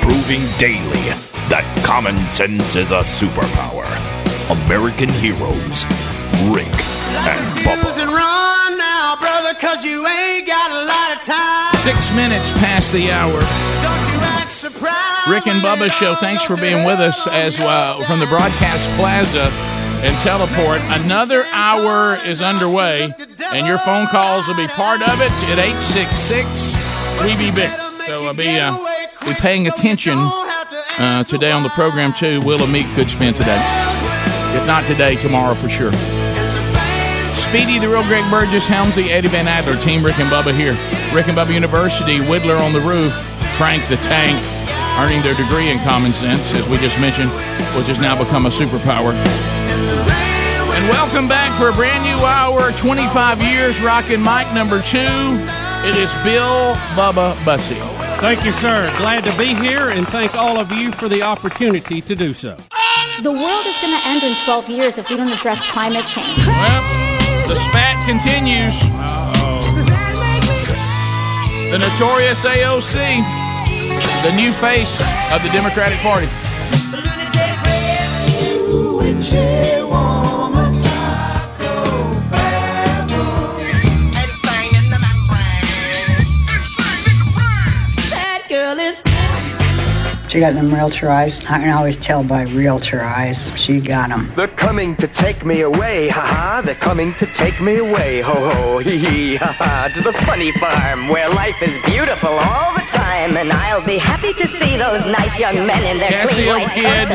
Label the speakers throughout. Speaker 1: proving daily that common sense is a superpower. American heroes, Rick and Bubba.
Speaker 2: and run now, brother, cause you ain't got a lot of time.
Speaker 3: Six minutes past the hour.
Speaker 2: Don't you act surprised.
Speaker 3: Rick and
Speaker 2: when
Speaker 3: Bubba
Speaker 2: it
Speaker 3: show.
Speaker 2: all
Speaker 3: Thanks for
Speaker 2: goes
Speaker 3: being
Speaker 2: to
Speaker 3: with
Speaker 2: hell
Speaker 3: us
Speaker 2: on
Speaker 3: as
Speaker 2: the
Speaker 3: well from the
Speaker 2: upside
Speaker 3: broadcast plaza and teleport. Another hour is underway, and your phone calls will be part of it at 866 3BB. So I'll be, uh, be paying attention uh, today on the program, too. Will and Meat could spend today. If not today, tomorrow for sure. Speedy, the real Greg Burgess, Helmsy, Eddie Van Adler, Team Rick and Bubba here. Rick and Bubba University, Whittler on the roof, Frank the Tank, earning their degree in common sense, as we just mentioned, which has now become a superpower. And welcome back for a brand new hour, 25 years, rockin' Mike number two. It is Bill Bubba Bussy.
Speaker 4: Thank you, sir. Glad to be here and thank all of you for the opportunity to do so.
Speaker 5: The world is going to end in 12 years if we don't address climate change.
Speaker 3: Well, the spat continues. The notorious AOC, the new face of the Democratic Party.
Speaker 6: She got them realtor eyes. I can always tell by realtor eyes. She got them.
Speaker 7: They're coming to take me away, ha ha. They're coming to take me away, ho ho, hee hee, ha ha. To the funny farm where life is beautiful all the time, and I'll be happy to see those nice young men in their
Speaker 3: Cassio Kid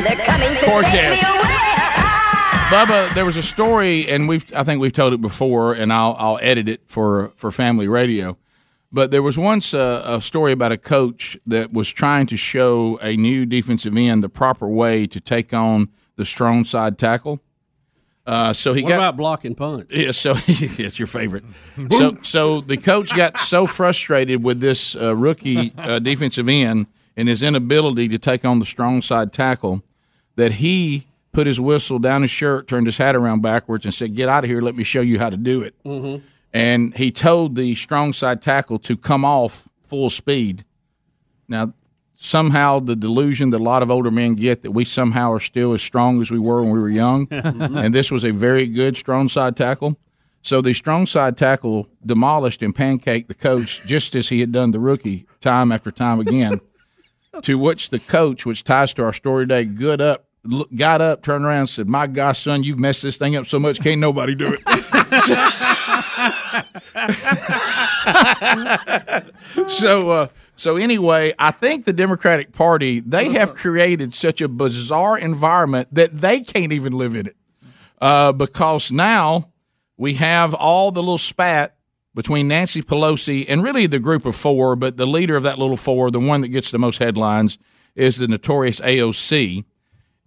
Speaker 3: Cortez. Bubba, there was a story, and we've I think we've told it before, and I'll I'll edit it for for family radio. But there was once a, a story about a coach that was trying to show a new defensive end the proper way to take on the strong side tackle. Uh, so he
Speaker 4: What
Speaker 3: got
Speaker 4: about blocking punt?
Speaker 3: Yeah, so it's your favorite. So, so the coach got so frustrated with this uh, rookie uh, defensive end and his inability to take on the strong side tackle that he put his whistle down his shirt, turned his hat around backwards, and said, "Get out of here! Let me show you how to do it."
Speaker 4: Mm-hmm.
Speaker 3: And he told the strong side tackle to come off full speed. Now, somehow the delusion that a lot of older men get that we somehow are still as strong as we were when we were young, and this was a very good strong side tackle. So the strong side tackle demolished and pancaked the coach just as he had done the rookie time after time again. to which the coach, which ties to our story today, good up, look, got up, turned around, and said, "My gosh, son, you've messed this thing up so much, can't nobody do it." so uh, so anyway, I think the Democratic Party they have created such a bizarre environment that they can't even live in it uh, because now we have all the little spat between Nancy Pelosi and really the group of four, but the leader of that little four, the one that gets the most headlines, is the notorious AOC,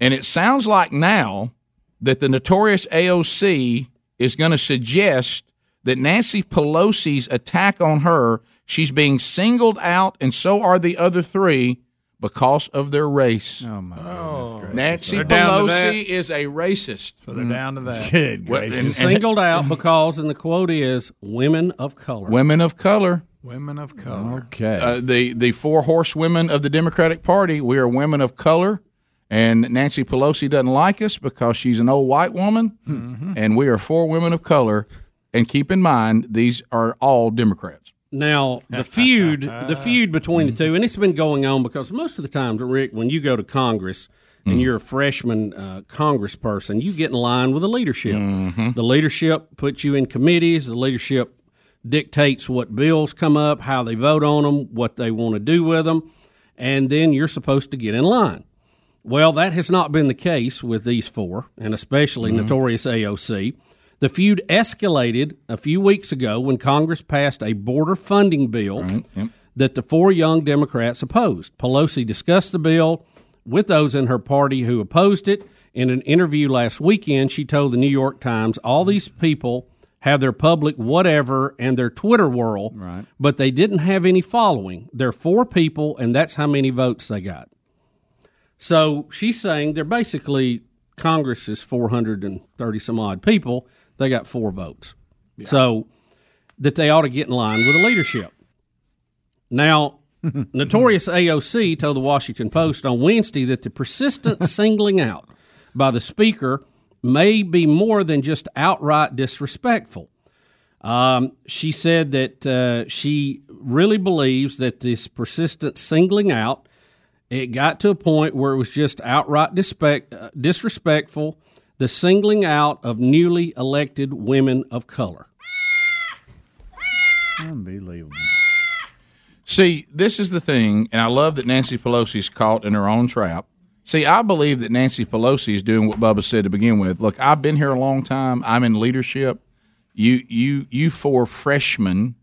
Speaker 3: and it sounds like now that the notorious AOC is going to suggest that Nancy Pelosi's attack on her, she's being singled out, and so are the other three because of their race. Oh my goodness! Nancy
Speaker 8: down to that?
Speaker 3: Pelosi is a racist.
Speaker 8: So they're down to that.
Speaker 3: Well, and- and-
Speaker 4: Singled out because, and the quote is, women of color.
Speaker 3: women of color,
Speaker 8: Women of color.
Speaker 9: Okay.
Speaker 3: uh, the the four horsewomen of the Democratic Party, we are women of color. And Nancy Pelosi doesn't like us because she's an old white woman,
Speaker 9: Mm-hmm.
Speaker 3: and we are four women of color. And keep in mind, these are all Democrats.
Speaker 4: Now the feud, the feud between the two, and it's been going on because most of the times, Rick, when you go to Congress and you're a freshman uh, Congressperson, you get in line with the leadership. The leadership puts you in committees. The leadership dictates what bills come up, how they vote on them, what they want to do with them, and then you're supposed to get in line. Well, that has not been the case with these four, and especially notorious AOC. The feud escalated a few weeks ago when Congress passed a border funding bill that the four young Democrats opposed. Pelosi discussed the bill with those in her party who opposed it. In an interview last weekend, she told the New York Times all these people have their public whatever and their Twitter whirl, but they didn't have any following. They're four people, and that's how many votes they got. So she's saying they're basically Congress is 430 some odd people. They got four votes. So that they ought to get in line with the leadership. Now, Notorious AOC told the Washington Post on Wednesday that the persistent singling out by the speaker may be more than just outright disrespectful. Um, she said that uh, she really believes that this persistent singling out it got to a point where it was just outright disrespect, uh, disrespectful. The singling out of newly elected women of color.
Speaker 9: Unbelievable.
Speaker 3: See, this is the thing, and I love that Nancy Pelosi's caught in her own trap. See, I believe that Nancy Pelosi is doing what Bubba said to begin with. Look, I've been here a long time. I'm in leadership. You, you, you four freshmen,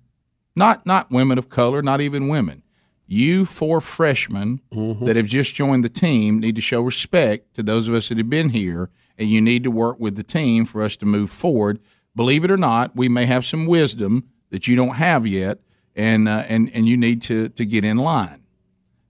Speaker 3: not not women of color, not even women. You four freshmen that have just joined the team need to show respect to those of us that have been here, and you need to work with the team for us to move forward. Believe it or not, we may have some wisdom that you don't have yet, and uh, and and you need to to get in line.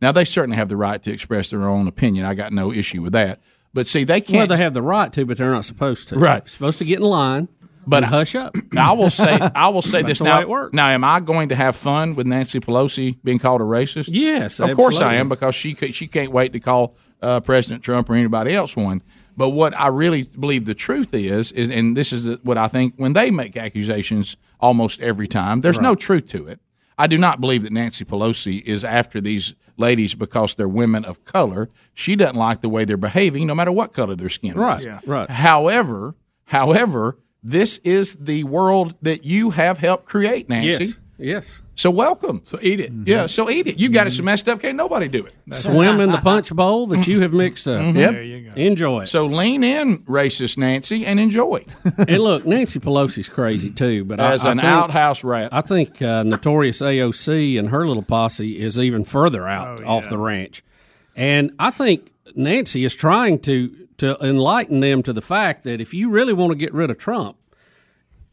Speaker 3: Now they certainly have the right to express their own opinion. I got no issue with that. But see, they
Speaker 4: Well,
Speaker 3: can't.
Speaker 4: they have the right to, but they're not supposed to.
Speaker 3: Right.
Speaker 4: supposed to get in line,
Speaker 3: But
Speaker 4: but hush up.
Speaker 3: I will say, I will say this
Speaker 4: the
Speaker 3: now.
Speaker 4: way it works.
Speaker 3: Now, am I going to have fun with Nancy Pelosi being called a racist?
Speaker 4: Yes,
Speaker 3: of course I
Speaker 4: absolutely.
Speaker 3: am because she ca- she can't wait to call uh, President Trump or anybody else one. But what I really believe the truth is is, and this is the, what I think when they make accusations almost every time, there's no truth to it. I do not believe that Nancy Pelosi is after these ladies because they're women of color. She doesn't like the way they're behaving, no matter what color their skin
Speaker 4: Right,
Speaker 3: is.
Speaker 4: Yeah. right.
Speaker 3: However, however, this is the world that you have helped create, Nancy.
Speaker 4: Yes, yes.
Speaker 3: So welcome. So eat it. Yeah. So eat it. You got it so messed up, can't nobody do it. Mm-hmm.
Speaker 4: Swim in the punch bowl that you have mixed up.
Speaker 8: There you go.
Speaker 4: Enjoy it.
Speaker 3: So lean in, racist Nancy, and enjoy.
Speaker 4: and look, Nancy Pelosi's crazy too, but
Speaker 3: As
Speaker 4: I, I
Speaker 3: an
Speaker 4: think,
Speaker 3: outhouse rat.
Speaker 4: I think uh, notorious AOC and her little posse is even further out off the ranch, and I think Nancy is trying to to enlighten them to the fact that if you really want to get rid of Trump,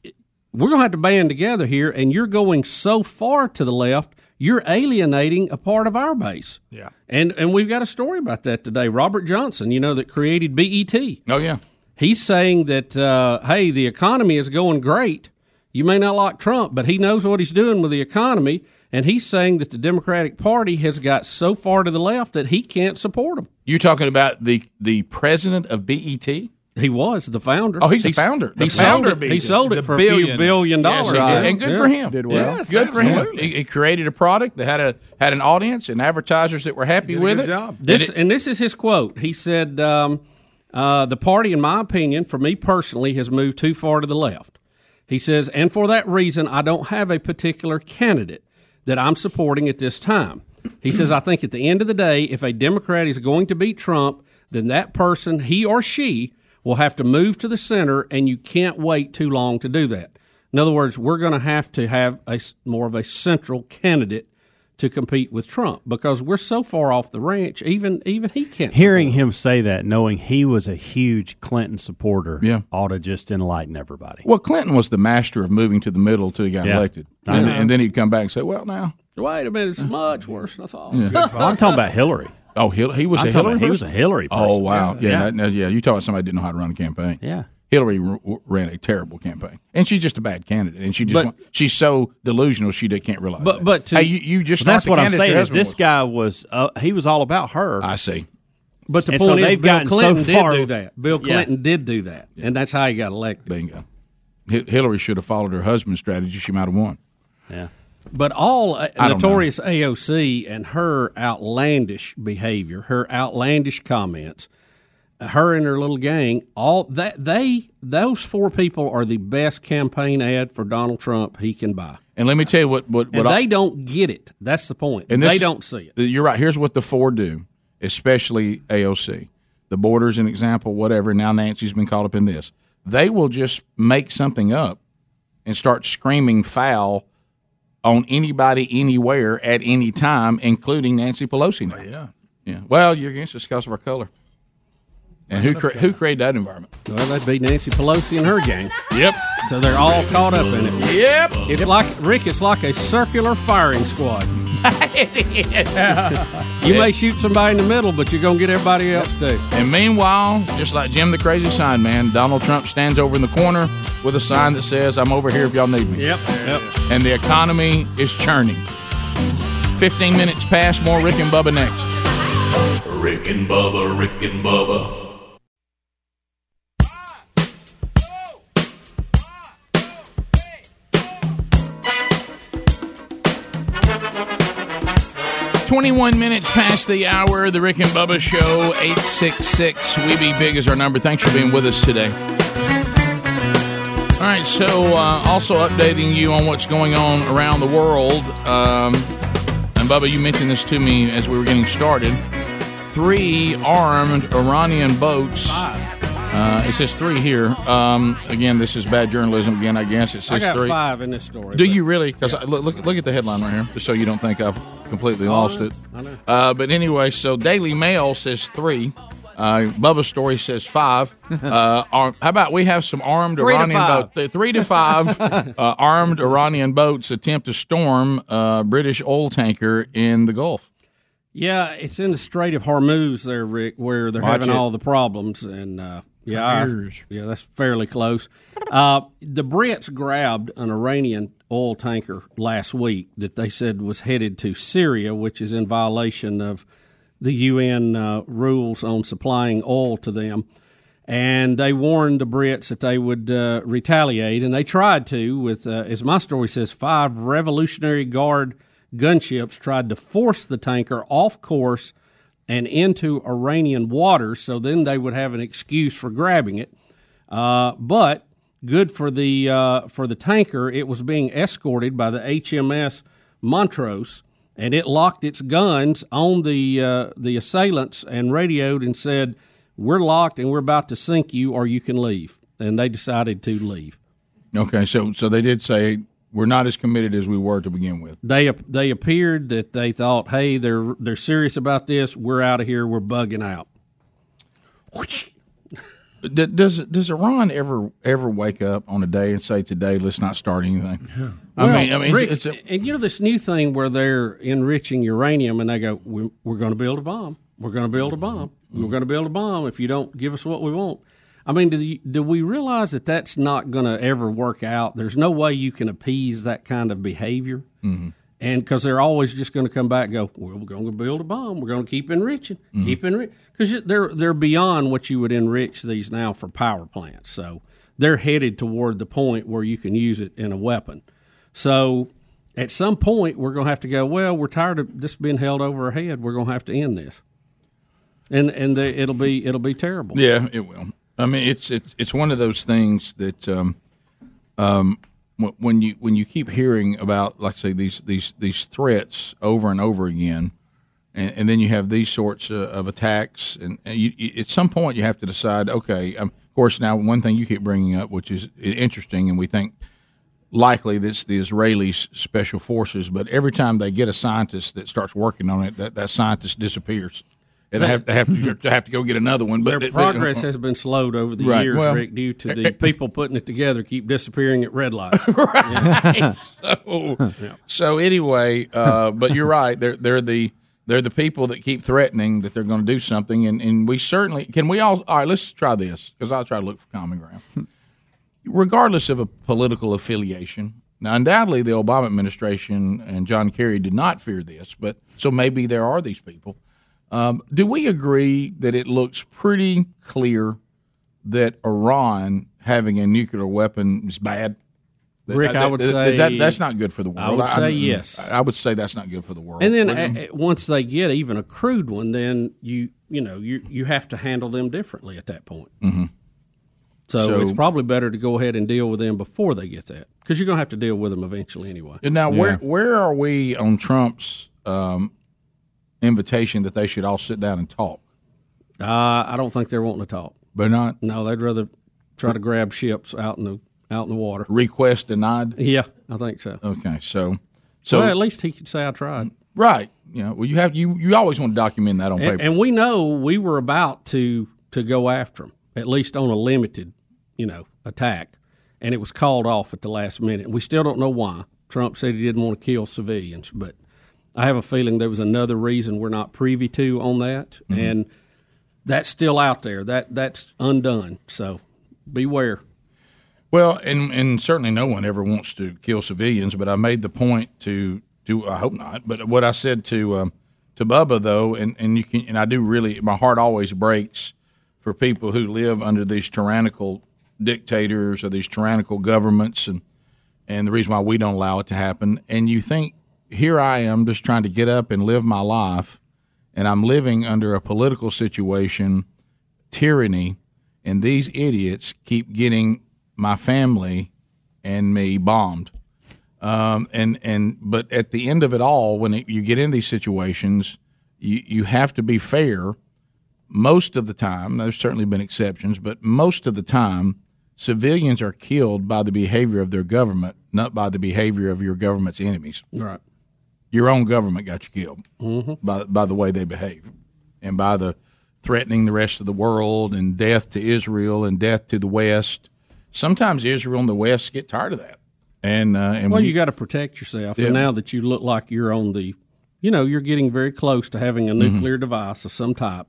Speaker 4: we're going to have to band together here, and you're going so far to the left, you're alienating a part of our base.
Speaker 8: Yeah.
Speaker 4: and and we've got a story about that today. Robert Johnson, you know, that created BET.
Speaker 3: oh yeah.
Speaker 4: He's saying that, uh, hey, the economy is going great. You may not like Trump, but he knows what he's doing with the economy. And he's saying that the Democratic Party has got so far to the left that he can't support him.
Speaker 3: You're talking about the the president of BET.
Speaker 4: He was the founder.
Speaker 3: Oh, he's the founder.
Speaker 4: He
Speaker 3: The
Speaker 4: sold
Speaker 3: founder E
Speaker 4: it. He
Speaker 3: beat it.
Speaker 4: sold it
Speaker 8: The
Speaker 4: for a few
Speaker 8: billion.
Speaker 4: billion
Speaker 3: Yes,
Speaker 4: dollars.
Speaker 3: he did.
Speaker 4: right?
Speaker 3: And good
Speaker 4: Yeah.
Speaker 3: for him.
Speaker 9: Did well.
Speaker 3: Yeah, good for him. He, he created a product that had a had an audience and advertisers that were happy with
Speaker 8: good
Speaker 3: it.
Speaker 8: job.
Speaker 4: This and this is his quote. He said, um, uh, "The party, in my opinion, for me personally, has moved too far to the left." He says, "And for that reason, I don't have a particular candidate that I'm supporting at this time." He says, "I think at the end of the day, if a Democrat is going to beat Trump, then that person, he or she, will have to move to the center, and you can't wait too long to do that." In other words, we're going to have to have a s- more of a central candidate to compete with Trump because we're so far off the ranch. Even even he can't.
Speaker 9: Hearing him say that, knowing he was a huge Clinton supporter,
Speaker 3: Yeah.
Speaker 9: ought to just enlighten everybody.
Speaker 3: Well, Clinton was the master of moving to the middle until he got
Speaker 9: Yeah.
Speaker 3: elected, and, and then he'd come back and say, "Well, now,
Speaker 4: Wait a minute, it's much worse than I thought.
Speaker 9: I'm talking about Hillary.
Speaker 3: oh, he, he was
Speaker 9: I'm
Speaker 3: a
Speaker 9: talking
Speaker 3: Hillary.
Speaker 9: about he was a
Speaker 3: person?
Speaker 9: Hillary person.
Speaker 3: Oh wow, yeah, yeah. That, yeah. You talk about somebody that didn't know how to run a campaign.
Speaker 9: Yeah.
Speaker 3: Hillary r- w- ran a terrible campaign, and she's just a bad candidate, and she just
Speaker 4: But-
Speaker 3: want- she's so delusional she d- can't realize.
Speaker 4: But-
Speaker 3: that.
Speaker 4: but to-
Speaker 3: hey, you, you just
Speaker 9: That's
Speaker 3: aren't
Speaker 9: what
Speaker 3: the
Speaker 9: I'm
Speaker 3: candidate
Speaker 9: saying
Speaker 3: your
Speaker 9: is
Speaker 3: husband
Speaker 9: this
Speaker 3: was.
Speaker 9: guy was uh, he was all about her.
Speaker 3: I see.
Speaker 4: But the
Speaker 9: And
Speaker 4: point
Speaker 9: so
Speaker 4: is,
Speaker 9: they've
Speaker 4: Bill
Speaker 9: gotten so
Speaker 4: Clinton
Speaker 9: far-
Speaker 4: did do that. Bill
Speaker 9: Yeah.
Speaker 4: Clinton did do that, and that's how he got elected.
Speaker 3: Bingo. Hi- Hillary should have followed her husband's strategy. She might have won.
Speaker 9: yeah.
Speaker 4: But all uh,
Speaker 3: I don't know.
Speaker 4: notorious AOC and her outlandish behavior, her outlandish comments, her and her little gang, all that they those four people are the best campaign ad for Donald Trump he can buy.
Speaker 3: And let me tell you what what, what
Speaker 4: And
Speaker 3: I-
Speaker 4: they don't get it. That's the point.
Speaker 3: And
Speaker 4: they
Speaker 3: this-
Speaker 4: don't see it.
Speaker 3: Uh, You're right. Here's what the four do, especially AOC. The border's an example, whatever. Now Nancy's been caught up in this. They will just make something up and start screaming foul on anybody, anywhere, at any time, including Nancy Pelosi. Now. yeah. Yeah. Well, you're against us because of our color. And who cre- who created that environment?
Speaker 4: Well, that'd be Nancy Pelosi and her gang.
Speaker 3: Yep.
Speaker 4: So they're all caught up in it.
Speaker 3: Yep.
Speaker 4: It's like Rick. It's like a circular firing squad. you may shoot somebody in the middle, but you're gonna get everybody else too.
Speaker 3: And meanwhile, just like Jim the Crazy Sign Man, Donald Trump stands over in the corner with a sign that says, I'm over here if y'all need me.
Speaker 4: Yep. Yep.
Speaker 3: and the economy is churning. 15 minutes past. More Rick and Bubba next.
Speaker 1: Rick and Bubba, Rick and Bubba.
Speaker 3: Twenty-one minutes past the hour. The Rick and Bubba Show. Eight six six. We be big is our number. Thanks for being with us today. All right, so uh, also updating you on what's going on around the world. Um, and Bubba, you mentioned this to me as we were getting started. Three armed Iranian boats. Uh, it says three here. Um, again, this is bad journalism. Again, I guess it
Speaker 4: I
Speaker 3: says
Speaker 4: got
Speaker 3: three.
Speaker 4: five in this story.
Speaker 3: Do
Speaker 4: but-
Speaker 3: you really? Because look, look, look at the headline right here, just so you don't think I've completely lost it.
Speaker 4: I know.
Speaker 3: Uh, but anyway, so Daily Mail says three. Uh, Bubba's story says five. Uh, ar- how about we have some armed
Speaker 10: Three to
Speaker 3: Iranian
Speaker 10: five.
Speaker 3: boats? three to five uh, armed Iranian boats attempt to storm a British oil tanker in the Gulf.
Speaker 4: Yeah, it's in the Strait of Hormuz there, Rick, where they're
Speaker 3: Watch
Speaker 4: having
Speaker 3: it.
Speaker 4: all the problems, and uh, yeah, I- yeah, that's fairly close. Uh, the Brits grabbed an Iranian oil tanker last week that they said was headed to Syria, which is in violation of the UN uh, rules on supplying oil to them. And they warned the Brits that they would uh, retaliate, and they tried to. With, uh, as my story says, five Revolutionary Guard gunships tried to force the tanker off course and into Iranian waters, so then they would have an excuse for grabbing it. Uh, but good for the uh, for the tanker, it was being escorted by the HMS Montrose, and it locked its guns on the uh, the assailants and radioed and said, "We're locked and we're about to sink you, or you can leave." And they decided to leave.
Speaker 3: Okay, so so they did say we're not as committed as we were to begin with.
Speaker 4: They ap- they appeared that they thought, "Hey, they're they're serious about this. We're out of here. We're bugging out."
Speaker 3: D- does does Iran ever ever wake up on a day and say today let's not start anything? I
Speaker 4: Well,
Speaker 3: mean, I mean,
Speaker 4: Rick,
Speaker 3: it's, it's a,
Speaker 4: and you know this new thing where they're enriching uranium, and they go, "We- "We're going to build a bomb. We're going to build a bomb. We're going to build a bomb if you don't give us what we want." I mean, do you, do we realize that that's not going to ever work out? There's no way you can appease that kind of behavior, and because they're always just going to come back and go, "Well, we're going to build a bomb. We're going to keep enriching,
Speaker 3: Mm-hmm.
Speaker 4: keep enriching," because they're they're beyond what you would enrich these now for power plants. So they're headed toward the point where you can use it in a weapon. So at some point, we're going to have to go, well, we're tired of this being held over our head. We're going to have to end this. And and the, it'll be it'll be terrible.
Speaker 3: Yeah, it will. I mean, it's it's it's one of those things that um, um, wh- when you when you keep hearing about, like say these these these threats over and over again, and, and then you have these sorts uh, of attacks, and, and you, you, at some point you have to decide. Okay, um, of course, now one thing you keep bringing up, which is i- interesting, and we think likely that's the Israelis' special forces, but every time they get a scientist that starts working on it, that, that scientist disappears. And they have, they, have to, they have to go get another one. But
Speaker 4: Their
Speaker 3: they- they-
Speaker 4: progress has been slowed over the
Speaker 3: Right,
Speaker 4: years,
Speaker 3: well-
Speaker 4: Rick, due to the people putting it together keep disappearing at red lights.
Speaker 3: so, so anyway, uh, but you're right. They're they're the they're the people that keep threatening that they're going to do something, and, and we certainly can. We all all right. Let's try this because I'll try to look for common ground, regardless of a political affiliation. Now, undoubtedly, the Obama administration and John Kerry did not fear this, but so maybe there are these people. Um, do we agree that it looks pretty clear that Iran having a nuclear weapon is bad? That-
Speaker 4: Rick, I
Speaker 3: that-
Speaker 4: would
Speaker 3: that-
Speaker 4: say-
Speaker 3: that- that's not good for the world.
Speaker 4: I would say yes.
Speaker 3: I I would say that's not good for the world.
Speaker 4: and then
Speaker 3: We're gonna-
Speaker 4: a, a- once they get even a crude one, then you you know you you have to handle them differently at that point. Mm-hmm. So,
Speaker 3: So-
Speaker 4: it's probably better to go ahead and deal with them before they get that, because you're going to have to deal with them eventually anyway.
Speaker 3: And now, where where are we on Trump's um, invitation that they should all sit down and talk?
Speaker 4: Uh, I don't think they're wanting to talk.
Speaker 3: But not
Speaker 4: No, they'd rather try to grab ships out in the out in the water.
Speaker 3: request denied.
Speaker 4: Yeah, I think so.
Speaker 3: Okay, so so
Speaker 4: So well, at least he could say I tried.
Speaker 3: right. Yeah. Well, you have you you always want to document that on paper.
Speaker 4: And, and we know we were about to to go after him, at least on a limited, you know, attack, and it was called off at the last minute. We still don't know why. Trump said he didn't want to kill civilians, but I have a feeling there was another reason we're not privy to on that,
Speaker 3: Mm-hmm.
Speaker 4: and that's still out there. That that's undone. So beware.
Speaker 3: Well, and and certainly no one ever wants to kill civilians, but I made the point to to do I hope not. But what I said to um, to Bubba though, and, and you can, and I do really, my heart always breaks for people who live under these tyrannical dictators or these tyrannical governments, and and the reason why we don't allow it to happen. And you think here I am just trying to get up and live my life, and I'm living under a political situation, tyranny, and these idiots keep getting my family and me bombed. Um, and and but at the end of it all, when it, you get in these situations, you you have to be fair. Most of the time, there's certainly been exceptions, but most of the time, civilians are killed by the behavior of their government, not by the behavior of your government's enemies.
Speaker 4: Right.
Speaker 3: Your own government got you killed
Speaker 4: Mm-hmm.
Speaker 3: by by the way they behave, and by the threatening the rest of the world, and death to Israel, and death to the West. Sometimes Israel and the West get tired of that, and uh, and
Speaker 4: Well,
Speaker 3: when
Speaker 4: you got to protect yourself.
Speaker 3: Yeah.
Speaker 4: And now that you look like you're on the, you know, you're getting very close to having a nuclear device of some type.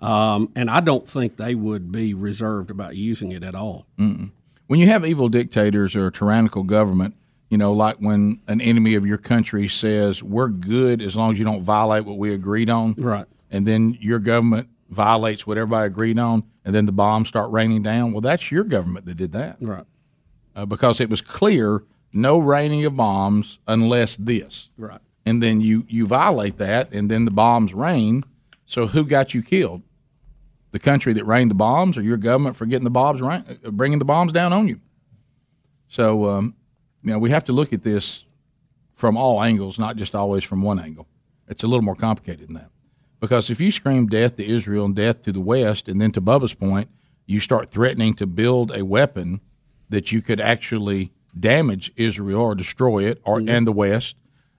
Speaker 4: Um, and I don't think they would be reserved about using it at all.
Speaker 3: when you have evil dictators or a tyrannical government, you know, like when an enemy of your country says, "We're good as long as you don't violate what we agreed on,"
Speaker 4: Right.
Speaker 3: and then your government violates what everybody agreed on, and then the bombs start raining down. Well, that's your government that did that
Speaker 4: Right.
Speaker 3: uh, because it was clear no raining of bombs unless this.
Speaker 4: Right.
Speaker 3: And then you you violate that, and then the bombs rain. So who got you killed? The country that rained the bombs, or your government for getting the bombs rain, uh, bringing the bombs down on you? So um, you know we have to look at this from all angles, not just always from one angle. It's a little more complicated than that. Because if you scream death to Israel and death to the West, and then to Bubba's point, you start threatening to build a weapon that you could actually damage Israel or destroy it or and the West,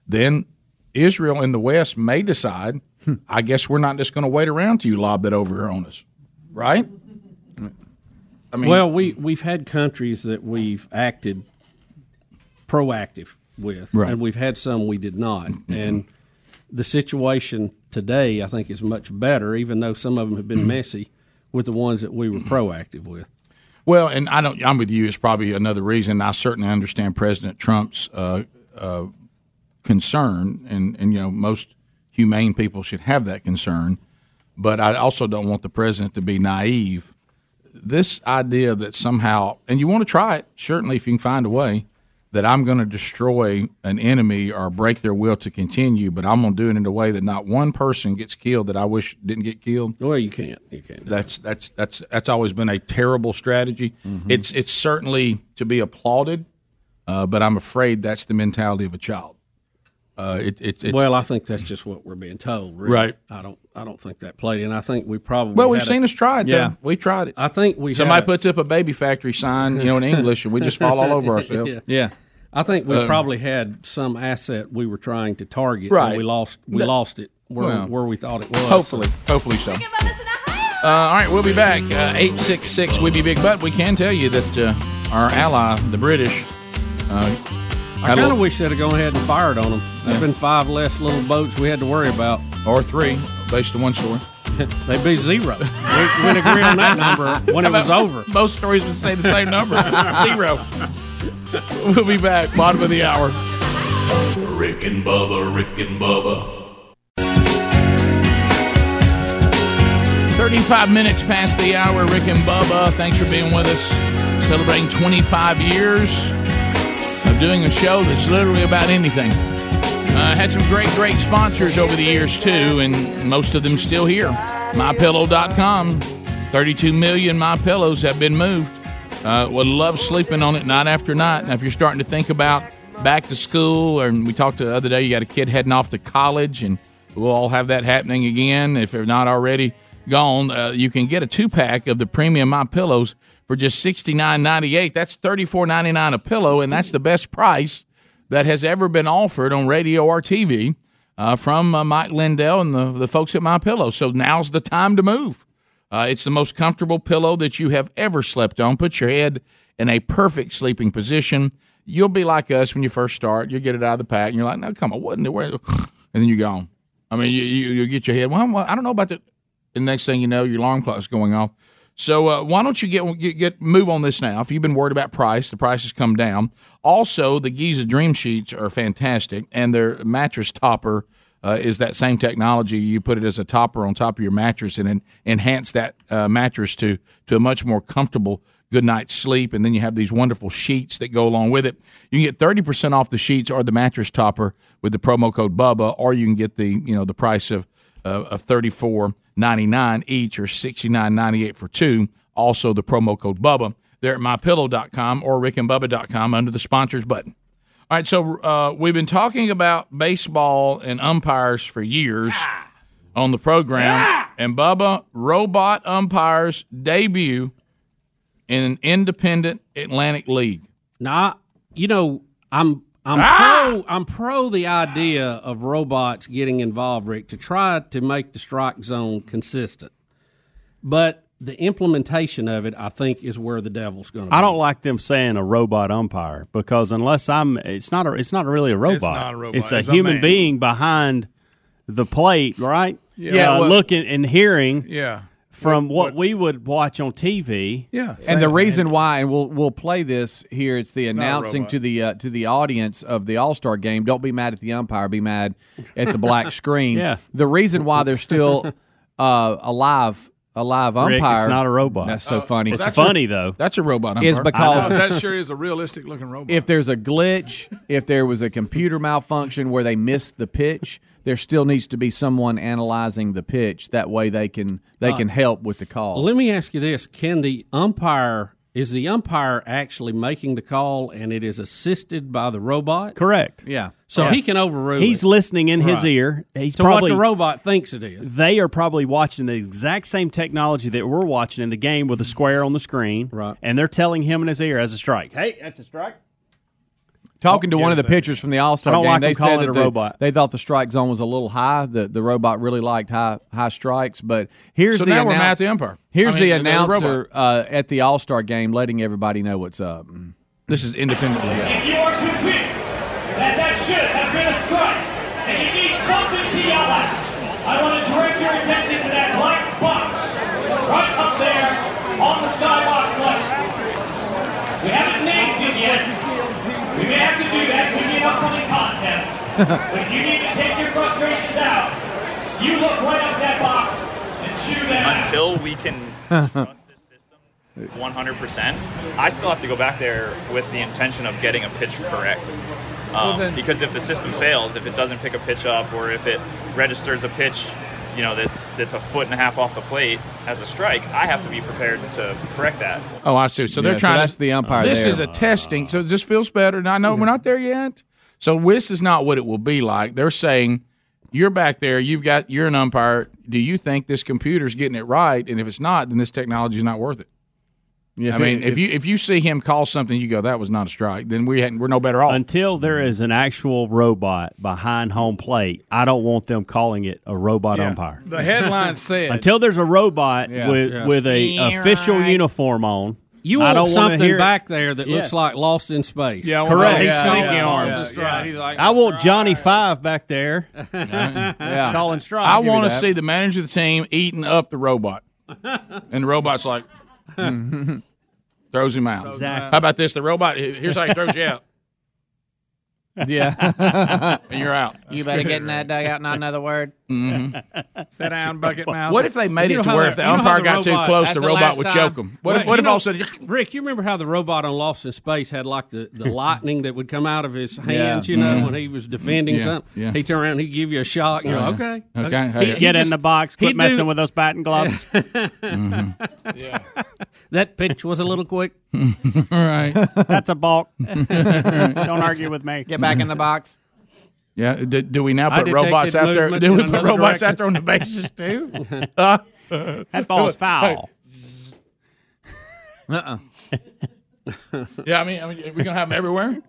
Speaker 3: then Israel and the West may decide, I guess we're not just going to wait around till you lob that over here on us, right? I mean,
Speaker 4: well, we we've had countries that we've acted proactive with,
Speaker 3: Right.
Speaker 4: and we've had some we did not. And the situation today, I think, is much better, even though some of them have been messy with the ones that we were proactive with.
Speaker 3: Well, and I don't. I'm with you. It's probably another reason. I certainly understand President Trump's uh, uh, concern, and and you know most humane people should have that concern. But I also don't want the president to be naive. This idea that somehow, and you want to try it, certainly if you can find a way, that I'm going to destroy an enemy or break their will to continue, but I'm going to do it in a way that not one person gets killed that I wish didn't get killed
Speaker 4: Well, you can't. You can't.
Speaker 3: that's that's that's that's always been a terrible strategy.
Speaker 4: Mm-hmm.
Speaker 3: It's it's certainly to be applauded, uh, but I'm afraid that's the mentality of a child. Uh, it, it, it's
Speaker 4: well, I think that's just what we're being told. Really.
Speaker 3: Right.
Speaker 4: I don't. I don't think that played, and I think we probably.
Speaker 3: well, we've
Speaker 4: had
Speaker 3: seen
Speaker 4: A,
Speaker 3: us try it.
Speaker 9: Yeah.
Speaker 3: though. we tried it.
Speaker 4: I think we.
Speaker 3: Somebody
Speaker 4: had a-
Speaker 3: puts up a baby factory sign, you know, in English, and we just fall all over ourselves.
Speaker 4: Yeah.
Speaker 9: Yeah.
Speaker 4: I think
Speaker 3: Um,
Speaker 4: we probably had some asset we were trying to target.
Speaker 3: Right.
Speaker 4: And we lost. We lost it where
Speaker 3: Well.
Speaker 4: where we thought it was.
Speaker 3: Hopefully, hopefully so. Uh, all right, we'll be back. uh, Eight six six. We be big, but we can tell you that uh, our ally, the British, uh,
Speaker 4: I kind of wish they'd have gone ahead and fired on them. There's been five less little boats we had to worry about.
Speaker 3: or three, based on one story.
Speaker 4: They'd be zero. we, we'd agree on that number when it was over.
Speaker 3: Both stories would say the same number zero. We'll be back, bottom of the hour.
Speaker 1: Rick and Bubba, Rick and Bubba.
Speaker 3: 35 minutes past the hour, Rick and Bubba. Thanks for being with us. Celebrating 25 years of doing a show that's literally about anything. Uh, had some great, great sponsors over the years, too, and most of them still here. MyPillow.com. 32 million My Pillows have been moved. Uh, would love sleeping on it night after night. Now, if you're starting to think about back to school, or we talked the other day, you got a kid heading off to college, and we'll all have that happening again if they're not already gone. Uh, you can get a two pack of the premium My Pillows for just $69.98. That's $34.99 a pillow, and that's the best price that has ever been offered on radio or TV uh, from uh, Mike Lindell and the, the folks at My Pillow. So now's the time to move. Uh, it's the most comfortable pillow that you have ever slept on. Put your head in a perfect sleeping position. You'll be like us when you first start. You'll get it out of the pack, and you're like, "No, come on, what in the world?" And then you're gone. I mean, you, you you get your head. Well, I'm- I don't know about the. The next thing you know, your alarm clock's going off. So uh, why don't you get, get get move on this now? If you've been worried about price, the price has come down. Also, the Giza Dream Sheets are fantastic, and their mattress topper uh, is that same technology. You put it as a topper on top of your mattress and en- enhance that uh, mattress to to a much more comfortable good night's sleep. And then you have these wonderful sheets that go along with it. You can get thirty percent off the sheets or the mattress topper with the promo code Bubba, or you can get the you know the price of uh, of thirty four ninety nine each or sixty nine ninety eight for two. Also, the promo code Bubba. They're at mypillow.com or rickandbubba.com under the sponsors button. All right, so uh, we've been talking about baseball and umpires for years on the program, and Bubba robot umpires debut in an independent Atlantic League.
Speaker 4: Nah, you know, I'm I'm
Speaker 9: Ah!
Speaker 4: pro I'm pro the idea of robots getting involved, Rick, to try to make the strike zone consistent. But the implementation of it, I think, is where the devil's going to.
Speaker 9: I don't like them saying a robot umpire because unless I'm, it's not a, it's not really a robot.
Speaker 8: not a robot.
Speaker 9: It's a
Speaker 8: It's a
Speaker 9: human
Speaker 8: man.
Speaker 9: being behind the plate, right? Yeah,
Speaker 8: Yeah, well-
Speaker 9: looking and hearing
Speaker 8: Yeah.
Speaker 9: from what, we would watch on TV.
Speaker 8: Yeah.
Speaker 10: And the reason why, and we'll we'll play this here. It's the announcing
Speaker 8: robot.
Speaker 10: to the uh, to the audience of the All Star Game. Don't be mad at the umpire. Be mad at the black screen.
Speaker 9: Yeah.
Speaker 10: The reason why they're still uh, alive, alive umpire.
Speaker 9: Rick, it's not a robot.
Speaker 10: That's so funny.
Speaker 9: It's funny though.
Speaker 3: That's a robot umpire.
Speaker 10: Is because
Speaker 8: that sure is a realistic looking robot.
Speaker 10: if there's a glitch, if there was a computer malfunction where they missed the pitch, there still needs to be someone analyzing the pitch. That way they can they can help with the call.
Speaker 4: Let me ask you this: Can the umpire is the umpire actually making the call, and it is assisted by the robot,
Speaker 9: Correct.
Speaker 10: yeah.
Speaker 4: so he can overrule
Speaker 9: He's
Speaker 4: it
Speaker 9: listening in his ear. He's
Speaker 4: to
Speaker 9: probably
Speaker 4: what the robot thinks it is.
Speaker 9: they are probably watching the exact same technology that we're watching in the game with a square on the screen.
Speaker 4: Right.
Speaker 9: And they're telling him in his ear as a strike. Hey, that's a strike.
Speaker 10: Talking
Speaker 4: Oh,
Speaker 10: to one of the pitchers from the All Star
Speaker 9: I don't
Speaker 10: game,
Speaker 9: like
Speaker 10: they
Speaker 9: them
Speaker 10: said
Speaker 9: calling
Speaker 10: that
Speaker 9: it a
Speaker 10: the-
Speaker 9: robot.
Speaker 10: they thought the strike zone was a little high. The the robot really liked high high strikes, but here's
Speaker 3: So
Speaker 10: the
Speaker 3: now we're
Speaker 10: announce-
Speaker 3: mad at the umpire.
Speaker 10: Here's
Speaker 3: I mean,
Speaker 10: the
Speaker 3: the- the robot.
Speaker 10: announcer uh, at the All Star game, letting everybody know what's up.
Speaker 3: this is independent league.
Speaker 2: You are convinced that that should have been a strike, and you need something to yell at. I want to direct your attention to that black box right up there on the skybox light. We haven't named it yet. We may have to do that when you up on the contest. but if you need to take your frustrations out, you look right up that box and chew that out.
Speaker 11: until we can trust this system 100%, I still have to go back there with the intention of getting a pitch correct. Um, because if the system fails, if it doesn't pick a pitch up, or if it registers a pitch, you know that's that's a foot and a half off the plate as a strike, I have to be prepared to correct that.
Speaker 3: Oh, I see. So they're
Speaker 10: Yeah, so
Speaker 3: trying.
Speaker 10: that's
Speaker 3: to,
Speaker 10: the umpire
Speaker 3: This
Speaker 10: there.
Speaker 3: is a testing. So this feels better. And I know we're not there yet. So this is not what it will be like. They're saying you're back there. You've got you're an umpire. Do you think this computer's getting it right? And if it's not, then this technology is not worth it.
Speaker 10: Yeah,
Speaker 3: I mean, if, you if you see him call something, you go that was not a strike. Then we hadn't, we're no better off.
Speaker 9: Until there is an actual robot behind home plate, I don't want them calling it a robot
Speaker 8: Yeah.
Speaker 9: umpire.
Speaker 8: The headline said
Speaker 9: Until there's a robot
Speaker 10: Yeah.
Speaker 9: with with a official uniform on,
Speaker 4: You
Speaker 9: I
Speaker 4: want
Speaker 9: don't wanna
Speaker 4: something
Speaker 9: hear it.
Speaker 4: back there that
Speaker 9: Yeah.
Speaker 4: looks like Lost in Space.
Speaker 8: Yeah, Yeah,
Speaker 9: Correct. He's
Speaker 8: yeah,
Speaker 9: thinking
Speaker 8: yeah,
Speaker 9: arms.
Speaker 8: yeah,
Speaker 9: That's
Speaker 8: yeah. He's like,
Speaker 9: I want Johnny Five back there
Speaker 10: yeah.
Speaker 9: calling strike.
Speaker 3: I
Speaker 9: Give me
Speaker 3: want to
Speaker 9: that.
Speaker 3: see the manager of the team eating up the robot, and the robot's like throws him out.
Speaker 9: Exactly.
Speaker 3: How about this? The robot here's how he throws you out,
Speaker 10: yeah.
Speaker 3: and you're out.
Speaker 10: you better get in that dugout. Not another word.
Speaker 8: sit down, bucket mouth.
Speaker 3: Mm-hmm. What if they made
Speaker 4: You know
Speaker 3: it to
Speaker 4: how
Speaker 3: where
Speaker 4: the-
Speaker 3: if the
Speaker 4: you know how
Speaker 3: umpire
Speaker 4: the
Speaker 3: got
Speaker 4: robot-
Speaker 3: too close,
Speaker 10: that's
Speaker 3: the
Speaker 10: the
Speaker 3: robot
Speaker 10: last
Speaker 3: would
Speaker 10: time.
Speaker 3: choke him? What, if-
Speaker 4: Right,
Speaker 3: what
Speaker 4: you
Speaker 3: if
Speaker 4: know-
Speaker 3: all of a sudden,
Speaker 4: Rick, you remember how the robot on Lost in Space had like the, the lightning that would come out of his hands, you know, when he was defending
Speaker 3: Mm-hmm. Yeah,
Speaker 4: something?
Speaker 3: yeah.
Speaker 4: He turn around, he'd give you a shot, and you're like, okay.
Speaker 3: Okay, hey,
Speaker 9: get in the box?
Speaker 4: he'd
Speaker 9: Quit
Speaker 4: do-
Speaker 9: messing with those batting gloves.
Speaker 3: Mm-hmm.
Speaker 4: That pitch was a little quick.
Speaker 3: all right,
Speaker 9: That's a balk. don't argue with me.
Speaker 10: Get back in the box.
Speaker 3: yeah. Do, do we now
Speaker 4: I
Speaker 3: put robots
Speaker 4: detected
Speaker 3: out there?
Speaker 4: movement
Speaker 3: Do we
Speaker 4: in
Speaker 3: put
Speaker 4: another
Speaker 3: robots
Speaker 4: direction.
Speaker 3: out there on the bases too?
Speaker 9: That ball's foul.
Speaker 10: Uh-uh.
Speaker 3: yeah, I mean, I mean, we're gonna have them everywhere.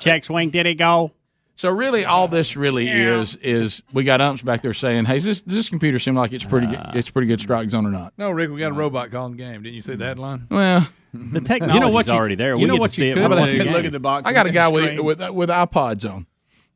Speaker 9: Check swing. Did he go?
Speaker 3: uh, So really, all this really is is we got umps back there saying, "Hey, does this, does this computer seem like it's pretty good, it's pretty good strike zone or not?"
Speaker 8: No, Rick, we got a robot calling the game. Didn't you see the headline?
Speaker 3: Well,
Speaker 9: The technology's
Speaker 4: what you-
Speaker 9: already there.
Speaker 4: you
Speaker 9: we
Speaker 4: know
Speaker 9: get
Speaker 4: what
Speaker 9: to
Speaker 4: you
Speaker 9: see it.
Speaker 4: could
Speaker 9: when
Speaker 4: do?
Speaker 9: we see the
Speaker 4: Look
Speaker 9: game.
Speaker 10: the box.
Speaker 3: I got a guy with with with iPods on.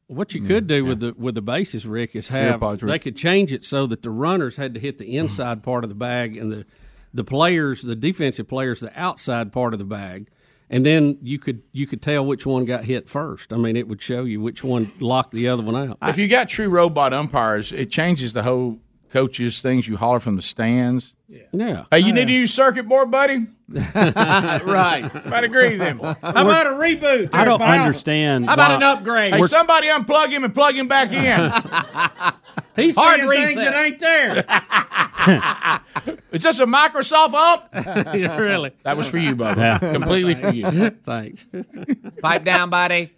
Speaker 4: What you could do with the with the bases, Rick, is have
Speaker 3: pods, Rick.
Speaker 4: they could change it so that the runners had to hit the inside part of the bag and the the players, the defensive players, the outside part of the bag, and then you could you could tell which one got hit first. I mean, it would show you which one locked the other one out.
Speaker 3: If you got true robot umpires, it changes the whole coaches things you holler from the stands. Yeah.
Speaker 4: Yeah.
Speaker 3: Hey, you need to use circuit board, buddy. right.
Speaker 8: Somebody agrees him. How about a reboot?
Speaker 9: I don't understand.
Speaker 8: How about
Speaker 9: why-
Speaker 8: an upgrade?
Speaker 3: Hey, somebody unplug him and plug him back in.
Speaker 4: He's
Speaker 3: Hard
Speaker 8: saying things
Speaker 3: reset.
Speaker 8: that ain't there.
Speaker 3: Is this a Microsoft ump?
Speaker 4: really?
Speaker 3: That was for you, Bubba.
Speaker 9: Yeah.
Speaker 3: Completely for you.
Speaker 4: Thanks.
Speaker 12: Pipe down, buddy.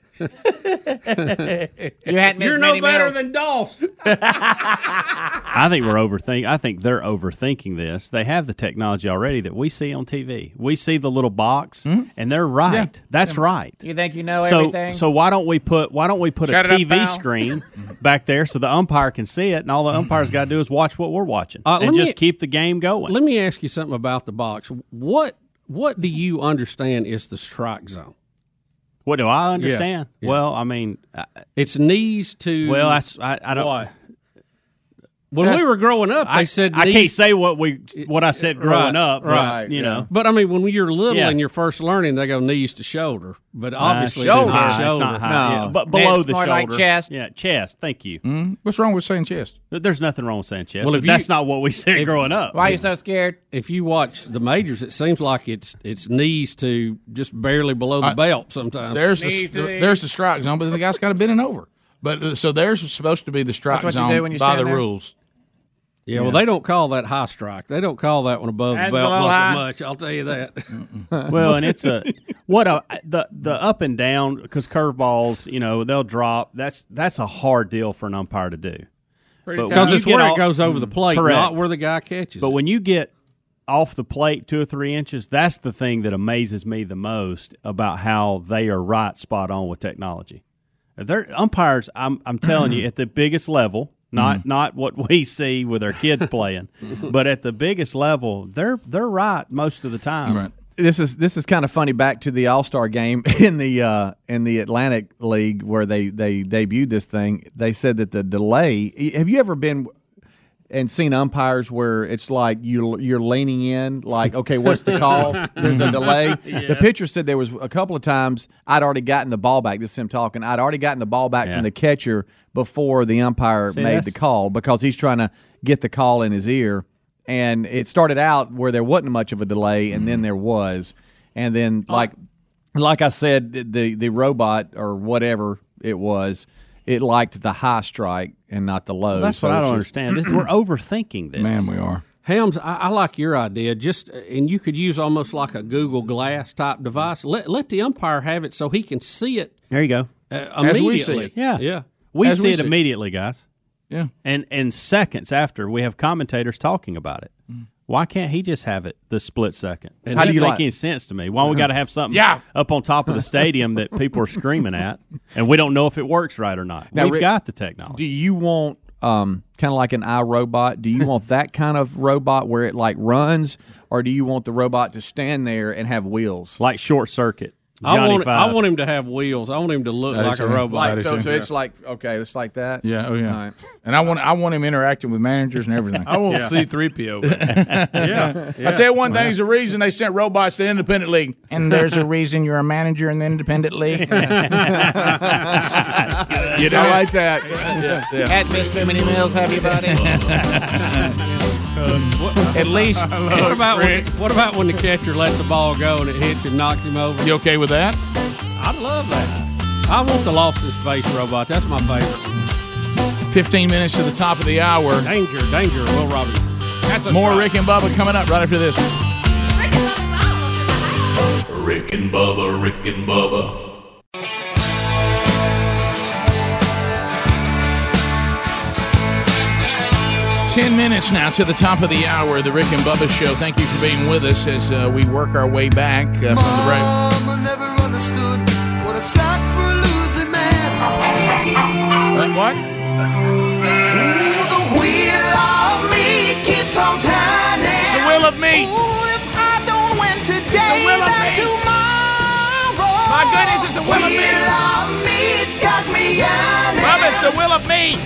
Speaker 12: you had
Speaker 4: You're no better than Dolph.
Speaker 9: I think we're overthink. I think they're overthinking this. They have the technology already that we see on TV. We see the little box,
Speaker 4: Mm-hmm.
Speaker 9: and they're right. That's right.
Speaker 12: You think you know
Speaker 9: so,
Speaker 12: everything?
Speaker 9: so why don't we put why don't we put
Speaker 12: Shut
Speaker 9: a
Speaker 12: it up,
Speaker 9: TV
Speaker 12: pal.
Speaker 9: screen back there so the umpire can see it, and all the umpire's got to do is watch what we're watching
Speaker 4: Uh, let
Speaker 9: and
Speaker 4: me-
Speaker 9: just keep the game going.
Speaker 4: Let me ask you something about the box. What what do you understand is the strike zone?
Speaker 9: What do I understand?
Speaker 4: Yeah.
Speaker 9: Well, I mean, I,
Speaker 4: It's knees to
Speaker 9: well, that's I, I don't.
Speaker 4: Why? When we
Speaker 9: That's-
Speaker 4: were growing up,
Speaker 9: I
Speaker 4: they said
Speaker 9: I
Speaker 4: knees-
Speaker 9: can't say what we what I said growing up. but, you know.
Speaker 4: But I mean, when you're little
Speaker 9: Yeah.
Speaker 4: and you're first learning, they go knees to shoulder. But obviously,
Speaker 9: uh,
Speaker 4: it's
Speaker 9: shoulder.
Speaker 4: not
Speaker 9: High, it's not high.
Speaker 4: No.
Speaker 9: Yeah, but below
Speaker 12: It's
Speaker 9: the
Speaker 12: more
Speaker 9: shoulder,
Speaker 12: like chest.
Speaker 9: Yeah, chest. Thank you.
Speaker 3: Hmm? What's wrong with saying chest?
Speaker 9: Th- There's nothing wrong with saying chest. Well,
Speaker 4: Well, if
Speaker 9: if that's
Speaker 4: you-
Speaker 9: not what we said
Speaker 4: if-
Speaker 9: growing up.
Speaker 12: Why are you so scared?
Speaker 4: If you watch the majors, it seems like it's it's knees to just barely below the
Speaker 3: I-
Speaker 4: belt sometimes.
Speaker 3: There's the, there's the strike zone, but the guy's kind of bending over. But uh, so there's supposed to be the strike
Speaker 4: That's what you
Speaker 3: zone
Speaker 4: do when you
Speaker 3: by
Speaker 4: stand
Speaker 3: the
Speaker 4: there?
Speaker 3: rules.
Speaker 4: yeah, well, they don't call that high strike. They don't call that one above
Speaker 9: That's
Speaker 4: the belt
Speaker 9: a little
Speaker 4: muscle
Speaker 9: high.
Speaker 4: much. I'll tell you that.
Speaker 9: well, and it's a what a the the up and down because curveballs, you know, they'll drop. That's that's a hard deal for an umpire to do. But when
Speaker 4: because
Speaker 9: you
Speaker 4: it's
Speaker 9: get
Speaker 4: where
Speaker 9: all-
Speaker 4: it goes over the plate,
Speaker 9: Correct.
Speaker 4: not where the guy catches.
Speaker 9: But
Speaker 4: it.
Speaker 9: when you get off the plate two or three inches, that's the thing that amazes me the most about how they are right spot on with technology. They're umpires. I'm I'm telling you, at the biggest level, not
Speaker 3: Mm-hmm.
Speaker 9: not what we see with our kids playing, but at the biggest level, they're they're right most of the time.
Speaker 10: this is this is kind of funny. Back to the All Star game in the uh, in the Atlantic League where they they debuted this thing. They said that the delay. Have you ever been and seen umpires where it's like you you're leaning in, like okay, what's the call? There's a delay. The pitcher said there was a couple of times I'd already gotten the ball back. This is him talking. I'd already gotten the ball back
Speaker 9: Yeah.
Speaker 10: from the catcher before the umpire
Speaker 9: See,
Speaker 10: made
Speaker 9: that's-
Speaker 10: the call because he's trying to get the call in his ear. And it started out where there wasn't much of a delay, and then there was, and then
Speaker 9: Oh.
Speaker 10: like, like I said, the- the the robot or whatever it was, it liked the high strike and not the low.
Speaker 9: that's
Speaker 10: So
Speaker 9: what I
Speaker 10: it's
Speaker 9: don't
Speaker 10: just-
Speaker 9: understand. This, we're overthinking this.
Speaker 3: Man, we are.
Speaker 4: Hams, I, I like your idea. Just uh, and you could use almost like a Google Glass type device. Let let the umpire have it so he can see it
Speaker 9: There you go.
Speaker 4: uh,
Speaker 3: As
Speaker 4: immediately.
Speaker 3: we see it.
Speaker 9: Yeah.
Speaker 4: yeah.
Speaker 9: We
Speaker 3: As
Speaker 9: see
Speaker 3: we
Speaker 9: it
Speaker 3: see it.
Speaker 9: immediately, guys.
Speaker 3: Yeah.
Speaker 9: And and seconds after we have commentators talking about it. Why can't he just have it the split second?
Speaker 4: And
Speaker 9: How do
Speaker 4: then-
Speaker 9: you make any sense to me? Why we got to have something
Speaker 3: Yeah.
Speaker 9: up on top of the stadium that people are screaming at, and we don't know if it works right or not?
Speaker 10: Now,
Speaker 9: We've
Speaker 10: Rick-
Speaker 9: got the technology.
Speaker 10: Do you want um, kind of like an iRobot? Do you want that kind of robot where it like runs, or do you want the robot to stand there and have wheels?
Speaker 9: Like short circuit.
Speaker 4: I
Speaker 9: Johnny
Speaker 4: want
Speaker 9: Five.
Speaker 4: I want him to have wheels. I want him to look
Speaker 3: That
Speaker 4: like
Speaker 3: is
Speaker 4: a
Speaker 3: it.
Speaker 4: robot.
Speaker 3: That is it.
Speaker 10: like okay, it's like that.
Speaker 3: Yeah, oh yeah.
Speaker 10: All right.
Speaker 3: And I want I want him interacting with managers and everything.
Speaker 8: I want C three PO.
Speaker 4: yeah.
Speaker 3: I tell you one thing, there's a reason they sent robots to the independent league. And there's a reason you're a manager in the independent league.
Speaker 10: You know, I like that.
Speaker 12: Had missed too many meals, have you, buddy?
Speaker 3: Um, At least
Speaker 4: What about when, what about when the catcher lets the ball go and it hits him, knocks him over?
Speaker 3: you okay with that?
Speaker 4: I'd love that. I want the lost in space robot. That's my favorite.
Speaker 3: Fifteen minutes to the top of the hour.
Speaker 4: Danger, danger, Will Robinson. That's a
Speaker 3: More
Speaker 4: strike.
Speaker 3: Rick and Bubba coming up right after this.
Speaker 1: Rick and Bubba, Rick and Bubba.
Speaker 3: Ten minutes now to the top of the hour. The Rick and Bubba Show. Thank you for being with us as uh, we work our way back uh, from the break. Uh, what? It's a will of me. My goodness, it's a will of me.
Speaker 13: It's got me on
Speaker 3: Love is the will of me.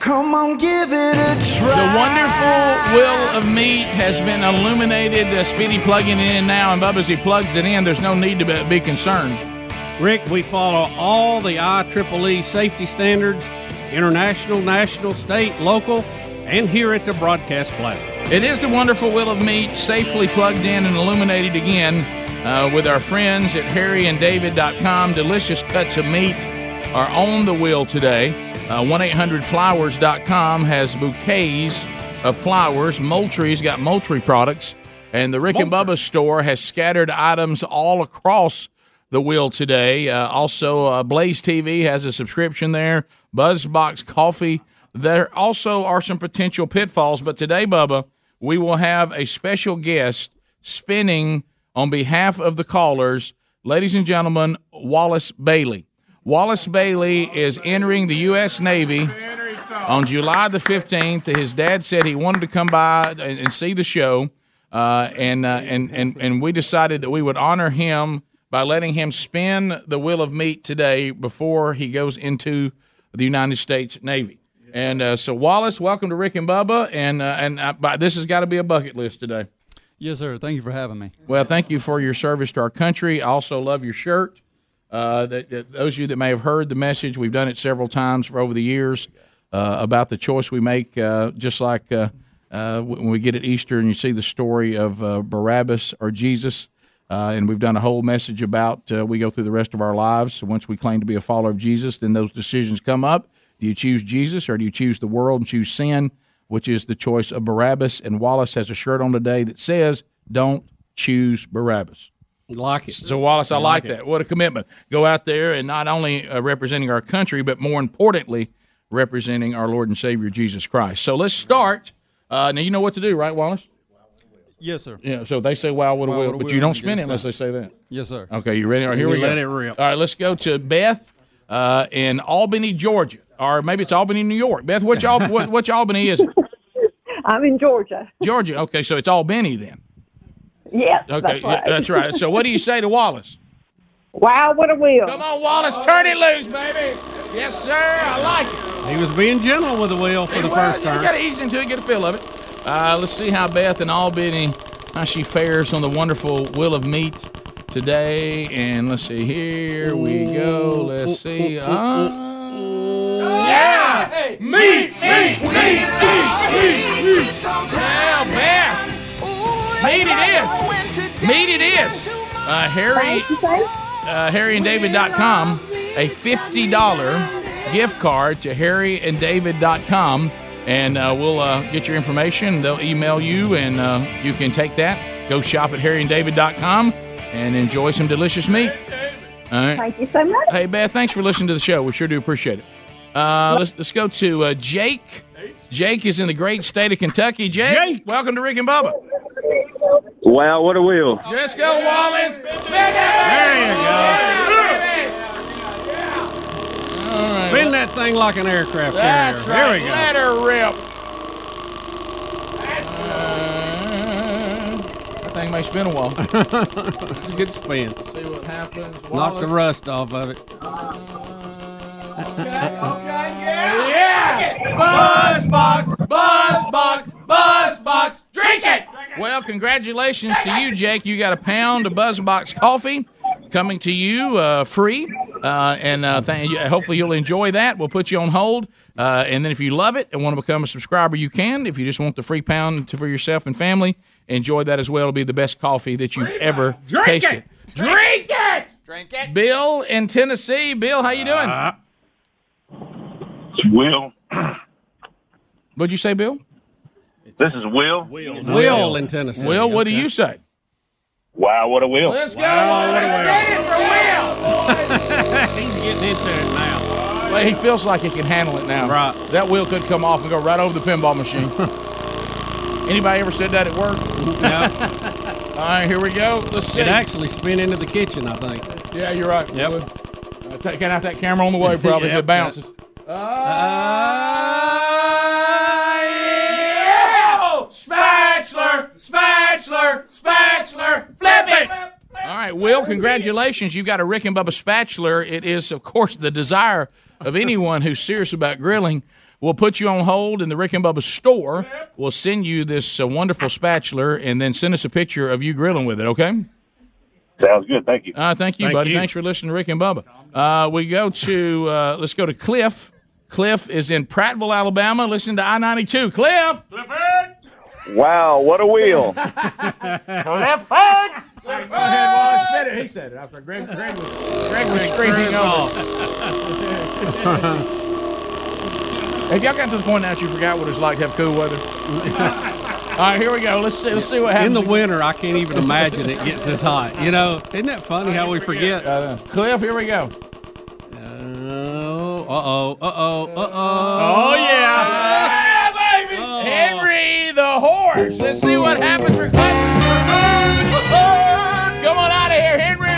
Speaker 13: Come on, give it a try.
Speaker 3: The wonderful will of meat has been illuminated. Uh, Speedy plugging it in now, and Bubba, as he plugs it in, there's no need to be, be concerned.
Speaker 4: Rick, we follow all the IEEE safety standards, international, national, state, local, and here at the broadcast plaza.
Speaker 3: It is the wonderful will of meat, safely plugged in and illuminated again uh, with our friends at harryanddavid.com. Delicious cuts of meat are on the wheel today. Uh, 1-800-Flowers.com has bouquets of flowers. Moultrie's got Moultrie products. And the Rick and Bubba store has scattered items all across the wheel today. Uh, also, uh, Blaze TV has a subscription there. Buzzbox Coffee. There also are some potential pitfalls, but today, Bubba, we will have a special guest spinning on behalf of the callers, ladies and gentlemen, Wallace Bailey. Wallace Bailey is entering the U.S. Navy on July the 15th. His dad said he wanted to come by and, and see the show, uh, and, uh, and, and, and we decided that we would honor him by letting him spin the wheel of meat today before he goes into the United States Navy. And uh, so, Wallace, welcome to Rick and Bubba, and uh, and uh, by, this has got to be a bucket list today.
Speaker 14: Yes, sir. Thank you for having me.
Speaker 3: Well, thank you for your service to our country. I also love your shirt. Uh, that, that- those of you that may have heard the message, we've done it several times for over the years uh, about the choice we make, uh, just like uh, uh, when we get at Easter and you see the story of uh, Barabbas or Jesus. Uh, and we've done a whole message about uh, we go through the rest of our lives. So once we claim to be a follower of Jesus, then those decisions come up. Do you choose Jesus or do you choose the world and choose sin, which is the choice of Barabbas? And Wallace has a shirt on today that says, Don't choose Barabbas.
Speaker 4: Like it.
Speaker 3: So, Wallace, I,
Speaker 4: I
Speaker 3: like,
Speaker 4: like
Speaker 3: that. What a commitment. Go out there and not only uh, representing our country, but more importantly, representing our Lord and Savior Jesus Christ. So, let's start. Uh, now, you know what to do, right, Wallace?
Speaker 14: Yes, sir.
Speaker 3: Yeah. So, they say, Wow, what a
Speaker 14: Wow,
Speaker 3: will,
Speaker 14: what a
Speaker 3: but
Speaker 14: will,
Speaker 3: you don't
Speaker 14: and
Speaker 3: spin
Speaker 14: just
Speaker 3: it unless
Speaker 14: that.
Speaker 3: they say that.
Speaker 14: Yes, sir.
Speaker 3: Okay, you ready? All right, here
Speaker 14: You
Speaker 3: we go.
Speaker 14: let it
Speaker 3: rip. All right, let's go to Beth uh, in Albany, Georgia, or maybe it's Albany, New York. Beth, which Al- what, which Albany is it?
Speaker 15: I'm in Georgia.
Speaker 3: Georgia. Okay, so it's Albany then.
Speaker 15: Yes.
Speaker 3: Okay,
Speaker 15: that's right.
Speaker 3: yeah, that's right. So what do you say to Wallace?
Speaker 15: Wow, what a wheel.
Speaker 3: Come on, Wallace, turn it loose, baby. Yes, sir. I like it.
Speaker 4: He was being gentle with the wheel for the
Speaker 3: Well,
Speaker 4: first
Speaker 3: you
Speaker 4: time.
Speaker 3: got to ease into it, get a feel of it. Uh, let's see how Beth and Albany how she fares on the wonderful will of meat today. And let's see here we go. Let's see. Uh,
Speaker 13: Yeah! Meat! Meat! Meat! Meat! Meat! Yeah, man! Meat it is!
Speaker 3: meat it is. Uh, Harry, uh, HarryandDavid.com, a fifty dollar gift card to HarryandDavid.com, and uh, we'll uh, get your information. They'll email you, and uh, you can take that. Go shop at HarryandDavid.com and enjoy some delicious meat. All right.
Speaker 15: Thank you so much.
Speaker 3: Hey, Beth, thanks for listening to the show. We sure do appreciate it. Uh, let's, let's go to uh, Jake. Jake is in the great state of Kentucky. Jake, welcome to Rick and Bubba.
Speaker 16: Wow, what a wheel.
Speaker 3: Let's go, Wallace. There you
Speaker 4: Spin that thing like an aircraft
Speaker 3: That's
Speaker 4: carrier.
Speaker 3: right.
Speaker 4: There
Speaker 3: Let
Speaker 4: we go.
Speaker 3: her rip. That thing may spin a while.
Speaker 4: Good spin.
Speaker 3: See what happens.
Speaker 4: Knock the rust off of it.
Speaker 13: Yeah!
Speaker 3: Buzz box, buzz
Speaker 13: box, buzz box, drink it!
Speaker 3: Well, congratulations to you, Jake. You got a pound of Buzzbox coffee coming to you uh, free. Uh, and uh, thank you- hopefully you'll enjoy that. We'll put you on hold. Uh, and then if you love it and want to become a subscriber, you can. If you just want the free pound to, for yourself and family, enjoy that as well. It'll be the best coffee that you've ever
Speaker 13: Drink
Speaker 3: tasted.
Speaker 13: it! Drink it! Drink it!
Speaker 3: Bill in Tennessee. Bill, how you doing?
Speaker 17: Will.
Speaker 3: What'd you say, Bill?
Speaker 17: This is Will.
Speaker 4: Will,
Speaker 3: Will
Speaker 4: in Tennessee.
Speaker 3: Will, what do you say?
Speaker 17: Wow, what a Will.
Speaker 3: Let's go.
Speaker 4: Oh, He's getting into it now.
Speaker 3: Well, he feels like he can handle it now. Right. That wheel could come off and go right over the pinball machine. Anybody ever said that at work? All right, here we go. Let's see.
Speaker 4: It actually spin into the kitchen, I think.
Speaker 3: yeah, you're right. Yep. Uh, taking out that camera on the way, probably. if
Speaker 4: Yep.
Speaker 3: It bounces.
Speaker 4: Uh,
Speaker 13: Spatchler! Spatchler! Spatchler! Flip it!
Speaker 3: All right, Will, congratulations. You've got a Rick and Bubba spatula. It is, of course, the desire of anyone who's serious about grilling. We'll put you on hold in the Rick and Bubba store. We'll send you this uh, wonderful spatula and then send us a picture of you grilling with it, okay?
Speaker 17: Sounds good. Thank you.
Speaker 3: Uh, thank you,
Speaker 17: Thank
Speaker 3: buddy.
Speaker 17: you.
Speaker 3: Thanks for listening to Rick and Bubba. Uh, we go to, uh, let's go to Cliff. Cliff is in Prattville, Alabama. Listen to I 92. Cliff!
Speaker 16: Wow, what a wheel.
Speaker 13: Clifford! Clifford! Wallace said it. He said it. I was like, Greg, Greg was, Greg was screaming over.
Speaker 3: Have y'all got to the point now that you forgot what it's like to have cool weather? All right, here we go. Let's see. Let's see what happens.
Speaker 4: In the winter, I can't even imagine it gets this hot. You know, isn't that funny how we forget?
Speaker 3: Cliff, here we go.
Speaker 4: Oh, uh oh, uh oh, uh
Speaker 13: Oh,
Speaker 4: oh.
Speaker 13: yeah. Yeah, baby.
Speaker 3: Henry the horse. Let's see what happens for Clifford. Come on out of here, Henry.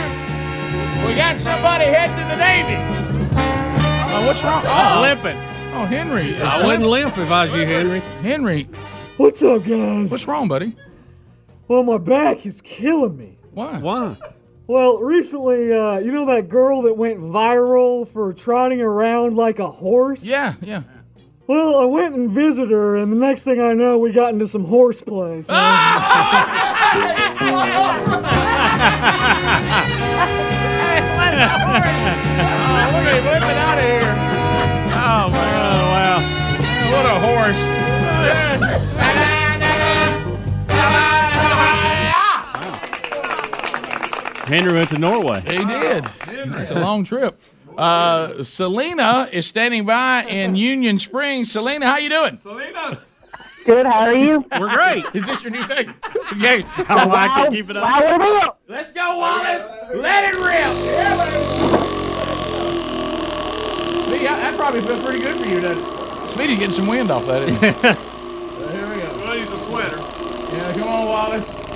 Speaker 3: We got somebody heading to the Navy.
Speaker 13: Uh,
Speaker 3: Oh, what's wrong? Oh,
Speaker 4: limping.
Speaker 3: Oh, Henry.
Speaker 4: I wouldn't limp if I was you, Henry.
Speaker 3: Henry.
Speaker 18: What's up, guys?
Speaker 3: What's wrong, buddy?
Speaker 18: Well, my back is killing me.
Speaker 3: Why?
Speaker 4: Why?
Speaker 18: Well, recently, uh, you know that girl that went viral for trotting around like a horse?
Speaker 3: Yeah, yeah.
Speaker 18: Well, I went and visited her, and the next thing I know, we got into some horseplay.
Speaker 4: Ah!
Speaker 18: So
Speaker 13: out of here. Oh, wow. What a horse.
Speaker 9: Henry went to Norway.
Speaker 3: He did. It's a long trip. Uh, Selena is standing by in Union Springs. Selena, how you doing?
Speaker 13: Salinas.
Speaker 3: Good. How are you?
Speaker 4: We're great.
Speaker 3: Is this your new thing? Okay.
Speaker 13: I like it. Keep it up. Wow, wow, wow.
Speaker 3: Let's go, Wallace. Let it rip. See, that that probably feels pretty good for you, doesn't it? Speedy's getting some wind off that. Isn't he?
Speaker 13: Here we go. I use a sweater.
Speaker 3: yeah, come on, Wallace.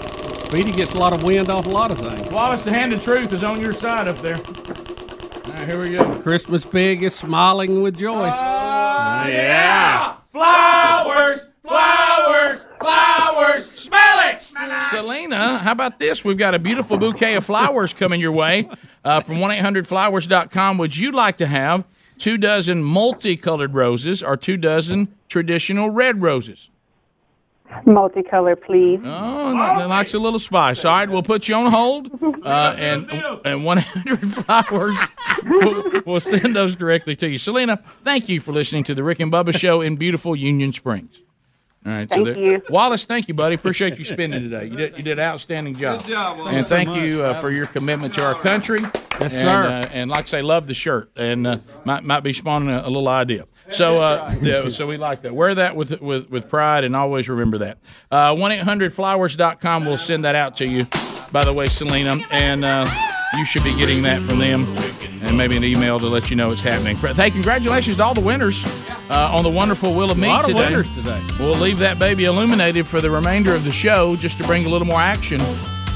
Speaker 4: Speedy gets a lot of wind off a lot of things.
Speaker 3: Wallace, the hand of truth is on your side up there. All right, here we go.
Speaker 4: Christmas pig is smiling with joy.
Speaker 13: Yeah. Flowers, flowers, flowers. Smell it.
Speaker 3: Selena, how about this? We've got a beautiful bouquet of flowers coming your way uh, from 1-800-Flowers.com. Would you like to have two dozen multicolored roses or two dozen traditional red roses?
Speaker 19: Multicolor, please.
Speaker 3: Oh, that that likes a little spice. All right, we'll put you on hold, uh, and and 100 flowers. We'll, we'll send those directly to you. Selena, thank you for listening to the Rick and Bubba Show in beautiful Union Springs. All right,
Speaker 13: Thank
Speaker 3: so there-
Speaker 13: you.
Speaker 3: Wallace. Thank you, buddy. Appreciate you spending today. You did you did an outstanding job.
Speaker 13: Good job, Wallace.
Speaker 3: and thank
Speaker 13: Thanks so
Speaker 3: you uh, for your commitment to our country.
Speaker 13: Yes,
Speaker 3: And,
Speaker 13: sir.
Speaker 3: uh, and like I say, love the shirt, and uh, might might be spawning a, a little idea. So uh, yeah, so we like that. Wear that with with, with pride, and always remember that. Uh, One eight hundred flowers.com will send that out to you. By the way, Selena, and uh, you should be getting that from them, and maybe an email to let you know it's happening. Hey, congratulations to all the winners uh, on the wonderful Will of
Speaker 4: A
Speaker 3: Meat
Speaker 4: lot of
Speaker 3: today.
Speaker 4: winners today.
Speaker 3: We'll leave that baby illuminated for the remainder of the show just to bring a little more action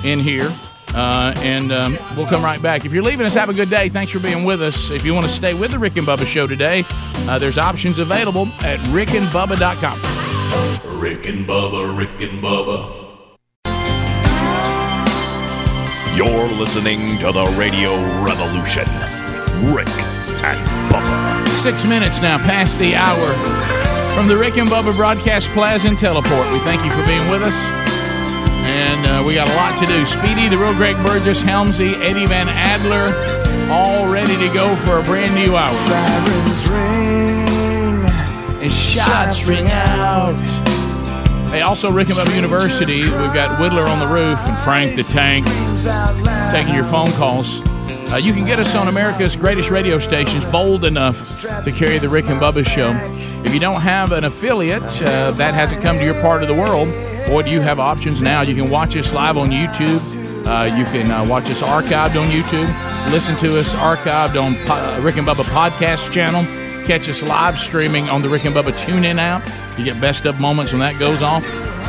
Speaker 3: in here. Uh, and um, we'll come right back. If you're leaving us, have a good day. Thanks for being with us. If you want to stay with the Rick and Bubba show today, uh, there's options available at rickandbubba.com.
Speaker 1: Rick and Bubba, Rick and Bubba. You're listening to the Radio Revolution. Rick and Bubba.
Speaker 3: Six minutes now past the hour from the Rick and Bubba Broadcast Plaza and Teleport. We thank you for being with us. And uh, we got a lot to do. Speedy, the real Greg Burgess, Helmsy, Eddie Van Adler, all ready to go for a brand new hour. Sirens ring and shots ring out. Hey, also Rick and Bubba University. We've got Whittler on the roof and Frank the Tank taking your phone calls. Uh, you can get us on America's greatest radio stations, bold enough to carry the Rick and Bubba show. If you don't have an affiliate uh, that hasn't come to your part of the world, boy, do you have options now. You can watch us live on YouTube. Uh, you can uh, watch us archived on YouTube. Listen to us archived on po- Rick and Bubba podcast channel. Catch us live streaming on the Rick and Bubba TuneIn app. You get best of moments when that goes off.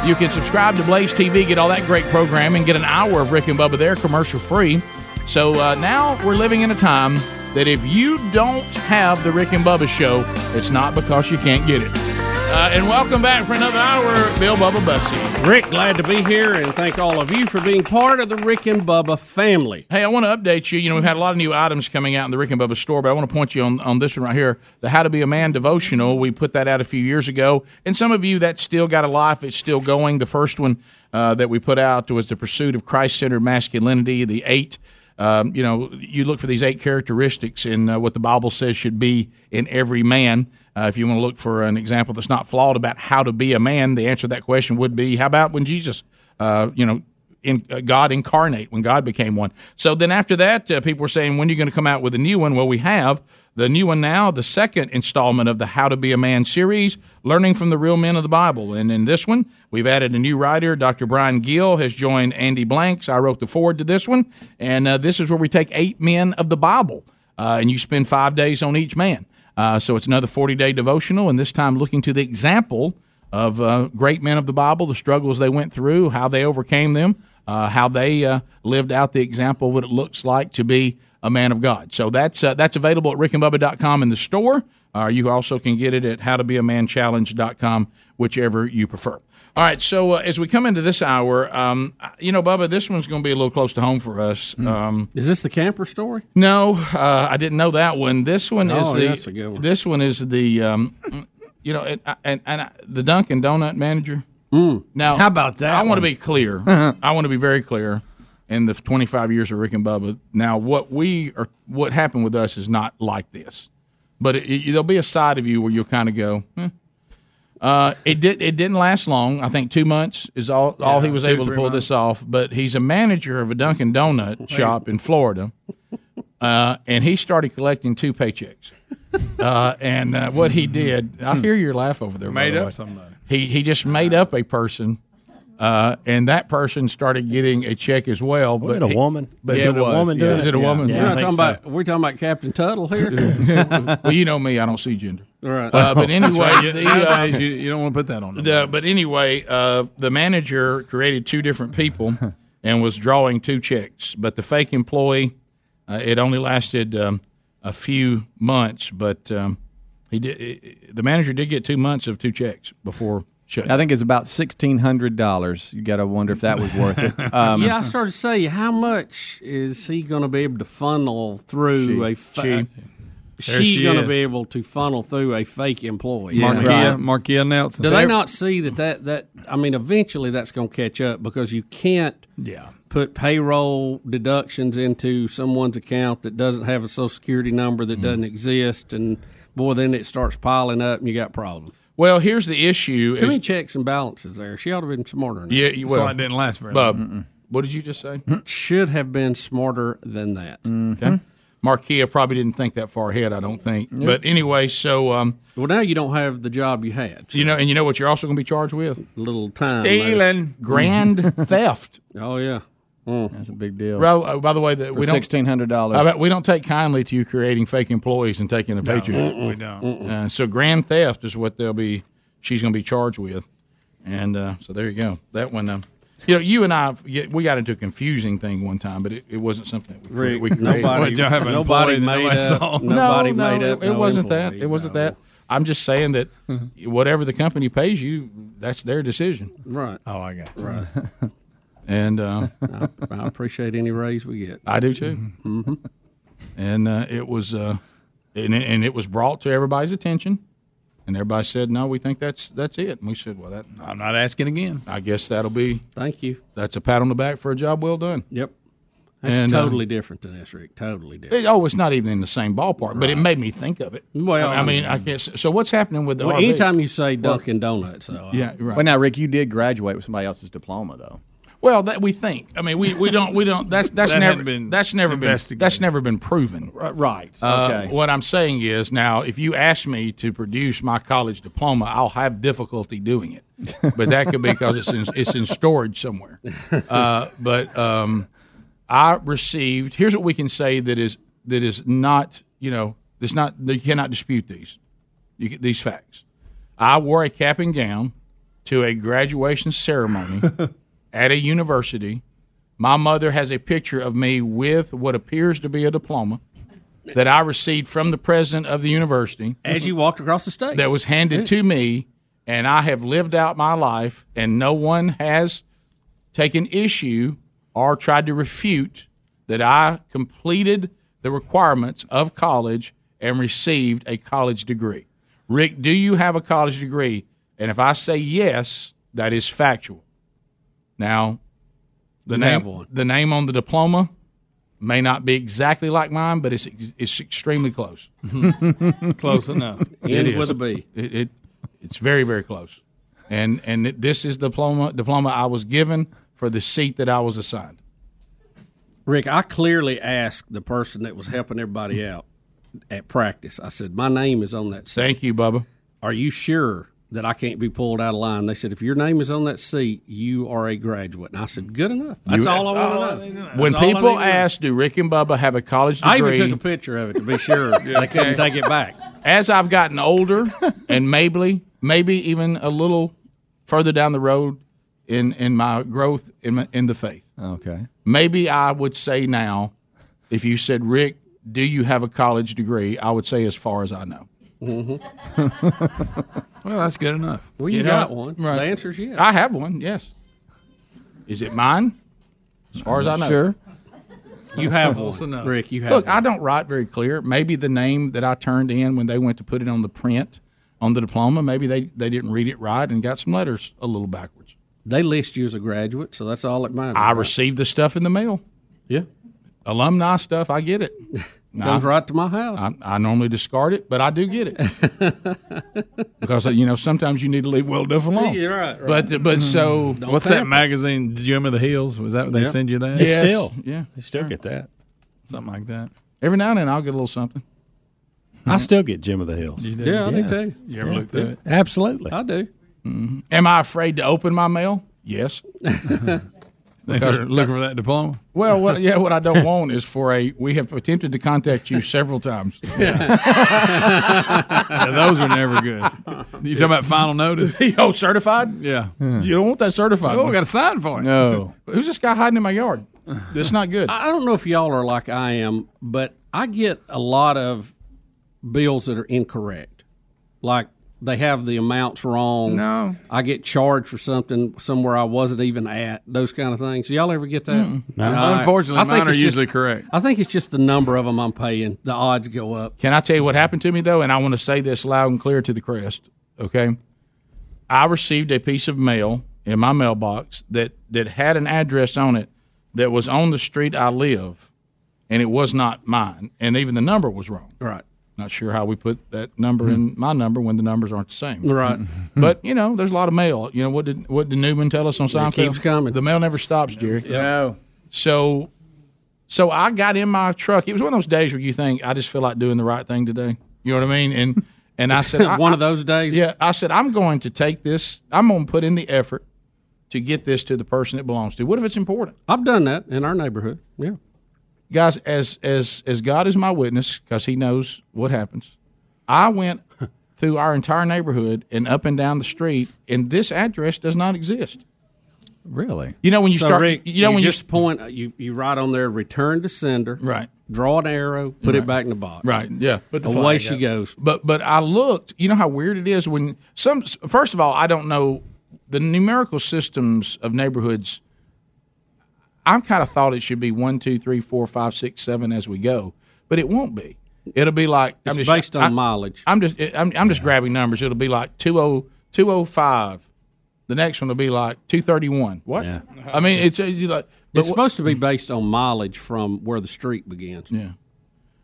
Speaker 3: You can subscribe to Blaze TV, get all that great programming, get an hour of Rick and Bubba there, commercial free. So uh, now we're living in a time that if you don't have the Rick and Bubba show, it's not because you can't get it. Uh, and welcome back for another hour, Bill Bubba Bussy.
Speaker 4: Rick, glad to be here, and thank all of you for being part of the Rick and Bubba family.
Speaker 3: Hey, I want to update you. You know, we've had a lot of new items coming out in the Rick and Bubba store, but I want to point you on, on this one right here the How to Be a Man devotional. We put that out a few years ago, and some of you that's still got a life, it's still going. The first one uh, that we put out was The Pursuit of Christ Centered Masculinity, the eight. Um, you know, you look for these eight characteristics in uh, what the Bible says should be in every man. Uh, if you want to look for an example that's not flawed about how to be a man, the answer to that question would be how about when Jesus, uh, you know, in, uh, God incarnate, when God became one. So then after that, uh, people were saying, when are you going to come out with a new one? Well, we have the new one now, the second installment of the How to Be a Man series, learning from the real men of the Bible. And in this one, we've added a new writer. Dr. Brian Gill has joined Andy Blanks. I wrote the forward to this one. And uh, this is where we take eight men of the Bible uh, and you spend five days on each man. Uh, so it's another 40 day devotional, and this time looking to the example of uh, great men of the Bible, the struggles they went through, how they overcame them, uh, how they uh, lived out the example of what it looks like to be a man of God. So that's uh, that's available at rickandbubba.com in the store. Uh, you also can get it at howtobeamanchallenge.com, whichever you prefer. All right, so uh, as we come into this hour, um, you know, Bubba, this one's going to be a little close to home for us. Um,
Speaker 4: Hmm. Is this the camper story?
Speaker 3: no, uh, I didn't know that one. This one
Speaker 4: Oh,
Speaker 3: is the
Speaker 4: that's a good one.
Speaker 3: this one is the um, you know and and, and I, the Dunkin' Donut manager. Now, how about that? I want to be clear. I want to be very clear. In the 25 years of Rick and Bubba, now what we are, what happened with us is not like this, but it, it- there'll be a side of you where you'll kind of go. "Eh." Uh, it did. It didn't last long. I think two months is all. all he
Speaker 20: Yeah,
Speaker 3: was
Speaker 20: two,
Speaker 3: able to
Speaker 20: three
Speaker 3: pull
Speaker 20: months.
Speaker 3: this off. But he's a manager of a Dunkin' Donut shop in Florida, uh, and he started collecting two paychecks. Uh, and uh, what he did, I hear your laugh over there. by
Speaker 8: Made
Speaker 3: the
Speaker 8: up
Speaker 3: way.
Speaker 8: somebody.
Speaker 3: He he just made up a person, uh, and that person started getting a check as well.
Speaker 9: Was
Speaker 3: But
Speaker 9: it a
Speaker 3: he-
Speaker 9: woman?
Speaker 3: But
Speaker 9: Yeah,
Speaker 3: he-
Speaker 9: it was,
Speaker 3: Yeah.
Speaker 9: yeah.
Speaker 3: Is it a
Speaker 9: Yeah.
Speaker 3: woman?
Speaker 9: Yeah, I
Speaker 4: We're not talking about, we're talking about Captain Tuttle here.
Speaker 3: well, you know me. I don't see gender.
Speaker 4: All right.
Speaker 3: Uh, but anyway,
Speaker 4: That's right.
Speaker 3: the,
Speaker 4: Nowadays,
Speaker 3: uh,
Speaker 4: you-
Speaker 3: don't want to put that on. but anyway, uh, the manager created two different people and was drawing two checks. But the fake employee, uh, it only lasted um, a few months. But um, he did. the manager did get two months of two checks before shutting.
Speaker 10: I think it's about sixteen hundred dollars. You got to wonder if that was worth it. Um,
Speaker 4: yeah, I started to say, how much is he going to be able to funnel through
Speaker 10: She.
Speaker 4: a fake?
Speaker 10: She.
Speaker 4: She,
Speaker 10: There she
Speaker 4: going to
Speaker 10: is.
Speaker 4: be able to funnel through a fake employee.
Speaker 8: Yeah. Markia- Markia Nelson.
Speaker 4: Do they
Speaker 8: Every-
Speaker 4: not see that that that? I mean, eventually that's going to catch up because you can't.
Speaker 8: Yeah.
Speaker 4: Put payroll deductions into someone's account that doesn't have a social security number that doesn't exist, and boy, then it starts piling up, and you got problems.
Speaker 3: Well, here's the issue:
Speaker 4: Too
Speaker 3: is-
Speaker 4: many checks and balances there. She ought to have been smarter. Than
Speaker 3: Yeah,
Speaker 4: that.
Speaker 3: you- well, So it didn't last very Bub, long. Mm-mm. What did you just say? Mm-hmm.
Speaker 4: Should have been smarter than that.
Speaker 3: Okay. Markia probably didn't think that far ahead. I don't think. But anyway, so um,
Speaker 4: well, now you don't have the job you had.
Speaker 3: You know, and you know what you're also going to be charged with?
Speaker 4: Little time
Speaker 3: stealing,
Speaker 4: Stealing.
Speaker 3: grand theft.
Speaker 4: Oh yeah,
Speaker 10: that's a big deal.
Speaker 3: Bro, uh, by the way, that
Speaker 10: For
Speaker 3: we don't
Speaker 10: $1,600.
Speaker 3: I bet we don't take kindly to you creating fake employees and taking the
Speaker 10: No,
Speaker 3: paycheck.
Speaker 10: mm-mm, we don't.
Speaker 3: Uh, so grand theft is what they'll be. She's going to be charged with, and uh, so there you go. That one. Um, you know, you and I yeah, we got into a confusing thing one time, but it, it wasn't something that we,
Speaker 4: Rick,
Speaker 3: we created.
Speaker 4: nobody- What, y'all have an nobody employee that made nobody up- saw? nobody
Speaker 3: no,
Speaker 4: made
Speaker 3: no,
Speaker 4: up
Speaker 3: It, it
Speaker 4: no
Speaker 3: wasn't that.
Speaker 4: employee,
Speaker 3: It wasn't that. I'm just saying that whatever the company pays you, that's their decision.
Speaker 4: Right.
Speaker 3: Oh, I got
Speaker 4: Right.
Speaker 3: And uh,
Speaker 4: I, I appreciate any raise we get.
Speaker 3: I do too. Mm-hmm. And uh, it was, uh, and, it- and it was brought to everybody's attention, and everybody said, "No, we think that's that's it." And we said, "Well, that I'm not asking again. I guess that'll be
Speaker 4: thank you.
Speaker 3: That's a pat on the back for a job well done."
Speaker 4: Yep, That's
Speaker 3: And, uh,
Speaker 4: totally different than this, Rick. Totally different.
Speaker 3: it- oh, it's not even in the same ballpark, but it made me think of it.
Speaker 4: Well,
Speaker 3: I mean, I guess. So what's happening with the
Speaker 4: Well,
Speaker 3: RV?
Speaker 4: anytime you say Dunkin' Donuts, though, I-
Speaker 3: Yeah, right.
Speaker 10: Well, now, Rick, you did graduate with somebody else's diploma, though.
Speaker 3: Well, that we think. I mean, we, we don't we don't. That's that's
Speaker 10: That
Speaker 3: never
Speaker 10: hadn't
Speaker 3: been that's never been that's never been proven.
Speaker 10: Right.
Speaker 3: Uh,
Speaker 10: okay.
Speaker 3: What I'm saying is now, if you ask me to produce my college diploma, I'll have difficulty doing it. But that could be because it's in, it's in storage somewhere. Uh, but um, I received. Here's what we can say that is that is not you know it's not you cannot dispute these you, can- these facts. I wore a cap and gown to a graduation ceremony at a university. My mother has a picture of me with what appears to be a diploma that I received from the president of the university
Speaker 4: as you walked across the state,
Speaker 3: that was handed to me and I have lived out my life, and no one has taken issue or tried to refute that I completed the requirements of college and received a college degree. Rick, do you have a college degree? And if I say yes, that is factual. Now, the
Speaker 4: You
Speaker 3: name
Speaker 4: have one.
Speaker 3: the name on the diploma may not be exactly like mine, but it's it's extremely close.
Speaker 4: Close enough.
Speaker 3: It
Speaker 4: End
Speaker 3: is.
Speaker 4: with a B.
Speaker 3: It, it it's very very close. And and it- this is the diploma diploma I was given for the seat that I was assigned.
Speaker 4: Rick, I clearly asked the person that was helping everybody out at practice. I said, "My name is on that." seat.
Speaker 3: Thank you, Bubba.
Speaker 4: Are you sure that I can't be pulled out of line? They said, "If your name is on that seat, you are a graduate." And I said, "Good enough. That's
Speaker 3: You-
Speaker 4: all I
Speaker 3: That's
Speaker 4: want to know." That's
Speaker 3: when
Speaker 4: all I need
Speaker 3: people
Speaker 4: to know.
Speaker 3: ask, "Do Rick and Bubba have a college degree?"
Speaker 4: I even took a picture of it to be sure they couldn't take it back.
Speaker 3: As I've gotten older, and maybe maybe even a little further down the road in in my growth in my, in the faith,
Speaker 10: Okay.
Speaker 3: maybe I would say now, if you said, "Rick, do you have a college degree?" I would say, "As far as I know."
Speaker 4: Mm-hmm. Well, that's good enough. Well, you,
Speaker 3: You know,
Speaker 4: got one.
Speaker 3: right.
Speaker 4: The answer's yes.
Speaker 3: I have one. Yes. Is it mine? As far as I know,
Speaker 10: Sure.
Speaker 4: You have
Speaker 3: Close
Speaker 4: one,
Speaker 3: enough.
Speaker 4: Rick. You have.
Speaker 3: Look,
Speaker 4: one.
Speaker 3: I don't write very clear. Maybe the name that I turned in when they went to put it on the print on the diploma, maybe they, they didn't read it right and got some letters a little backwards.
Speaker 4: They list you as a graduate, so that's all it matters.
Speaker 3: I received the stuff in the mail.
Speaker 4: Yeah.
Speaker 3: Alumni stuff, I get it.
Speaker 4: Comes right to my house.
Speaker 3: I, I normally discard it, but I do get it. because, you know, sometimes you need to leave well enough alone.
Speaker 4: Yeah, right, right.
Speaker 3: But,
Speaker 4: Mm-hmm.
Speaker 3: but so.
Speaker 20: What's that magazine? Jim of the Hills? Was that what they
Speaker 3: Yeah.
Speaker 20: send you that?
Speaker 3: They Yes. still- yeah,
Speaker 20: They still get that. Something like that.
Speaker 3: Every now and then I'll get a little something.
Speaker 21: I still get Jim of the Hills.
Speaker 3: Mm-hmm. You do?
Speaker 4: Yeah, I
Speaker 3: Yeah.
Speaker 4: do too.
Speaker 3: You ever look through it?
Speaker 21: Absolutely.
Speaker 4: I do.
Speaker 3: Mm-hmm. Am I afraid to open my mail? Yes. Because-
Speaker 20: They're looking for that diploma.
Speaker 3: Well, what, yeah, what I don't want is for a. We have attempted to contact you several times.
Speaker 20: Yeah, those are never good. You talking about final notice?
Speaker 3: oh, certified?
Speaker 20: Yeah.
Speaker 3: You don't want that certified.
Speaker 20: Oh,
Speaker 3: one.
Speaker 20: got a sign for it.
Speaker 3: Who's this guy hiding in my yard? That's not good.
Speaker 4: I I don't know if y'all are like I am, but I get a lot of bills that are incorrect. Like they have the amounts wrong.
Speaker 20: No.
Speaker 4: I get charged for something somewhere I wasn't even at. Those kind of things. Y'all ever get that?
Speaker 20: No.
Speaker 4: All right.
Speaker 20: Unfortunately,
Speaker 4: I think
Speaker 20: mine are
Speaker 4: it's just-
Speaker 20: usually correct.
Speaker 4: I think it's just the number of them I'm paying. The odds go up.
Speaker 3: Can I tell you what happened to me though? And I want to say this loud and clear to the crest. Okay, I received a piece of mail in my mailbox that that had an address on it that was on the street I live, and it was not mine, and even the number was wrong.
Speaker 4: Right.
Speaker 3: Not sure how we put that number in my number when the numbers aren't the same.
Speaker 4: Right.
Speaker 3: But you know, there's a lot of mail. You know what did what did Newman tell us on Seinfeld?
Speaker 4: keeps coming.
Speaker 3: The mail never stops, Jerry. No. So, so I got in my truck. It was one of those days where you think I just feel like doing the right thing today. You know what I mean? And and I said I-
Speaker 4: One of those days.
Speaker 3: Yeah, I said I'm going to take this. I'm going to put in the effort to get this to the person it belongs to. What if it's important?
Speaker 4: I've done that in our neighborhood. Yeah.
Speaker 3: guys as as as god is my witness because he knows what happens i went through our entire neighborhood and up and down the street and this address does not exist
Speaker 10: really
Speaker 3: you know when you
Speaker 4: So,
Speaker 3: start
Speaker 4: Rick,
Speaker 3: you know when
Speaker 4: just point uh, you you write on there return to sender.
Speaker 3: Right.
Speaker 4: Draw an arrow. Put it back in the box.
Speaker 3: you right yeah
Speaker 4: Away she goes.
Speaker 3: but but i looked you know how weird it is when some first of all i don't know the numerical systems of neighborhoods i'm kind of thought it should be one two three four five six seven as we go but it won't be it'll be like
Speaker 4: It's based on
Speaker 3: I-
Speaker 4: mileage.
Speaker 3: I'm just I'm, I'm just grabbing numbers. It'll be like oh, 20, 205. The next one will be like two thirty one. What? I mean, it's, it's like but
Speaker 4: It's
Speaker 3: wh-
Speaker 4: supposed to be based on mileage from where the street begins.
Speaker 3: Yeah.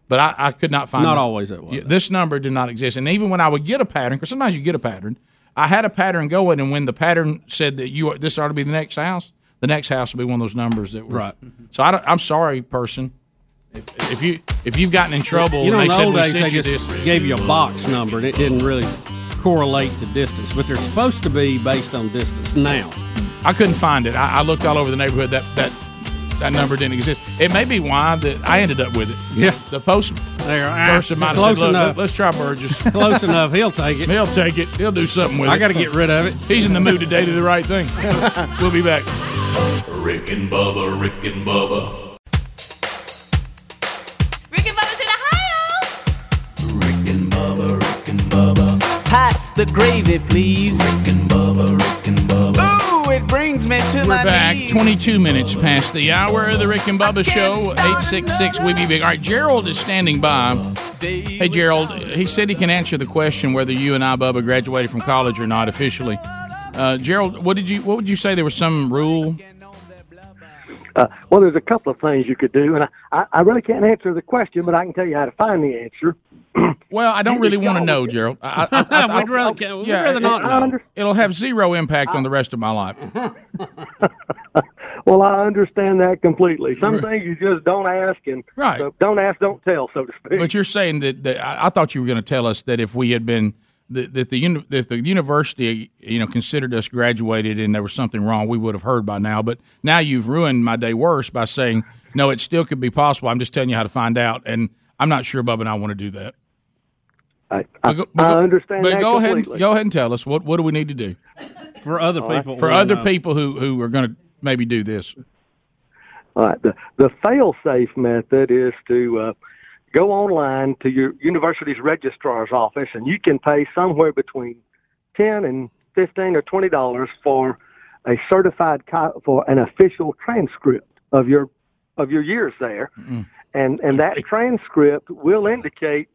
Speaker 3: but I, I could not find
Speaker 4: Not
Speaker 3: this.
Speaker 4: always that way,
Speaker 3: Yeah, this number did not exist, and even when I would get a pattern, because sometimes you get a pattern, I had a pattern going, and when the pattern said that you are, this ought to be the next house, the next house will be one of those numbers that were
Speaker 4: Right.
Speaker 3: So I don't, I'm sorry, person, if, if you if you've gotten in trouble,
Speaker 4: You know,
Speaker 3: and
Speaker 4: in
Speaker 3: they
Speaker 4: the
Speaker 3: said
Speaker 4: old
Speaker 3: we
Speaker 4: days,
Speaker 3: sent
Speaker 4: they
Speaker 3: you
Speaker 4: just
Speaker 3: this.
Speaker 4: gave you a box number, and it didn't really correlate to distance. But they're supposed to be based on distance now.
Speaker 3: I couldn't find it. I, I looked all over the neighborhood. That that that number didn't exist. It may be why that I ended up with it.
Speaker 4: Yeah.
Speaker 3: the post person might have
Speaker 4: Close
Speaker 3: said,
Speaker 4: enough.
Speaker 3: Look, let's try Burgess.
Speaker 4: Close enough. He'll take it.
Speaker 3: He'll take it. He'll do something with it.
Speaker 4: I got to get rid of it.
Speaker 3: He's in the mood today to do the right thing. we'll be back.
Speaker 22: Rick and Bubba, Rick and Bubba.
Speaker 13: Rick and Bubba's in Ohio. Rick and Bubba, Rick and Bubba.
Speaker 12: Pass the gravy, please. Rick and Bubba, Rick and Bubba. Ooh, it brings me to
Speaker 3: We're
Speaker 12: my
Speaker 3: back,
Speaker 12: knees.
Speaker 3: 22 minutes past the hour of the Rick and Bubba Show, 866 We Be Big. All right, Gerald is standing by. Hey, Gerald, he said he can answer the question whether you and I, Bubba, graduated from college or not officially. Uh, Gerald, what did you? What would you say? There was some rule?
Speaker 5: Uh, well, there's a couple of things you could do, and I, I, I really can't answer the question, but I can tell you how to find the answer.
Speaker 3: Well, I don't really want to know, Gerald. I, I, I, I,
Speaker 4: We'd rather, we'd
Speaker 3: yeah,
Speaker 4: rather
Speaker 3: it-
Speaker 4: not know.
Speaker 3: It'll have zero impact on the rest of my life.
Speaker 5: Well, I understand that completely. Some things you just don't ask, and
Speaker 3: Right.
Speaker 5: so don't ask, don't tell, so to speak.
Speaker 3: But you're saying that, that I I thought you were going to tell us that if we had been that, that the uni- that the university you know considered us graduated and there was something wrong, we would have heard by now. But now you've ruined my day worse by saying no, it still could be possible. I'm just telling you how to find out, and I'm not sure Bub and I want to do that.
Speaker 5: I,
Speaker 3: I, go,
Speaker 5: I understand
Speaker 3: But
Speaker 5: that
Speaker 3: go ahead, and,
Speaker 5: completely.
Speaker 3: go ahead and tell us what what do we need to do
Speaker 4: for other
Speaker 5: All right. people
Speaker 3: for
Speaker 5: who
Speaker 3: other
Speaker 5: know.
Speaker 3: people who who are going to maybe do this.
Speaker 5: All right. The, the fail-safe method is to uh, go online to your university's registrar's office, and you can pay somewhere between ten and fifteen or twenty dollars for a certified co- for an official transcript of your of your years there, and and that transcript will indicate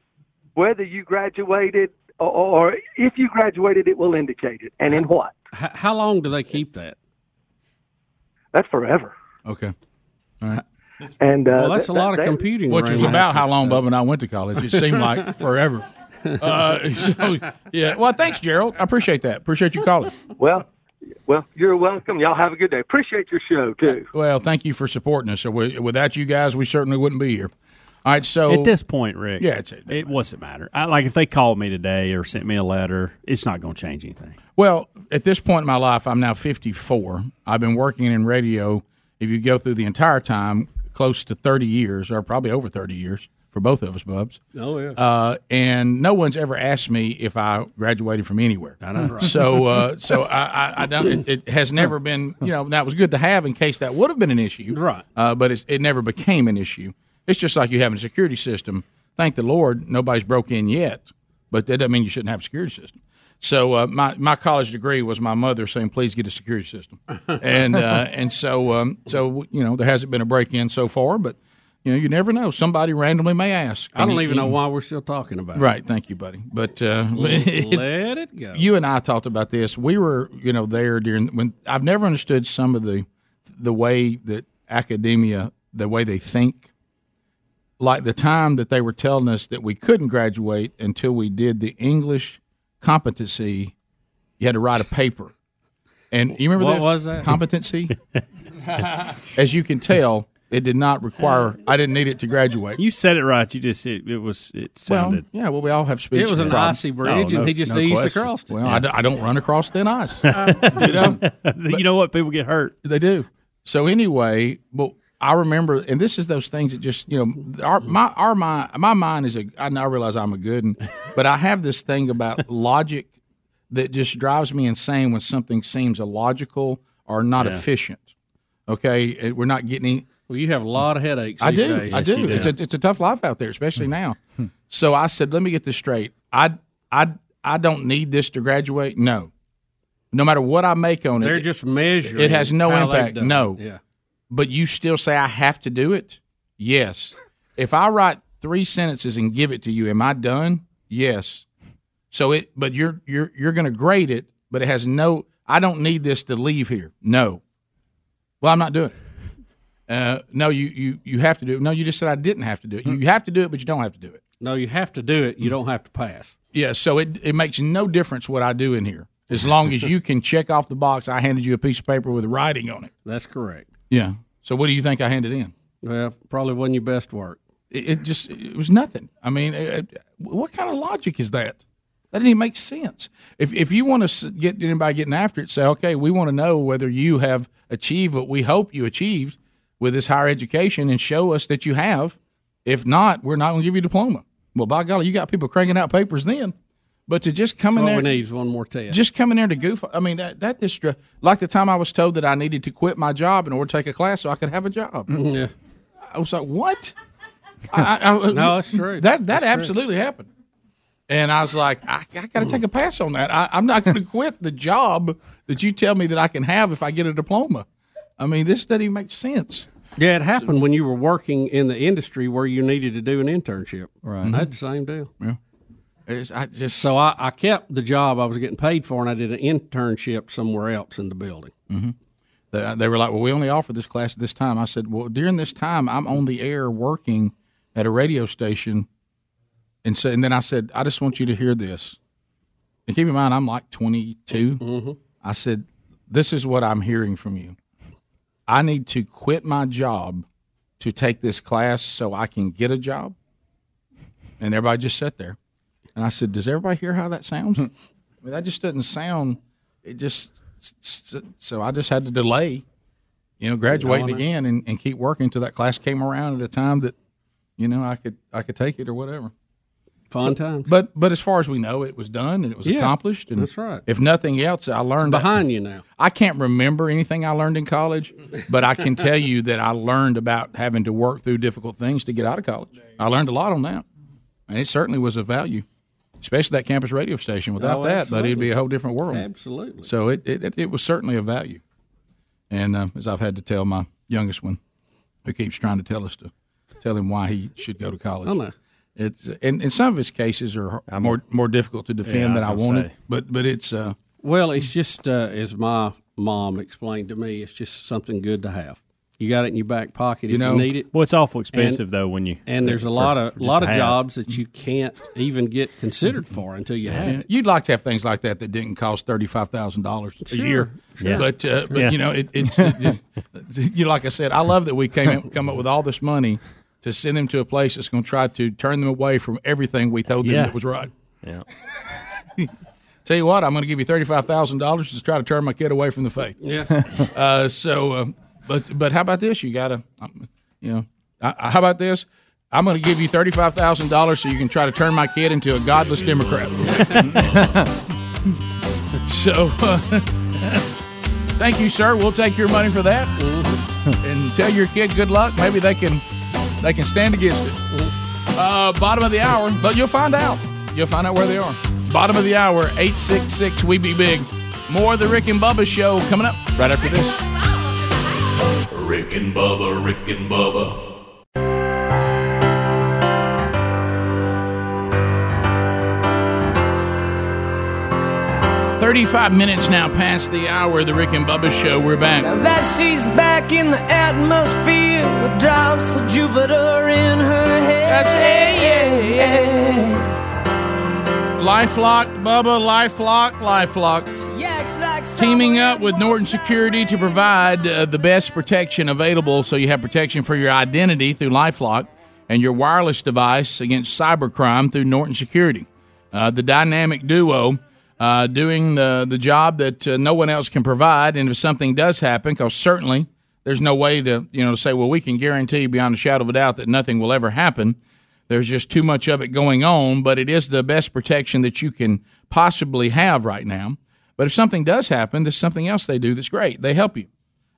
Speaker 5: whether you graduated or, or if you graduated, it will indicate it, and in what.
Speaker 4: H- how long do they keep that?
Speaker 5: That's forever.
Speaker 3: Okay.
Speaker 5: And uh,
Speaker 3: Well, that's a lot of
Speaker 4: computing
Speaker 3: Which
Speaker 4: around
Speaker 3: was
Speaker 4: that
Speaker 3: about how
Speaker 4: to
Speaker 3: long
Speaker 4: tell.
Speaker 3: Bub and I went to college. It seemed like forever. Uh, so, yeah. Well, thanks, Gerald. I appreciate that. Appreciate you calling.
Speaker 5: Well, well, you're welcome. Y'all have a good day. Appreciate your show too.
Speaker 3: Well, thank you for supporting us. So we- Without you guys, we certainly wouldn't be here. All right. So
Speaker 9: At this point, Rick.
Speaker 3: Yeah. It's,
Speaker 9: it wasn't matter. I, like if they called me today or sent me a letter, it's not going to change anything.
Speaker 3: well, at this point in my life, I'm now 54. I've been working in radio. If you go through the entire time, close to 30 years, or probably over 30 years for both of us, Bubs.
Speaker 4: Oh yeah.
Speaker 3: Uh, and no one's ever asked me if I graduated from anywhere. I
Speaker 4: know. Right.
Speaker 3: So, uh, so I, I, I don't. It, it has never been. You know, that was good to have in case that would have been an issue. Right. Uh, but it's, it never became an issue. It's just like you have a security system. Thank the Lord, nobody's broke in yet. But that doesn't mean you shouldn't have a security system. So uh, my my college degree was my mother saying, "Please get a security system," and uh, and so um, so you know there hasn't been a break in so far, but you know you never know. Somebody randomly may ask.
Speaker 4: I
Speaker 3: And
Speaker 4: don't
Speaker 3: you-
Speaker 4: even know
Speaker 3: you-
Speaker 4: why we're still talking about
Speaker 3: Right. Thank you, buddy. But uh,
Speaker 4: it. Let it go.
Speaker 3: you and I talked about this. We were, you know, there during when I've never understood some of the the way that academia, the way they think. Like the time that they were telling us that we couldn't graduate until we did the English competency, you had to write a paper. And you remember
Speaker 4: What
Speaker 3: that
Speaker 4: was that?
Speaker 3: competency? As you can tell, it did not require. I didn't need it to graduate.
Speaker 9: You said it right. You just it, it was it sounded.
Speaker 3: Well, yeah. Well, we all have speech.
Speaker 4: It was an
Speaker 3: problems.
Speaker 4: icy bridge, and he
Speaker 3: Oh,
Speaker 4: just eased across it.
Speaker 3: Well,
Speaker 4: Yeah.
Speaker 3: I, don't, I don't run across thin ice. you know,
Speaker 9: you know what? People get hurt.
Speaker 3: They do. So anyway, but I remember, and this is those things that just you know, our my our mind, my mind is a. I now realize I'm a good, and, but I have this thing about logic that just drives me insane when something seems illogical or not
Speaker 4: Yeah.
Speaker 3: efficient. Okay, And we're not getting any.
Speaker 4: Well, you have a lot of headaches.
Speaker 3: I
Speaker 4: these
Speaker 3: do.
Speaker 4: days.
Speaker 3: I do. It's a it's a tough life out there, especially now. So I said, let me get this straight. I I I don't need this to graduate. No, no matter what I make on
Speaker 4: They're
Speaker 3: it,
Speaker 4: just measuring.
Speaker 3: it has no
Speaker 4: how they've
Speaker 3: impact.
Speaker 4: done.
Speaker 3: No.
Speaker 4: Yeah.
Speaker 3: But you still say I have to do it. Yes. If I write three sentences and give it to you, am I done? Yes. So it, but you're you're you're going to grade it, but it has no. I don't need this to leave here. No. Well, I'm not doing it. Uh, no, you you you have to do it. No, you just said I didn't have to do it. You have to do it, but you don't have to do it.
Speaker 4: Hmm. No, you have to do it. You don't have to pass.
Speaker 3: Yeah. So it it makes no difference what I do in here, as long as you can check off the box. I handed you a piece of paper with writing on it.
Speaker 4: That's correct.
Speaker 3: Yeah. So what do you think I handed in?
Speaker 4: Well, probably wasn't your best work.
Speaker 3: It, it just it was nothing. I mean, it, it- what kind of logic is that? That didn't even make sense. If if you want to get anybody getting after it, say, okay, we want to know whether you have achieved what we hope you achieved with this higher education, and show us that you have. If not, we're not going to give you a diploma. Well, by golly, you got people cranking out papers then. But to just come
Speaker 4: That's
Speaker 3: in
Speaker 4: what
Speaker 3: there,
Speaker 4: we need is one more test.
Speaker 3: just coming there to goof. I mean, that that just dr- like the time I was told that I needed to quit my job in order to take a class so I could have a job.
Speaker 4: Yeah.
Speaker 3: I was like, what? I, I, I-
Speaker 4: No, it's true.
Speaker 3: That that
Speaker 4: It's true.
Speaker 3: absolutely happened. And I was like, I, I got to take a pass on that. I, I'm not going to quit the job that you tell me that I can have if I get a diploma. I mean, this doesn't even make sense.
Speaker 4: Yeah, it happened when you were working in the industry where you needed to do an internship.
Speaker 3: Right.
Speaker 9: Mm-hmm.
Speaker 4: I had the same deal.
Speaker 3: Yeah. I just
Speaker 4: so I, I kept the job I was getting paid for, and I did an internship somewhere else in the building.
Speaker 3: Mm-hmm. They, they were like, "Well, we only offer this class at this time." I said, "Well, during this time, I'm on the air working at a radio station," and so and then I said, "I just want you to hear this." And keep in mind, I'm like 22. I said, "This is what I'm hearing from you. I need to quit my job to take this class so I can get a job." And everybody just sat there, and I said, "Does everybody hear how that sounds?" I mean, that just doesn't sound. It just so- so I just had to delay, you know, graduating
Speaker 4: Going up.
Speaker 3: again and, and keep working until that class came around at a time that, you know, I could I could take it or whatever.
Speaker 4: Fun
Speaker 3: But-
Speaker 4: times.
Speaker 3: But but as far as we know, it was done and it was
Speaker 4: Yeah,
Speaker 3: accomplished. And
Speaker 4: that's right.
Speaker 3: If nothing else, I learned
Speaker 4: behind you now.
Speaker 3: I can't remember anything I learned in college, but I can tell you that I learned about having to work through difficult things to get out of college. I learned a lot on that, and it certainly was of value, especially that campus radio station. Without
Speaker 4: Oh,
Speaker 3: that, but it'd be
Speaker 4: absolutely.
Speaker 3: a whole different world.
Speaker 4: Absolutely.
Speaker 3: So it it, it, it was certainly of value, and uh, as I've had to tell my youngest one, who keeps trying to tell us to tell him why he should go to college.
Speaker 4: I know.
Speaker 3: It's and, and some of his cases are more more difficult to defend
Speaker 4: Yeah,
Speaker 3: than I
Speaker 4: I was gonna
Speaker 3: wanted,
Speaker 4: say.
Speaker 3: but but it's uh,
Speaker 4: Well, it's just uh, as my mom explained to me, it's just something good to have. You got it in your back pocket
Speaker 9: You
Speaker 4: if
Speaker 9: know-
Speaker 4: you need it.
Speaker 9: Well, it's awful expensive, though, when you-
Speaker 4: and there's a
Speaker 9: for-
Speaker 4: lot of
Speaker 9: for just
Speaker 4: lot
Speaker 9: to
Speaker 4: of
Speaker 9: have.
Speaker 4: jobs that you can't even get considered for until you have
Speaker 3: Yeah.
Speaker 4: it.
Speaker 3: You'd like to have things like that that didn't cost thirty five thousand dollars a
Speaker 4: Sure,
Speaker 3: year,
Speaker 4: sure.
Speaker 3: but uh, but
Speaker 4: Yeah.
Speaker 3: you know it, it's it- you like I said, I love that we came up, come up with all this money to send them to a place that's going to try to turn them away from everything we told them
Speaker 20: Yeah.
Speaker 3: that was right.
Speaker 20: Yeah.
Speaker 3: Tell you what, I'm going to give you thirty five thousand dollars to try to turn my kid away from the faith.
Speaker 4: Yeah.
Speaker 3: uh, so, uh, but but how about this? You got to, um, you know, I, I- how about this? I'm going to give you thirty five thousand dollars so you can try to turn my kid into a godless Democrat. so, uh, thank you, sir. We'll take your money for that, and tell your kid good luck. Maybe they can they can stand against it. Uh, bottom of the hour, but you'll find out. You'll find out where they are. Bottom of the hour, 866 We Be Big. More of the Rick and Bubba show coming up right after this.
Speaker 22: Rick and Bubba, Rick and Bubba,
Speaker 3: Thirty-five minutes now past the hour. of The Rick and Bubba Show. We're back.
Speaker 12: That she's back in the atmosphere with drops of Jupiter in her hair.
Speaker 3: That's LifeLock, Bubba, LifeLock, LifeLock.
Speaker 12: Yaks like
Speaker 3: Teaming up with Norton Security to provide uh, the best protection available so you have protection for your identity through Lifelock and your wireless device against cybercrime through Norton Security. Uh, the dynamic duo uh, doing the, the job that uh, no one else can provide. And if something does happen, because certainly there's no way to you know to say, well, we can guarantee beyond a shadow of a doubt that nothing will ever happen. There's just too much of it going on, but it is the best protection that you can possibly have right now. But if something does happen, there's something else they do that's great. They help you.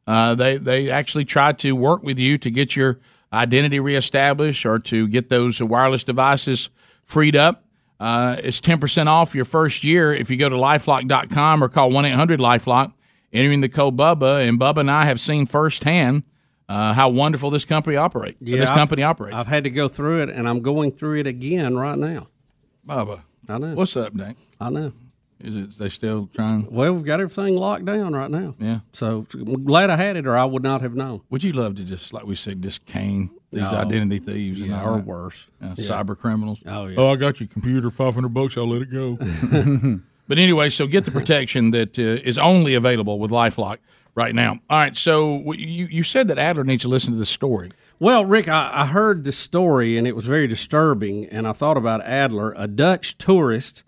Speaker 3: Uh, they they actually try to work with you to get your identity reestablished or to get those wireless devices freed up. Uh, it's ten percent off your first year if you go to lifelock.com or call one eight hundred lifelock. Entering the code Bubba, and Bubba and I have seen firsthand uh, how wonderful this company operates. this
Speaker 4: I've-
Speaker 3: company operates.
Speaker 4: I've had to go through it, and I'm going through it again right now.
Speaker 3: Bubba,
Speaker 4: I know.
Speaker 3: What's up, Nick?
Speaker 4: I know.
Speaker 3: Is it they still trying?
Speaker 4: Well, we've got everything locked down right now.
Speaker 3: Yeah.
Speaker 4: So I'm glad I had it, or I would not have known.
Speaker 3: Would you love to just, like we said, just cane these
Speaker 4: No.
Speaker 3: identity thieves and
Speaker 4: Yeah,
Speaker 3: all
Speaker 4: or
Speaker 3: that?
Speaker 4: worse.
Speaker 3: Yeah,
Speaker 4: Yeah.
Speaker 3: cyber criminals?
Speaker 4: Oh, yeah.
Speaker 3: Oh, I got your computer, five hundred bucks. I'll let it go. but anyway, so get the protection that uh, is only available with LifeLock right now. All right, so w- you you said that Adler needs to listen to this story.
Speaker 4: Well, Rick, I, I heard the story and it was very disturbing. And I thought about Adler, a Dutch tourist,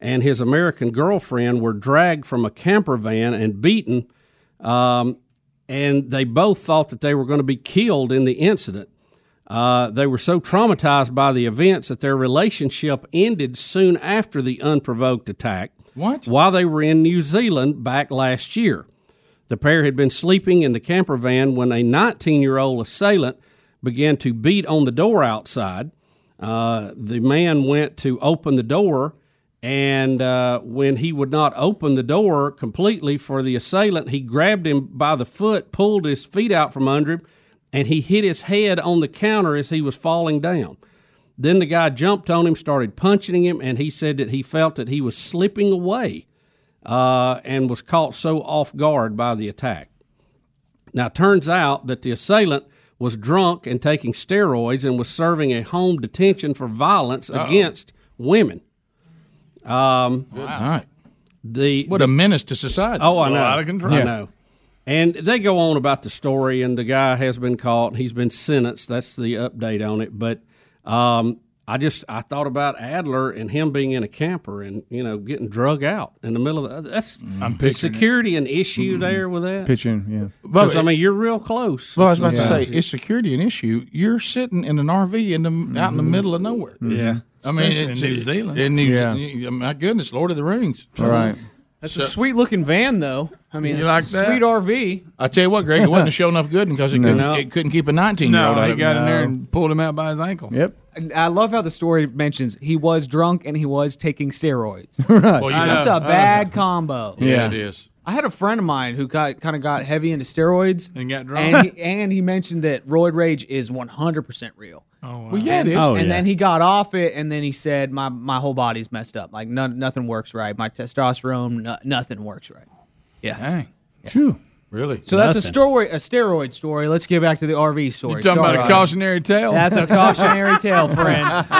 Speaker 4: and his American girlfriend were dragged from a camper van and beaten. Um, and they both thought that they were going to be killed in the incident. Uh, they were so traumatized by the events that their relationship ended soon after the unprovoked attack.
Speaker 3: What?
Speaker 4: While they were in New Zealand back last year. The pair had been sleeping in the camper van when a 19 year old assailant began to beat on the door outside. Uh, the man went to open the door, and uh, when he would not open the door completely for the assailant, he grabbed him by the foot, pulled his feet out from under him, and he hit his head on the counter as he was falling down. Then the guy jumped on him, started punching him, and he said that he felt that he was slipping away uh, and was caught so off guard by the attack. Now, it turns out that the assailant was drunk and taking steroids and was serving a home detention for violence
Speaker 3: Uh-oh.
Speaker 4: against women. Um, Good
Speaker 3: night.
Speaker 4: The
Speaker 3: What a menace to society.
Speaker 4: Oh, I know.
Speaker 3: Out of control.
Speaker 4: I know. And they go on about the story, and the guy has been caught. He's been sentenced. That's the update on it. But um, I just I thought about Adler and him being in a camper and you know getting drug out in the middle of the, that's
Speaker 3: I'm
Speaker 4: is
Speaker 3: picturing it. Mm-hmm.
Speaker 4: security an issue there with that
Speaker 10: Pitching, yeah.
Speaker 4: because I mean you're real close.
Speaker 3: Well, I was about to say,
Speaker 4: sometimes.
Speaker 3: is security an issue? You're sitting in an RV in the out
Speaker 6: Mm-hmm.
Speaker 3: in the middle of nowhere.
Speaker 4: Yeah.
Speaker 3: I mean,
Speaker 4: Especially
Speaker 3: it's-
Speaker 4: in New Zealand.
Speaker 3: In New
Speaker 4: Yeah.
Speaker 3: Ze- my goodness, Lord of the Rings.
Speaker 10: All right.
Speaker 6: That's
Speaker 3: So-
Speaker 6: a sweet looking van, though. I mean,
Speaker 3: You like
Speaker 6: it's a
Speaker 3: that?
Speaker 6: Sweet RV.
Speaker 3: I tell you what, Greg, it wasn't a show enough good because it,
Speaker 6: No.
Speaker 3: couldn't, it couldn't keep a 19 year old
Speaker 6: No,
Speaker 3: out
Speaker 6: he
Speaker 3: of it.
Speaker 6: got in there
Speaker 3: and pulled him out by his ankles.
Speaker 10: Yep.
Speaker 6: And I love how the story mentions he was drunk and he was taking steroids.
Speaker 10: right.
Speaker 3: Well, you
Speaker 6: That's
Speaker 3: know. uh,
Speaker 6: a bad combo.
Speaker 3: Yeah, it is.
Speaker 6: I had a friend of mine who got kind of got heavy into steroids
Speaker 3: And got drunk.
Speaker 6: and he, and he mentioned that roid rage is 100 percent real. Oh,
Speaker 3: Well, yeah, it is.
Speaker 6: And,
Speaker 3: Oh, yeah.
Speaker 6: then he got off it, and then he said, "My my whole body's messed up. Like none, nothing works right. My testosterone, no, nothing works right." Yeah.
Speaker 3: Really?
Speaker 6: So that's a story, a steroid story. Let's get back to the RV story.
Speaker 21: You're talking about a
Speaker 6: Sorry.
Speaker 21: cautionary tale?
Speaker 6: That's a cautionary tale,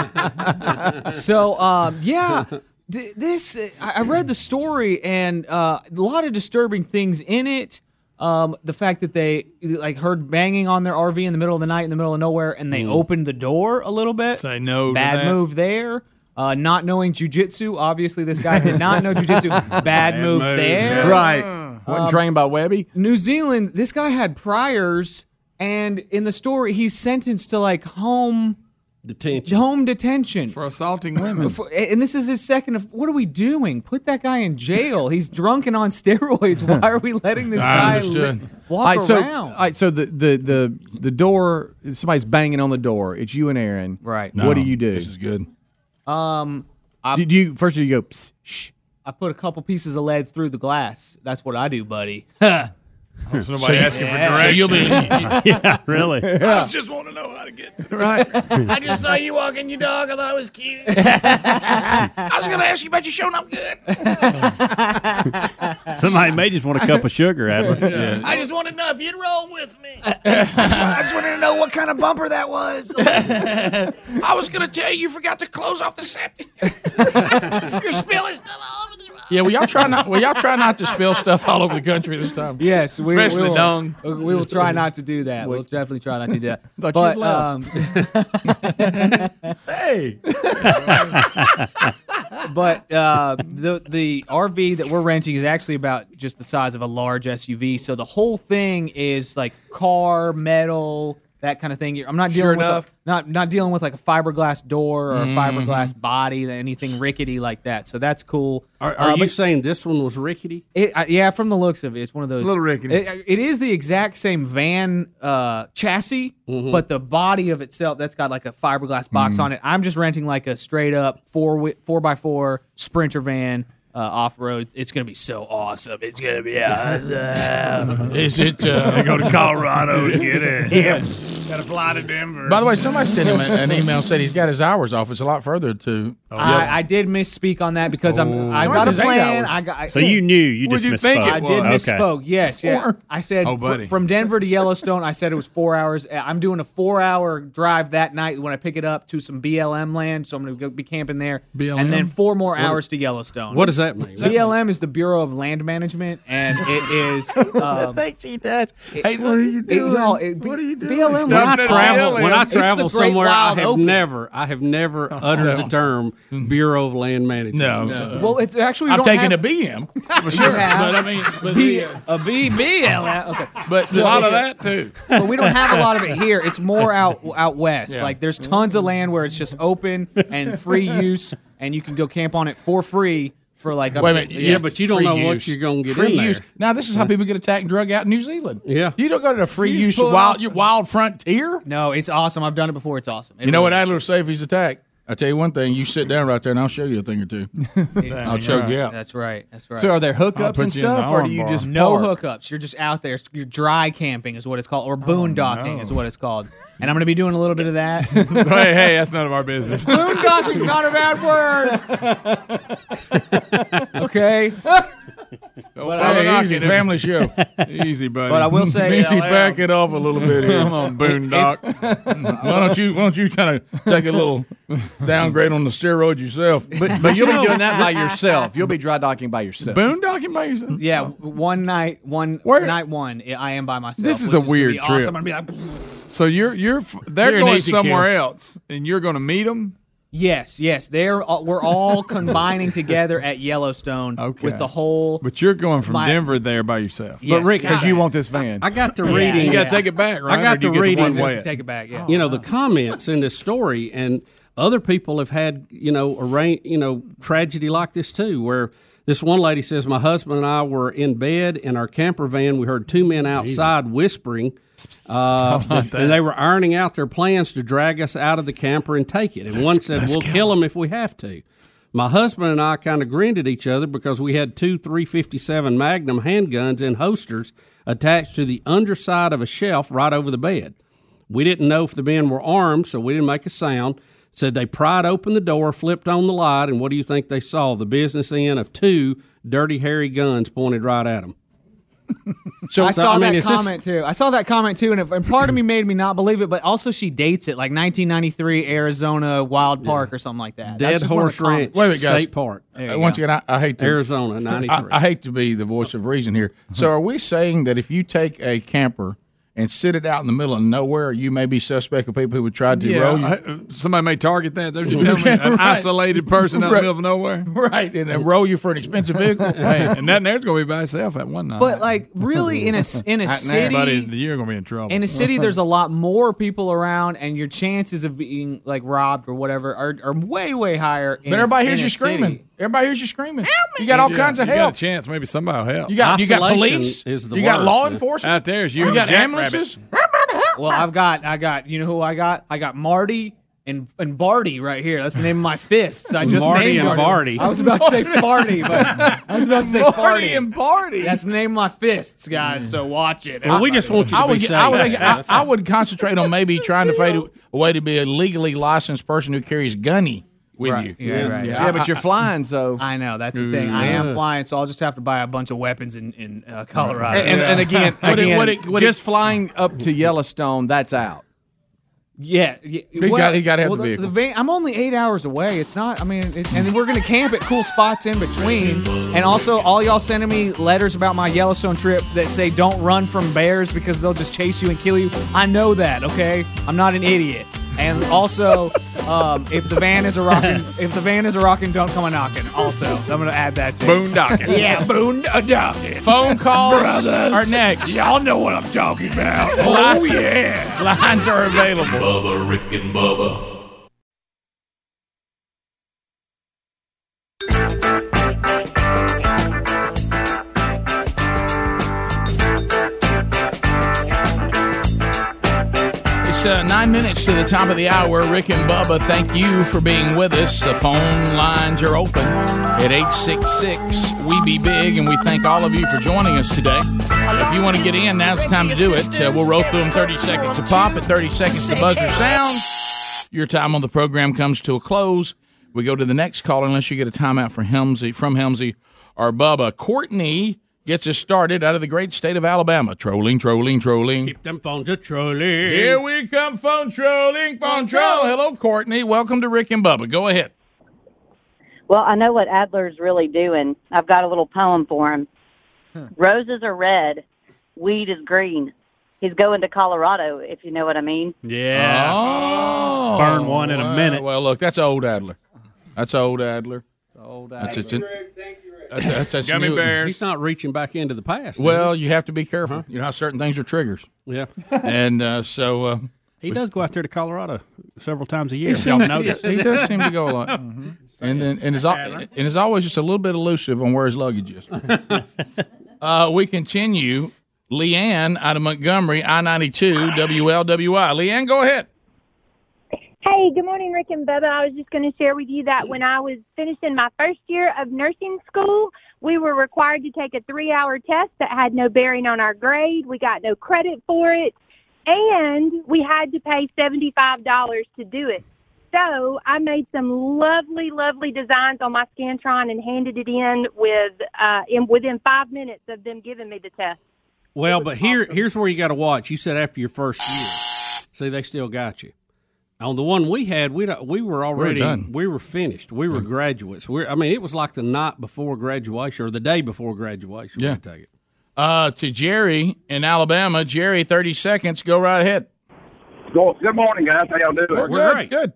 Speaker 6: friend. so um, yeah, th- this I I read the story and uh, a lot of disturbing things in it. Um, the fact that they like heard banging on their RV in the middle of the night in the middle of nowhere, and they
Speaker 10: Hmm.
Speaker 21: Mm.
Speaker 6: opened the door a little bit.
Speaker 21: Say no to
Speaker 6: Bad
Speaker 21: that.
Speaker 6: move there. Uh, not knowing jujitsu. Obviously, this guy did not know jujitsu. Bad,
Speaker 10: Bad
Speaker 6: move,
Speaker 10: move,
Speaker 6: there.
Speaker 10: yeah. Right. Wasn't trained by Webby.
Speaker 6: Mm-hmm. Um, New Zealand, this guy had priors, and in the story, he's sentenced to like home
Speaker 4: detention.
Speaker 6: Home detention
Speaker 21: for assaulting women.
Speaker 6: For- and this is his second of what are we doing? Put that guy in jail. He's drunk and on steroids. Why are we letting this
Speaker 10: I
Speaker 6: guy
Speaker 10: understood.
Speaker 6: li- walk
Speaker 10: All right, so,
Speaker 6: around?
Speaker 10: all right, so the, the the the door. Somebody's banging on the door. It's you and Aaron.
Speaker 6: Right.
Speaker 10: what
Speaker 6: No,
Speaker 10: do you do?
Speaker 6: this
Speaker 3: is good.
Speaker 6: Um, I,
Speaker 10: Did you first? You go. Psst, shh.
Speaker 6: I put a couple pieces of lead through the glass. That's what I do, buddy.
Speaker 21: So nobody asking for
Speaker 6: Yeah.
Speaker 21: directions.
Speaker 6: Yeah, really.
Speaker 21: I was just want to know how to get to
Speaker 10: Right.
Speaker 21: I
Speaker 13: just saw you walking your dog. I thought it was cute. I was going to ask you about your show, and I'm good.
Speaker 9: Somebody may just want a cup of sugar, Adler.
Speaker 13: I just wanted to know if you'd roll with me. I just wanted to know what kind of bumper that was. I was going to tell you you forgot to close off the septic. Your spill is still on.
Speaker 3: Yeah, well, y'all try not. Well, y'all try not to spill stuff all over the country this time.
Speaker 6: Yes, we,
Speaker 3: Especially
Speaker 6: we will,
Speaker 3: dung.
Speaker 6: uh, We will try not to do that. We'll definitely try not to do that.
Speaker 3: Thought
Speaker 6: but
Speaker 3: you'd
Speaker 6: um,
Speaker 3: Hey.
Speaker 6: but uh, the the RV that we're renting is actually about just the size of a large SUV. So the whole thing is like car, metal, that kind of thing. I'm not dealing
Speaker 21: Sure
Speaker 6: with a-
Speaker 21: enough.
Speaker 6: not not dealing with like a fiberglass door or a
Speaker 3: Mm-hmm.
Speaker 4: Mhm.
Speaker 6: fiberglass body, anything rickety like that. So that's cool.
Speaker 4: Are, are
Speaker 6: Uh,
Speaker 4: you
Speaker 6: but-
Speaker 4: saying this one was rickety?
Speaker 6: it, I, yeah, from the looks of it, it's one of those
Speaker 4: Little rickety.
Speaker 6: It- it is the exact same van uh, chassis,
Speaker 4: Mhm.
Speaker 6: but the body of itself that's got like a fiberglass box
Speaker 4: Mhm.
Speaker 6: on it. I'm just renting like a straight up four wi- four by four sprinter van uh, off road. It's gonna be so awesome. It's gonna be awesome.
Speaker 3: Is it, uh, They go to Colorado to get it.
Speaker 6: Yeah.
Speaker 21: Got to fly to Denver.
Speaker 3: By the way, somebody sent him a- an email said he's got his hours off. It's a lot further to.
Speaker 6: I, I did misspeak on that because I'm I
Speaker 3: Somebody
Speaker 6: got a
Speaker 3: says eight
Speaker 6: plan.
Speaker 3: Oh. hours.
Speaker 6: I got, I-
Speaker 3: So you knew, you
Speaker 6: What'd
Speaker 3: just misspoke.
Speaker 6: I did
Speaker 3: Okay.
Speaker 6: misspoke. Yes, yeah.
Speaker 3: Four.
Speaker 6: I said
Speaker 3: Oh,
Speaker 6: fr-
Speaker 3: buddy.
Speaker 6: from Denver to Yellowstone. I said it was four hours. Uh, I'm doing a four hour drive that night when I pick it up to some BLM land, so I'm going to be camping there,
Speaker 4: BLM?
Speaker 6: and then four more
Speaker 4: What-
Speaker 6: hours to Yellowstone.
Speaker 4: what does that mean?
Speaker 6: BLM is the Bureau of Land Management, and it is. Um,
Speaker 3: Thanks, he does. Hey, what are you doing?
Speaker 6: what are you doing?
Speaker 4: When
Speaker 6: BLM.
Speaker 4: I
Speaker 6: is-
Speaker 4: travel, when I
Speaker 6: It's the
Speaker 4: travel
Speaker 6: great
Speaker 4: somewhere, I
Speaker 6: wild
Speaker 4: have
Speaker 6: open. Mm-hmm.
Speaker 4: never, I have never uttered the term Bureau of Land Management.
Speaker 3: No.
Speaker 6: Well, it's actually. we
Speaker 3: I'm
Speaker 6: don't
Speaker 3: taking
Speaker 6: have-
Speaker 3: a BM for sure. But I mean, but
Speaker 6: B-
Speaker 3: the, uh,
Speaker 6: a B B L L. Okay,
Speaker 3: but
Speaker 6: So-
Speaker 3: a lot of that too.
Speaker 6: but we don't have a lot of it here. It's more out out west.
Speaker 3: Yeah.
Speaker 6: Like there's tons of land where it's just open and free use, and you can go camp on it for free for like up
Speaker 3: Wait a
Speaker 6: to-
Speaker 3: minute. Yeah, but you don't know what you're gonna get in there. Now this is how people get attacked and drug out in New Zealand.
Speaker 4: Yeah,
Speaker 3: you don't go to the free use
Speaker 6: pull it
Speaker 3: wild
Speaker 6: off.
Speaker 3: your wild frontier.
Speaker 6: No, it's awesome. I've done it before. It's awesome. It
Speaker 3: you know what
Speaker 6: really-
Speaker 3: Adler will say if he's attacked? I tell you one thing: you sit down right there, and I'll show you a thing or two. I'll choke you out.
Speaker 6: That's right. That's right.
Speaker 3: So are there hookups I'll put and you in the stuff, or do you armbar. just
Speaker 6: no
Speaker 3: park?
Speaker 6: hookups? You're just out there. You're dry camping is what it's
Speaker 20: Oh,
Speaker 6: called, or boondocking is what it's called. And I'm going to be doing a little bit of that.
Speaker 20: hey, hey, that's none of our business.
Speaker 6: Boondocking's not a bad word. okay.
Speaker 20: But
Speaker 3: Hey, easy family show.
Speaker 20: Easy, buddy.
Speaker 6: But I will say,
Speaker 3: Minty,
Speaker 10: uh,
Speaker 3: back it off a little bit here.
Speaker 20: Come on, boondock.
Speaker 3: why don't you? Why don't you kind of take a little downgrade on the steroid yourself?
Speaker 10: But, but you'll be doing that by yourself. You'll be dry docking by yourself.
Speaker 3: Boondocking by yourself.
Speaker 6: Yeah, one night, one night, one. I am by myself.
Speaker 20: This is
Speaker 6: which
Speaker 20: a
Speaker 6: gonna
Speaker 20: weird
Speaker 6: be awesome.
Speaker 20: trip.
Speaker 6: I'm gonna be like,
Speaker 20: So you're you're f- they're
Speaker 6: You're an
Speaker 20: going
Speaker 6: easy
Speaker 20: somewhere
Speaker 6: kill.
Speaker 20: else, and you're going to meet them.
Speaker 6: Yes, yes. They're all, we're all combining together at Yellowstone with the whole.
Speaker 20: But you're going from
Speaker 6: my-
Speaker 20: Denver there by yourself.
Speaker 6: Yes. But Rick, 'cause you
Speaker 10: want this van.
Speaker 4: I got to
Speaker 20: Yeah,
Speaker 4: reading.
Speaker 20: you gotta take it back, right?
Speaker 4: I
Speaker 20: Or
Speaker 4: got
Speaker 20: do
Speaker 4: to
Speaker 20: you get the one
Speaker 4: reading.
Speaker 20: way?
Speaker 6: Take it back.
Speaker 10: Oh.
Speaker 6: Yeah.
Speaker 4: you know the comments in this story and other people have had you know a rain, you know tragedy like this too where this one lady says my husband and i were in bed in our camper van we heard two men outside whispering uh, and they were ironing out their plans to drag us out of the camper and take it and
Speaker 21: Let's-
Speaker 4: one said
Speaker 21: let's
Speaker 4: we'll kill them if we have to my husband and I kind of grinned at each other because we had two 357 Magnum handguns in holsters attached to the underside of a shelf right over the bed. We didn't know if the men were armed, so we didn't make a sound. Said they pried open the door, flipped on the light, and what do you think they saw? The business end of two dirty, hairy guns pointed right at them.
Speaker 6: I saw that
Speaker 4: is this-
Speaker 6: comment too. I saw that comment too, and, it, and part of me made me not believe it, but also she dates it like 1993 Arizona Wild Park or something like that.
Speaker 4: Dead
Speaker 6: That's just one of
Speaker 4: Horse
Speaker 6: the comments.
Speaker 4: Ranch
Speaker 3: Wait a minute, guys.
Speaker 4: State Park.
Speaker 6: There
Speaker 3: Uh,
Speaker 6: you
Speaker 3: once
Speaker 6: go.
Speaker 3: again, I, I hate to,
Speaker 4: Arizona,
Speaker 3: I-
Speaker 4: 93.
Speaker 3: I, hate to be the voice of reason here. So, are we saying that if you take a camper and sit it out in the middle of nowhere, you may be suspect of people who would try to
Speaker 20: Yeah,
Speaker 3: roll you?
Speaker 20: I- uh, somebody may target that. They're just telling me an isolated person out in the middle of nowhere,
Speaker 3: right? And then roll you for an expensive vehicle.
Speaker 20: hey, and that there's going to be by itself at one night.
Speaker 6: But like really in a in a
Speaker 20: Right now,
Speaker 6: city
Speaker 20: buddy, you're going to be in trouble.
Speaker 6: in a city there's a lot more people around and your chances of being like robbed or whatever are, are way way higher. in
Speaker 3: But
Speaker 6: a-
Speaker 3: everybody
Speaker 6: in
Speaker 3: hears
Speaker 6: a
Speaker 3: you
Speaker 6: city.
Speaker 3: screaming. Everybody hears you screaming. You got all
Speaker 20: Yeah,
Speaker 3: kinds of
Speaker 20: you
Speaker 3: help.
Speaker 20: got a chance. Maybe somebody will help.
Speaker 3: You got- you got Isolation police. is the You got worst, law yeah. enforcement.
Speaker 20: out there. Is you,
Speaker 3: You
Speaker 20: and
Speaker 3: got
Speaker 20: Jack
Speaker 3: ambulances?
Speaker 20: Rabbit.
Speaker 6: Well, I've got I got you know who I got I got Marty. And, and Barty right here. That's the name of my fists. I just
Speaker 4: Marty
Speaker 6: named
Speaker 4: and Barty.
Speaker 6: I was about to say Farty, but I was about to say
Speaker 3: Marty
Speaker 6: Farty
Speaker 3: and Barty.
Speaker 6: That's the name of my fists, guys. So watch it.
Speaker 4: Well, we just want you to
Speaker 3: I
Speaker 4: be
Speaker 3: would,
Speaker 4: safe.
Speaker 3: I would,
Speaker 4: Yeah,
Speaker 3: I,
Speaker 4: that's
Speaker 3: I would concentrate on maybe trying to find a way to be a legally licensed person who carries gunny with you.
Speaker 6: Yeah,
Speaker 3: I-
Speaker 6: right. Yeah, but
Speaker 10: you're
Speaker 3: I-
Speaker 10: flying, so
Speaker 6: I know that's the thing. I
Speaker 3: Yeah.
Speaker 6: am flying, so I'll just have to buy a bunch of weapons in in uh, Colorado.
Speaker 10: And, and, and again,
Speaker 6: What it-
Speaker 10: again
Speaker 6: what it- what it-
Speaker 10: just flying up to Yellowstone, that's out.
Speaker 6: yeah, yeah.
Speaker 10: He got- he gotta have
Speaker 6: well,
Speaker 10: the vehicle.
Speaker 6: van, I'm only eight hours away. It's not. I mean, it, and we're gonna camp at cool spots in between. And also, all y'all sending me letters about my Yellowstone trip that say don't run from bears because they'll just chase you and kill you. I know that. Okay, I'm not an idiot. And also, um, if the van is a rocking, if the van is a rocking, don't come a knocking. Also, I'm gonna add that to
Speaker 13: Boondocking.
Speaker 6: Yeah, boondocking.
Speaker 13: Phone calls
Speaker 6: are
Speaker 3: next.
Speaker 13: Y'all know what I'm talking about.
Speaker 3: Oh,
Speaker 13: yeah.
Speaker 3: Lines are available.
Speaker 22: Bubba, Rick and Bubba.
Speaker 3: It's uh, nine minutes to the top of the hour. Rick and Bubba, thank you for being with us. The phone lines are open at 866 We Be Big, and we thank all of you for joining us today. If you want to get in, now's the time to do it. Uh, we'll roll through them 30 seconds to pop and 30 seconds to buzzer sounds. Your time on the program comes to a close. We go to the next caller unless you get a timeout for Helmsy, from Helmsy or Bubba. Courtney gets us started out of the great state of Alabama. Trolling, trolling, trolling.
Speaker 4: Them phones are trolling.
Speaker 3: Here we come, phone trolling, phone troll. Hello, Courtney. Welcome to Rick and Bubba. Go ahead.
Speaker 2: Well, I know what Adler's really doing. I've got a little poem for him. Roses are red, weed is green. He's going to Colorado, if you know what I mean.
Speaker 9: Yeah. Burn one in a minute.
Speaker 3: Oh. Well, look, that's old Adler. That's old Adler. Old Adler. That's, that's, that's, that's new-
Speaker 4: He's not reaching back into the past. is
Speaker 3: Well,
Speaker 4: he?
Speaker 3: you have to be careful. You know how certain things are triggers.
Speaker 4: Yeah.
Speaker 3: and uh, so uh,
Speaker 4: He does go out there to Colorado several times a year.
Speaker 3: He,
Speaker 4: if
Speaker 3: seems,
Speaker 4: y'all notice.
Speaker 3: he does seem to go a lot, Mm-hmm. and then and is al- and is always just a little bit elusive on where his luggage is. uh, we continue. Leanne out of Montgomery, I ninety two, WLWI. Leanne, go ahead.
Speaker 7: Hey, good morning, Rick and Bubba. I was just going to share with you that when I was finishing my first year of nursing school, we were required to take a three hour test that had no bearing on our grade. We got no credit for it, and we had to pay $75 to do it. So I made some lovely, lovely designs on my Scantron and handed it in with uh, in within five minutes of them giving me the test.
Speaker 4: Well, but here here's where you got to watch. You said after your first year, see they still got you. On the one we had, we don't- we were already
Speaker 3: done.
Speaker 4: we were finished. We were graduates. We are I mean, it was like the night before graduation or the day before graduation.
Speaker 3: Yeah.
Speaker 4: we take it.
Speaker 3: Uh, to Jerry in Alabama. Jerry, thirty seconds. Go right ahead.
Speaker 13: Good morning, guys. How y'all doing?
Speaker 3: We're We're good, great. Good.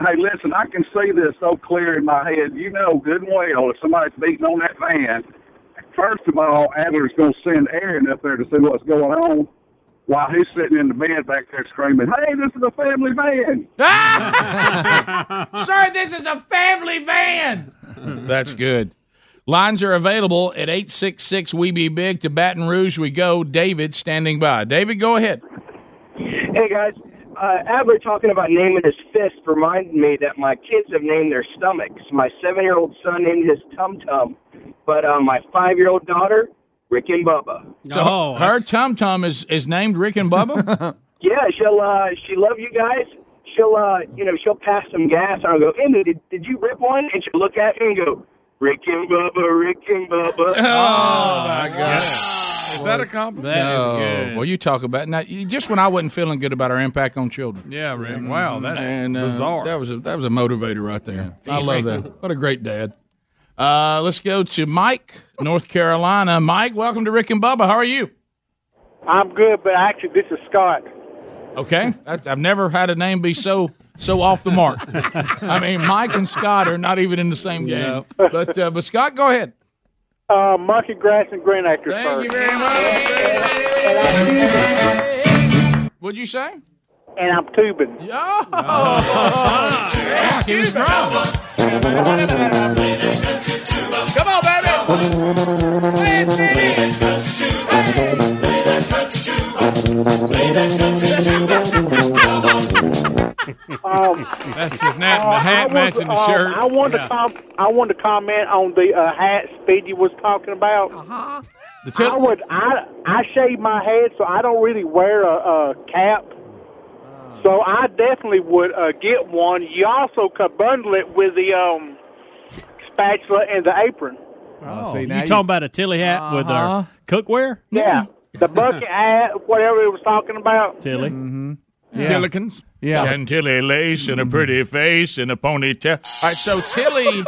Speaker 13: Hey, listen, I can see this so clear in my head. You know good and well if somebody's beating on that van, first of all, Adler's going to send Aaron up there to see what's going on while he's sitting in the bed back there screaming, hey, this is a family van.
Speaker 3: Ah!
Speaker 23: Sir, this is a family van.
Speaker 3: That's good. Lines are available at 866 We Be Big. To Baton Rouge we go. David standing by. David, go ahead.
Speaker 17: Hey guys, uh, Adler talking about naming his fist reminded me that my kids have named their stomachs. My seven-year-old son named his tum tum, but uh, my five-year-old daughter, Rick and Bubba.
Speaker 3: So
Speaker 13: Oh,
Speaker 3: her tum tum is, is named Rick and Bubba?
Speaker 17: Yeah, she'll uh, she love you guys. She'll uh, you know she'll pass some gas and I'll go, Emma, did, did you rip one? And she'll look at me and go, Rick and Bubba, Rick and Bubba. Oh,
Speaker 3: my God.
Speaker 13: Is that a compliment?
Speaker 3: No. Oh, Well, you talk about now. you- Just when I wasn't feeling good about our impact on children.
Speaker 20: Yeah, Rick. Wow, that's
Speaker 3: And, uh,
Speaker 20: bizarre.
Speaker 3: That was a, that was a motivator right there. I love that. What a great dad. Uh, let's go to Mike, North Carolina. Mike, welcome to Rick and Bubba. How are you?
Speaker 19: I'm good, but actually, this is Scott.
Speaker 3: Okay, I, I've never had a name be so so off the mark. I mean, Mike and Scott are not even in the same game. But uh, but Scott, go ahead.
Speaker 19: Uh, monkey grass and green actors. Thank you
Speaker 3: very
Speaker 19: much.
Speaker 3: What'd you say?
Speaker 19: And I'm tubing.
Speaker 3: Oh, he was drunk. Come on,
Speaker 19: Um, That's just
Speaker 20: Nat in the hat matching the shirt.
Speaker 19: um, I wanted
Speaker 20: Yeah.
Speaker 19: to com- I wanted to comment on the uh, hat Speedy was talking about. Uh-huh.
Speaker 3: The
Speaker 19: I would I I shave my head, so I don't really wear a, a cap. So I definitely would uh, get one. You also could bundle it with the um, spatula and the apron.
Speaker 9: Oh,
Speaker 19: see,
Speaker 9: you
Speaker 19: now
Speaker 9: talking
Speaker 19: you-
Speaker 9: about a Tilly hat with our
Speaker 19: Uh-huh.
Speaker 9: cookware?
Speaker 19: Yeah, the bucket hat, whatever it was talking about.
Speaker 9: Tilly.
Speaker 3: Mm-hmm. Yeah. Tillikins.
Speaker 9: Yeah.
Speaker 3: Chantilly lace and a pretty face and a ponytail. All right, so Tilly,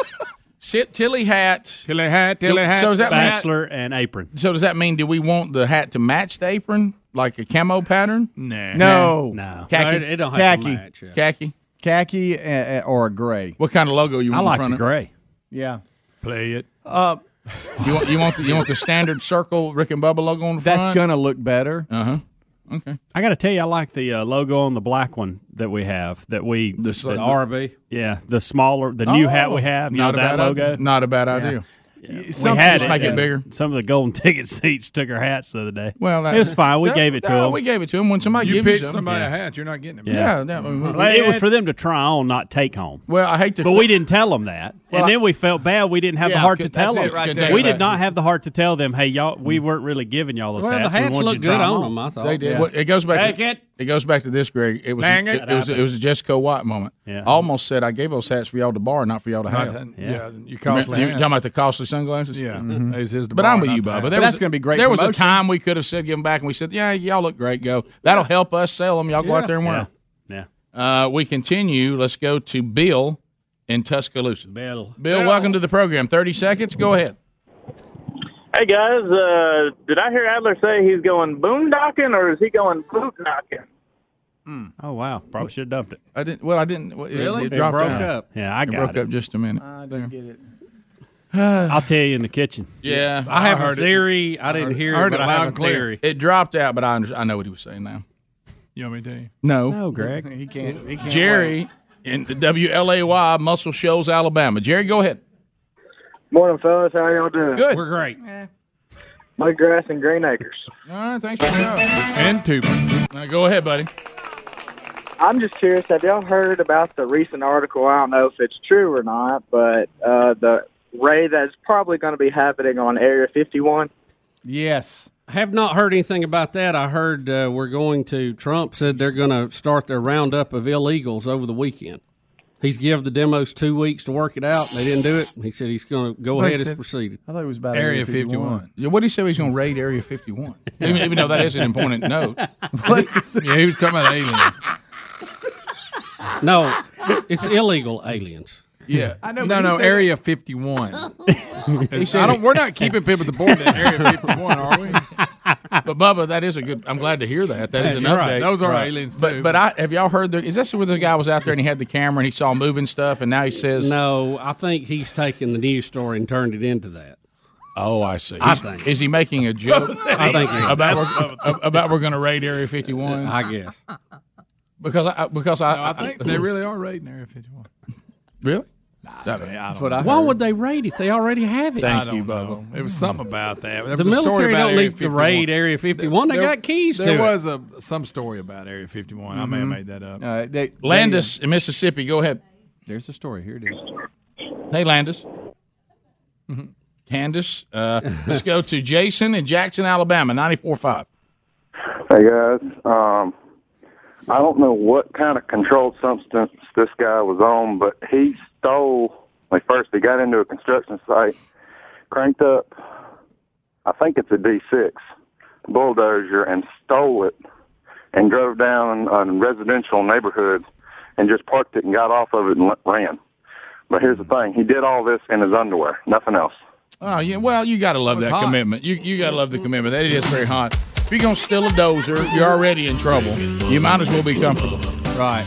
Speaker 3: sit Tilly hat, Tilly hat,
Speaker 9: Tilly hat,
Speaker 3: So does that
Speaker 9: bachelor
Speaker 3: mean, and apron? So does that mean do we want the hat to match the apron like a camo pattern?
Speaker 20: Nah.
Speaker 10: No.
Speaker 3: no, khaki,
Speaker 10: No, it- it don't have to Khaki. match, yeah.
Speaker 3: khaki,
Speaker 10: Khaki uh, uh, or gray.
Speaker 3: What kind of logo you
Speaker 10: I
Speaker 3: want
Speaker 10: like
Speaker 3: in front
Speaker 10: the
Speaker 3: of?
Speaker 10: gray. Yeah.
Speaker 3: Play it.
Speaker 10: Uh,
Speaker 3: You want you want the, you want the standard circle Rick and Bubba logo on the front?
Speaker 9: That's gonna
Speaker 10: look better.
Speaker 3: Uh huh. Okay.
Speaker 9: I got to tell you, I like the uh, logo on the black one that we have. That we the,
Speaker 3: the RB?
Speaker 9: Yeah, the smaller, the new
Speaker 3: Oh,
Speaker 9: hat we have. You
Speaker 3: not
Speaker 9: know
Speaker 3: a
Speaker 9: that
Speaker 3: bad idea.
Speaker 9: logo.
Speaker 3: Not a bad idea.
Speaker 9: Yeah.
Speaker 3: Y-
Speaker 9: We
Speaker 3: some
Speaker 9: had
Speaker 3: just make it
Speaker 9: uh,
Speaker 3: bigger.
Speaker 9: Some of the golden ticket seats took our hats the other day.
Speaker 3: Well, that,
Speaker 9: it was fine. We
Speaker 3: that-
Speaker 9: gave it to
Speaker 3: no,
Speaker 9: them.
Speaker 3: We gave it to him when somebody
Speaker 20: You
Speaker 3: gives
Speaker 20: pitch
Speaker 3: something.
Speaker 20: somebody
Speaker 3: Yeah.
Speaker 20: a hat, you're not getting it.
Speaker 3: Yeah, that- we- we-
Speaker 9: Mm-hmm. Well, it was for them to try on, not take home.
Speaker 3: Well, I hate to,
Speaker 9: but we didn't tell them that,
Speaker 3: Well, I-
Speaker 9: and then we felt bad. We didn't have
Speaker 3: Yeah,
Speaker 9: the heart
Speaker 3: could-
Speaker 9: to tell
Speaker 3: that's
Speaker 9: them.
Speaker 3: it right there.
Speaker 9: we
Speaker 3: Right.
Speaker 9: did not have the heart to tell them, "Hey, y'all, we weren't really giving y'all those
Speaker 4: Well, the
Speaker 9: hats.
Speaker 4: hats
Speaker 9: we wanted you
Speaker 4: look
Speaker 9: to try
Speaker 4: good on
Speaker 9: 'em."
Speaker 4: them, I thought.
Speaker 3: They did.
Speaker 9: Yeah.
Speaker 3: Well, it goes back.
Speaker 9: Take
Speaker 3: To, it. goes back to this, Greg. It was
Speaker 9: Dang it.
Speaker 3: it, was it was a Jessica White moment. I almost said I gave those hats for y'all to borrow, not for y'all to have.
Speaker 20: Not to- yeah, Yeah. you costly
Speaker 3: You
Speaker 20: hats.
Speaker 3: talking about the costly sunglasses?
Speaker 20: Yeah.
Speaker 3: Mhm.
Speaker 20: It's his to
Speaker 3: but
Speaker 20: borrow,
Speaker 3: I'm with
Speaker 20: not
Speaker 3: you,
Speaker 20: to have.
Speaker 3: Bubba. There
Speaker 20: But
Speaker 3: was-
Speaker 20: that's gonna be great
Speaker 3: There was a
Speaker 20: promotion.
Speaker 3: time we could have said give them back, and we said, yeah, y'all look great. Go. That'll help us sell them. Y'all go out there and wear 'em.
Speaker 9: Yeah.
Speaker 3: Uh, we continue. Let's go to Bill in Tuscaloosa.
Speaker 4: Bill.
Speaker 3: Bill, welcome to the program. Thirty seconds. Go ahead.
Speaker 19: Hey guys, uh, did I hear Adler say he's going boondocking or is he going boot knocking?
Speaker 9: Oh wow! Probably should have dumped it.
Speaker 3: I didn't. Well, I didn't. It,
Speaker 9: Really?
Speaker 3: It,
Speaker 9: It
Speaker 3: dropped
Speaker 9: broke
Speaker 3: out.
Speaker 9: up. Yeah, I
Speaker 3: it
Speaker 9: got
Speaker 3: broke
Speaker 9: it.
Speaker 3: up just a minute.
Speaker 10: I didn't get it.
Speaker 9: I'll tell you in the kitchen.
Speaker 3: Yeah,
Speaker 4: I have a theory. I didn't hear it, but I have a
Speaker 3: and clear.
Speaker 4: theory.
Speaker 3: It dropped out, but I under- I know what he was saying now.
Speaker 20: You want me to tell you?
Speaker 3: No.
Speaker 20: No, Greg.
Speaker 10: He can't. He can't
Speaker 3: Jerry in the WLAY Muscle Shoals, Alabama. Jerry, go ahead.
Speaker 14: Morning, fellas. How y'all doing?
Speaker 3: Good.
Speaker 4: We're great.
Speaker 14: Mud Grass and Green Acres.
Speaker 3: All right, thanks for coming. And two. go ahead, buddy.
Speaker 14: I'm just curious. Have y'all heard about the recent article? I don't know if it's true or not, but uh, the ray that's probably going to be happening on Area 51.
Speaker 10: Yes.
Speaker 4: I have not heard anything about that. I heard uh, we're going to, Trump said they're going to start their roundup of illegals over the weekend. He's give the demos two weeks to work it out. They didn't do it. He said he's going to go
Speaker 3: I thought
Speaker 4: ahead
Speaker 3: he
Speaker 4: as
Speaker 3: said-
Speaker 4: proceeded.
Speaker 10: I thought it was about
Speaker 3: Area 51. Yeah, what did he say? He's going to raid Area 51. even, even though that is an important note.
Speaker 20: Yeah, he was talking about aliens.
Speaker 4: No, it's illegal aliens.
Speaker 20: Yeah.
Speaker 4: I know,
Speaker 20: No,
Speaker 4: but he
Speaker 20: no,
Speaker 4: said-
Speaker 20: Area 51.
Speaker 3: He said
Speaker 20: I don't,
Speaker 3: it.
Speaker 20: we're not keeping people at the border in Area 51, are we?
Speaker 3: But Bubba, that is a good. I'm glad to hear that. That is
Speaker 20: Yeah,
Speaker 3: an
Speaker 20: you're
Speaker 3: update.
Speaker 20: right. Those are aliens,
Speaker 3: But
Speaker 20: too.
Speaker 3: but I have y'all heard the? Is this where the guy was out there and he had the camera and he saw moving stuff and now he says
Speaker 4: No, I think he's taken the news story and turned it into that.
Speaker 3: Oh, I see.
Speaker 4: I
Speaker 3: He's-
Speaker 4: think.
Speaker 3: Is he making a joke?
Speaker 4: I think he is.
Speaker 3: about we're, about we're going to raid Area 51.
Speaker 4: I guess
Speaker 3: because I because I,
Speaker 20: No, I think they really are raiding Area 51.
Speaker 3: really.
Speaker 20: That's
Speaker 3: what I
Speaker 4: Why would they raid it? They already have it.
Speaker 20: I don't know. It was something about that. There
Speaker 4: The
Speaker 20: was a story
Speaker 4: military
Speaker 20: about
Speaker 4: don't
Speaker 20: Area
Speaker 4: need to raid
Speaker 20: 51.
Speaker 4: Area 51. They got keys
Speaker 20: there
Speaker 4: to it.
Speaker 20: was a some story about Area 51. I may
Speaker 3: Mm-hmm.
Speaker 20: have made that up.
Speaker 3: Uh, Landis in Mississippi. Go ahead.
Speaker 10: Uh, There's the story. Here it is.
Speaker 3: Hey, Landis. Mm-hmm. Candace. Uh, let's go to Jason in Jackson, Alabama, 94.5.
Speaker 15: Hey guys, um, I don't know what kind of controlled substance this guy was on, but he stole. Like first, he got into a construction site, cranked up. I think it's a D6 bulldozer, and stole it, and drove down a residential neighborhood, and just parked it and got off of it and le- ran. But here's the
Speaker 16: Hmm.
Speaker 15: thing: he did all this in his underwear, nothing else.
Speaker 3: Oh
Speaker 10: Mm.
Speaker 3: yeah, well you gotta love
Speaker 15: It's
Speaker 3: that
Speaker 15: hot.
Speaker 3: commitment. You you gotta love the commitment. That is very hot. If you're gonna steal a dozer, you're already in trouble. You might as well be comfortable. Right.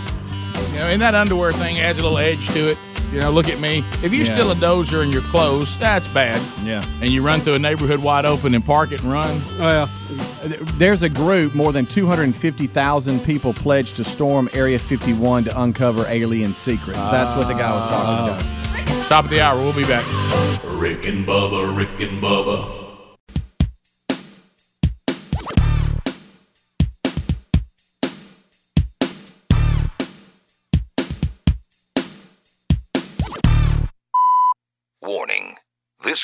Speaker 3: You know, and that underwear thing adds a little edge to it. You know, look at me. If you
Speaker 10: Yeah.
Speaker 3: steal a dozer in your clothes, that's bad.
Speaker 10: Yeah.
Speaker 3: And you run through a neighborhood wide open and park it and run.
Speaker 4: Well,
Speaker 10: Oh, there's a group more than 250,000 people pledged to storm Area 51 to uncover alien secrets. That's what the guy was talking about.
Speaker 3: Top of the hour, we'll be back.
Speaker 22: Rick and Bubba, Rick and Bubba,
Speaker 16: Warning. This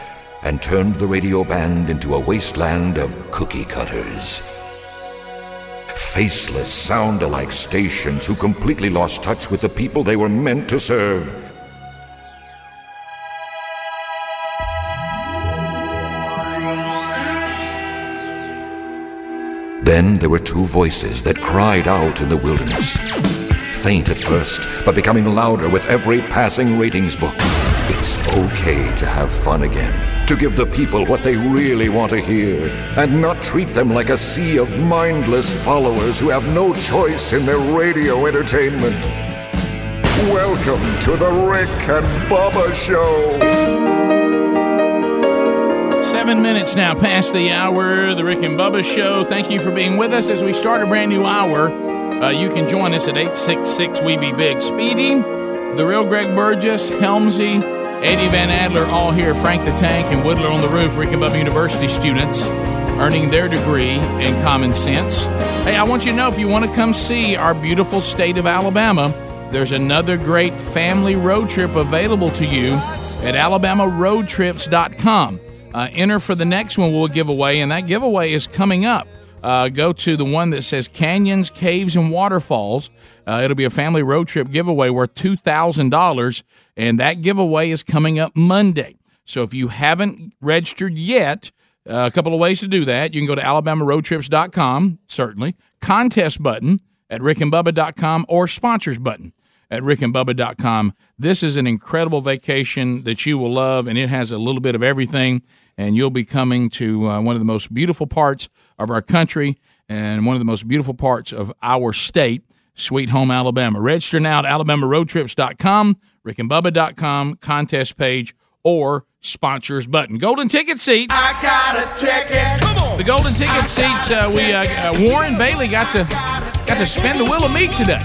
Speaker 16: and turned the radio band into a wasteland of cookie cutters. Faceless, sound alike stations who completely lost touch with the people they were meant to serve. Then there were two voices that cried out in the wilderness. Faint at first, but becoming louder with every passing ratings book. It's okay to have fun again, to give the people what they really want to hear, and not treat them like a sea of mindless followers who have no choice in their radio entertainment. Welcome to the Rick and Bubba Show.
Speaker 3: Seven minutes now past the hour, the Rick and Bubba Show. Thank you for being with us as we start a brand new hour. Uh, you can join us at 866 We Be Big. Speedy, the real Greg Burgess, Helmsy, Eddie Van Adler, all here. Frank the Tank and Woodler on the Roof, Rick and Bubba University students, earning their degree in common sense. Hey, I want you to know if you want to come see our beautiful state of Alabama, there's another great family road trip available to you at alabamaroadtrips.com. Uh, enter for the next one we'll give away, and that giveaway is coming up. Uh, go to the one that says Canyons, Caves, and Waterfalls. Uh, it'll be a family road trip giveaway worth $2,000, and that giveaway is coming up Monday. So if you haven't registered yet, uh, a couple of ways to do that. You can go to alabamaroadtrips.com, certainly, contest button, at rickandbubba.com or sponsors button at rickandbubba.com. This is an incredible vacation that you will love, and it has a little bit of everything. And you'll be coming to uh, one of the most beautiful parts of our country and one of the most beautiful parts of our state, Sweet Home Alabama. Register now at alabamaroadtrips.com, rickandbubba.com, contest page, or sponsors button. Golden ticket seats.
Speaker 13: I got a ticket. Come on.
Speaker 3: The golden ticket seats. Uh, we uh, uh, Warren Bailey got to got to spin the wheel of meat today.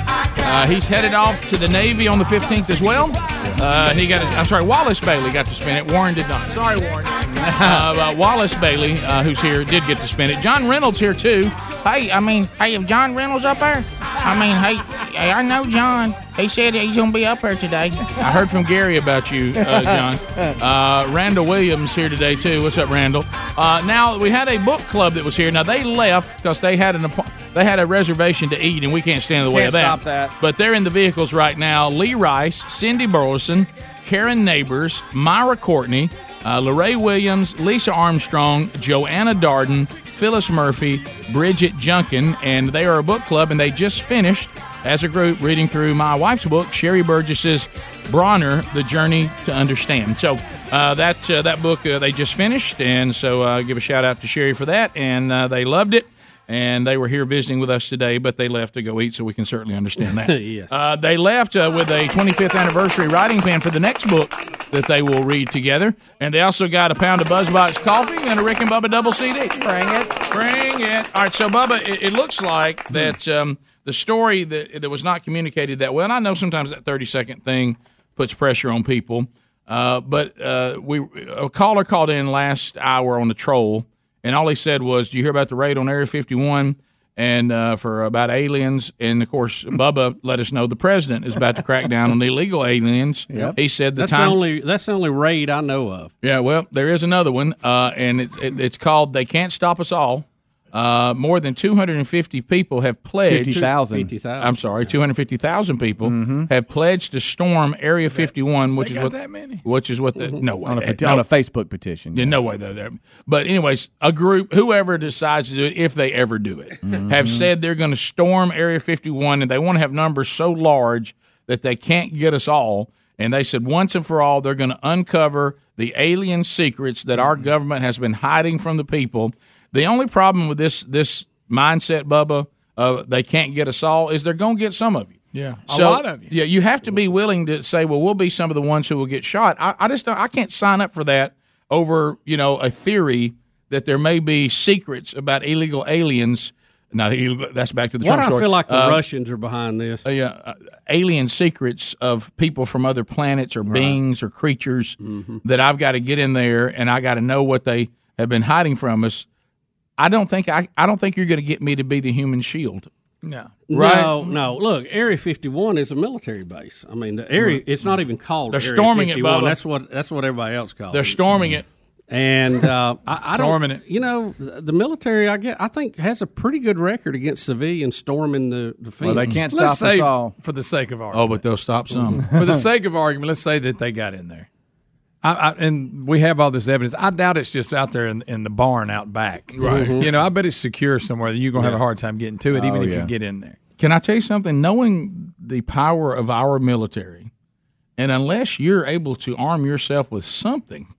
Speaker 3: Uh, he's headed off to the Navy on the 15th as well. Uh, he got. i I'm sorry, Wallace Bailey got to spin it. Warren did not. Sorry, Warren. Uh, uh, Wallace Bailey, uh, who's here, did get to spin it. John Reynolds here too.
Speaker 1: Hey, I mean, hey, if John Reynolds up there, I mean, hey, hey, I know John. He said he's gonna be up there today.
Speaker 3: I heard from Gary about you, uh, John. Uh, Randall Williams here today too. What's up, Randall? Uh, now we had a book club that was here. Now they left because they had an appo- they had a reservation to eat, and we can't stand in the way
Speaker 17: Can't
Speaker 3: of that.
Speaker 17: stop that.
Speaker 3: But they're in the vehicles right now. Lee Rice, Cindy Burleson, Karen Neighbors, Myra Courtney, uh, Lorraine Williams, Lisa Armstrong, Joanna Darden, Phyllis Murphy, Bridget Junkin, and they are a book club, and they just finished as a group reading through my wife's book, Sherry Burgess's Bronner: The Journey to Understand. So uh, that uh, that book uh, they just finished, and so uh, give a shout out to Sherry for that, and uh, they loved it. And they were here visiting with us today, but they left to go eat, so we can certainly understand that.
Speaker 4: yes.
Speaker 3: Uh, they left uh, with a 25th anniversary writing pen for the next book that they will read together. And they also got a pound of Buzzbox coffee and a Rick and Bubba double CD. Bring it. Bring it. All right, so, Bubba, it, it looks like that um, the story that, that was not communicated that well, and I know sometimes that 30 second thing puts pressure on people, uh, but uh, we a caller called in last hour on the troll, and all he said was, Do you hear about the raid on Area 51? and uh, for about aliens. And of course, Bubba let us know the president is about to crack down on illegal aliens.
Speaker 4: Yep.
Speaker 3: He said the
Speaker 4: that's
Speaker 3: time.
Speaker 4: the only that's the only raid I know of.
Speaker 3: yeah, well, there is another one, uh, and it's it, it's called "They Can't Stop Us All." Uh, more than 250 people have pledged.
Speaker 10: 50,000.
Speaker 4: 50,000.
Speaker 3: I'm sorry, 250,000 people have pledged to storm Area 51, which is what that many? which is what the no way
Speaker 10: on a,
Speaker 3: that-
Speaker 10: peti- on
Speaker 3: no-
Speaker 10: a Facebook petition.
Speaker 3: yeah, no way though. There, but anyways, a group, whoever decides to do it, if they ever do it,
Speaker 10: Mm-hmm.
Speaker 3: have said they're going to storm Area 51, and they want to have numbers so large that they can't get us all. And they said once and for all, they're going to uncover the alien secrets that
Speaker 10: Mm-hmm.
Speaker 3: our government has been hiding from the people. The only problem with this this mindset, Bubba, of they can't get us all, is they're going to get some of you.
Speaker 20: Yeah, a
Speaker 3: So-
Speaker 20: lot of you.
Speaker 3: Yeah, you have to be willing to say, well, we'll be some of the ones who will get shot. I, I just don't, I can't sign up for that over you know a theory that there may be secrets about illegal aliens. Not illegal. That's back to the
Speaker 4: Why
Speaker 3: Trump
Speaker 4: do I
Speaker 3: story.
Speaker 4: feel like the
Speaker 3: Uh,
Speaker 4: Russians are behind this?
Speaker 3: uh, yeah, uh, alien secrets of people from other planets or beings or creatures
Speaker 4: Mm-hmm.
Speaker 3: that I've got to get in there and I got to know what they have been hiding from us. I don't think I, I don't think you're going to get me to be the human shield.
Speaker 20: No.
Speaker 3: Right.
Speaker 4: No, no. Look, Area 51 is a military base. I mean, the area it's not even
Speaker 3: Mm-hmm.
Speaker 4: called.
Speaker 3: They're
Speaker 4: Area
Speaker 3: storming it,
Speaker 4: 51.
Speaker 3: Bubba.
Speaker 4: That's what that's what everybody else calls.
Speaker 3: They're
Speaker 4: it.
Speaker 3: storming it.
Speaker 4: And uh, I, I don't,
Speaker 3: Storming it.
Speaker 4: You know, the the military. I get. I think has a pretty good record against civilians storming the the
Speaker 20: Well,
Speaker 4: field.
Speaker 20: they can't Let's stop us say- all. for the sake of
Speaker 3: Oh, but they'll stop some.
Speaker 20: For the sake of argument, let's say that they got in there. I, I, and we have all this evidence. I doubt it's just out there in, in the barn out back.
Speaker 3: Right.
Speaker 20: You know, I bet it's secure somewhere. You're going to have
Speaker 3: Yeah.
Speaker 20: a hard time getting to it, even
Speaker 3: Oh,
Speaker 20: if
Speaker 3: yeah.
Speaker 20: you get in there.
Speaker 3: Can I tell you something? Knowing the power of our military, and unless you're able to arm yourself with something,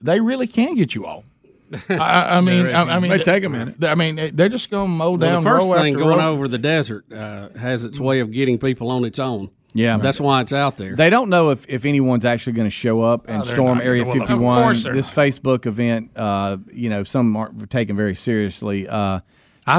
Speaker 3: they really can get you all. I- I, I mean, I, I mean,
Speaker 20: They take a minute.
Speaker 3: they- I mean, they're just going to mow
Speaker 4: Well,
Speaker 3: down
Speaker 4: the first
Speaker 3: row
Speaker 4: thing
Speaker 3: after
Speaker 4: going
Speaker 3: row.
Speaker 4: over the desert uh, has its way of getting people on its own.
Speaker 10: Yeah.
Speaker 4: that's why it's out there.
Speaker 10: They don't know if, if anyone's actually going to show up and
Speaker 4: Oh, they're
Speaker 10: storm
Speaker 4: not.
Speaker 10: Area
Speaker 4: Well, of
Speaker 10: 51.
Speaker 4: course they're
Speaker 10: this Facebook event, uh, you know, some aren't taken very seriously. Uh,
Speaker 20: I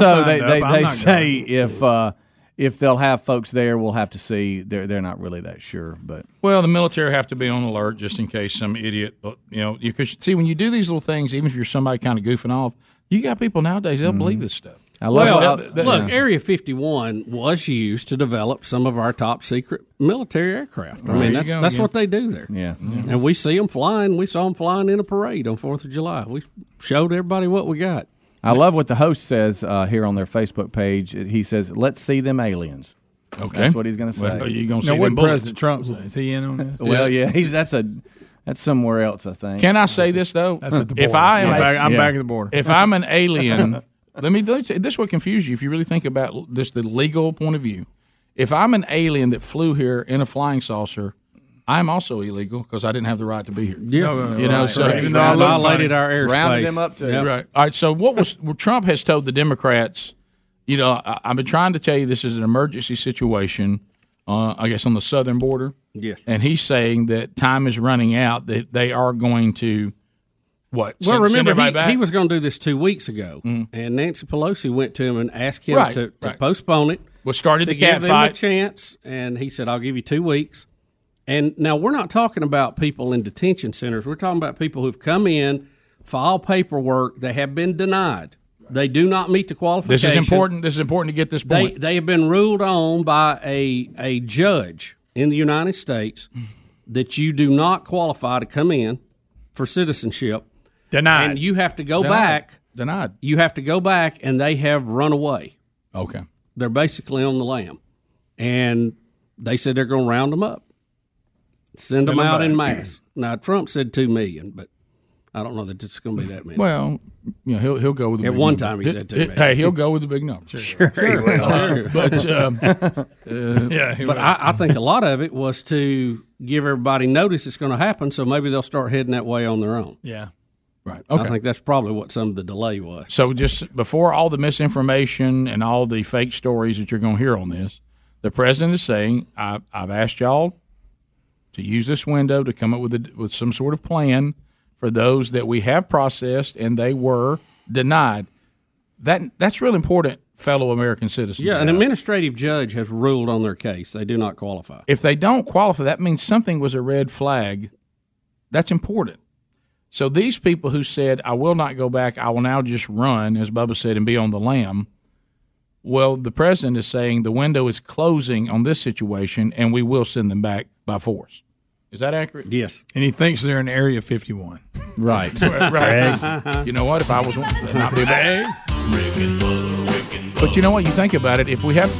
Speaker 10: so
Speaker 20: signed
Speaker 10: they,
Speaker 20: up.
Speaker 10: they,
Speaker 20: I'm
Speaker 10: they
Speaker 20: not
Speaker 10: say if uh, if they'll have folks there, we'll have to see. They're they're not really that sure, but
Speaker 3: Well, the military have to be on alert just in case some idiot, uh, you know, you because see when you do these little things, even if you're somebody kind of goofing off, you got people nowadays
Speaker 4: Mm-hmm.
Speaker 3: they'll believe this stuff.
Speaker 4: well,
Speaker 3: They'll-
Speaker 4: uh,
Speaker 3: they'll-
Speaker 4: look, Area 51 was used to develop some of our top secret military aircraft. I
Speaker 3: There
Speaker 4: mean,
Speaker 3: you
Speaker 4: that's,
Speaker 3: go
Speaker 4: that's
Speaker 3: again.
Speaker 4: what they do there.
Speaker 10: Yeah.
Speaker 4: And we see them flying. We saw them flying in a parade on 4th of July. We showed everybody what we got.
Speaker 10: I love what the host says uh, here on their Facebook page. He says, "Let's see them aliens."
Speaker 3: Okay,
Speaker 10: that's what he's going to say.
Speaker 3: Well, you gonna
Speaker 20: Now, what President Trump say? Is he in on this?
Speaker 10: Well, yeah, he's that's a that's somewhere else, I think.
Speaker 3: Can I say this though?
Speaker 10: That's at the
Speaker 3: If
Speaker 10: border.
Speaker 3: I am,
Speaker 10: I'm back- I'm
Speaker 3: yeah.
Speaker 10: back at the border.
Speaker 3: If I'm an alien Let me this this will confuse you if you really think about this the legal point of view. If I'm an alien that flew here in a flying saucer, I'm also illegal because I didn't have the right to be here.
Speaker 4: Yeah.
Speaker 3: you know,
Speaker 4: Right.
Speaker 3: so
Speaker 4: Correct. Even though I Violated our airspace.
Speaker 3: rounded them up to
Speaker 4: Yep.
Speaker 3: right. All right. So what was well, Trump has told the Democrats? You know, I, I've been trying to tell you this is an emergency situation. Uh, I guess on the southern border.
Speaker 4: Yes.
Speaker 3: And he's saying that time is running out. That they are going to what? send-
Speaker 4: Well,
Speaker 3: send
Speaker 4: remember
Speaker 3: everybody back? Mm-hmm.
Speaker 4: he, he was going to do this two weeks ago, and Nancy Pelosi went to him and asked him
Speaker 3: Right,
Speaker 4: to, to
Speaker 3: right.
Speaker 4: postpone it.
Speaker 3: Well, started
Speaker 4: to
Speaker 3: the cat
Speaker 4: give them a
Speaker 3: fight.
Speaker 4: chance, and he said, "I'll give you two weeks." And now we're not talking about people in detention centers. We're talking about people who've come in, filed paperwork, they have been denied. They do not meet the
Speaker 3: This
Speaker 4: qualification.
Speaker 3: is important. This is important to get this
Speaker 4: They
Speaker 3: point.
Speaker 4: they have been ruled on by a a judge in the United States that you do not qualify to come in for citizenship.
Speaker 20: Denied.
Speaker 4: And you have to go
Speaker 20: Denied.
Speaker 4: back.
Speaker 3: Denied.
Speaker 4: You have to go back, and they have run away.
Speaker 3: Okay.
Speaker 4: They're basically on the lam, and they said they're going to round them up, send,
Speaker 3: Send
Speaker 4: them,
Speaker 3: them
Speaker 4: out in
Speaker 3: back.
Speaker 4: mass. now Trump said two million, but I don't know that it's going to be that many.
Speaker 3: Well, you know, he'll he'll go with the
Speaker 4: At
Speaker 3: big
Speaker 4: one
Speaker 3: number.
Speaker 4: time he
Speaker 3: He-
Speaker 4: said two
Speaker 3: he-
Speaker 4: million.
Speaker 3: Hey, he'll go with the big number.
Speaker 4: Sure, he will.
Speaker 3: Uh, but um, uh,
Speaker 4: yeah, but I, I think a lot of it was to give everybody notice it's going to happen, so maybe they'll start heading that way on their own.
Speaker 20: Yeah,
Speaker 3: right.
Speaker 4: I
Speaker 3: Okay.
Speaker 4: think that's probably what some of the delay was.
Speaker 3: So just before all the misinformation and all the fake stories that you're going to hear on this, the president is saying, I, "I've asked y'all to use this window to come up with a, with some sort of plan for those that we have processed and they were denied." That that's real important, fellow American citizens.
Speaker 4: Yeah, an administrative judge has ruled on their case; they do not qualify.
Speaker 3: If they don't qualify, that means something was a red flag. That's important. So these people who said, I will not go back, I will now just run, as Bubba said, and be on the lam. Well, the president is saying the window is closing on this situation and we will send them back by force. Is that accurate?
Speaker 4: Yes.
Speaker 20: And he thinks they're in Area 51.
Speaker 3: Right. right. you know what? If I was one, that'd not be bad. But you know what? You think about it. If we have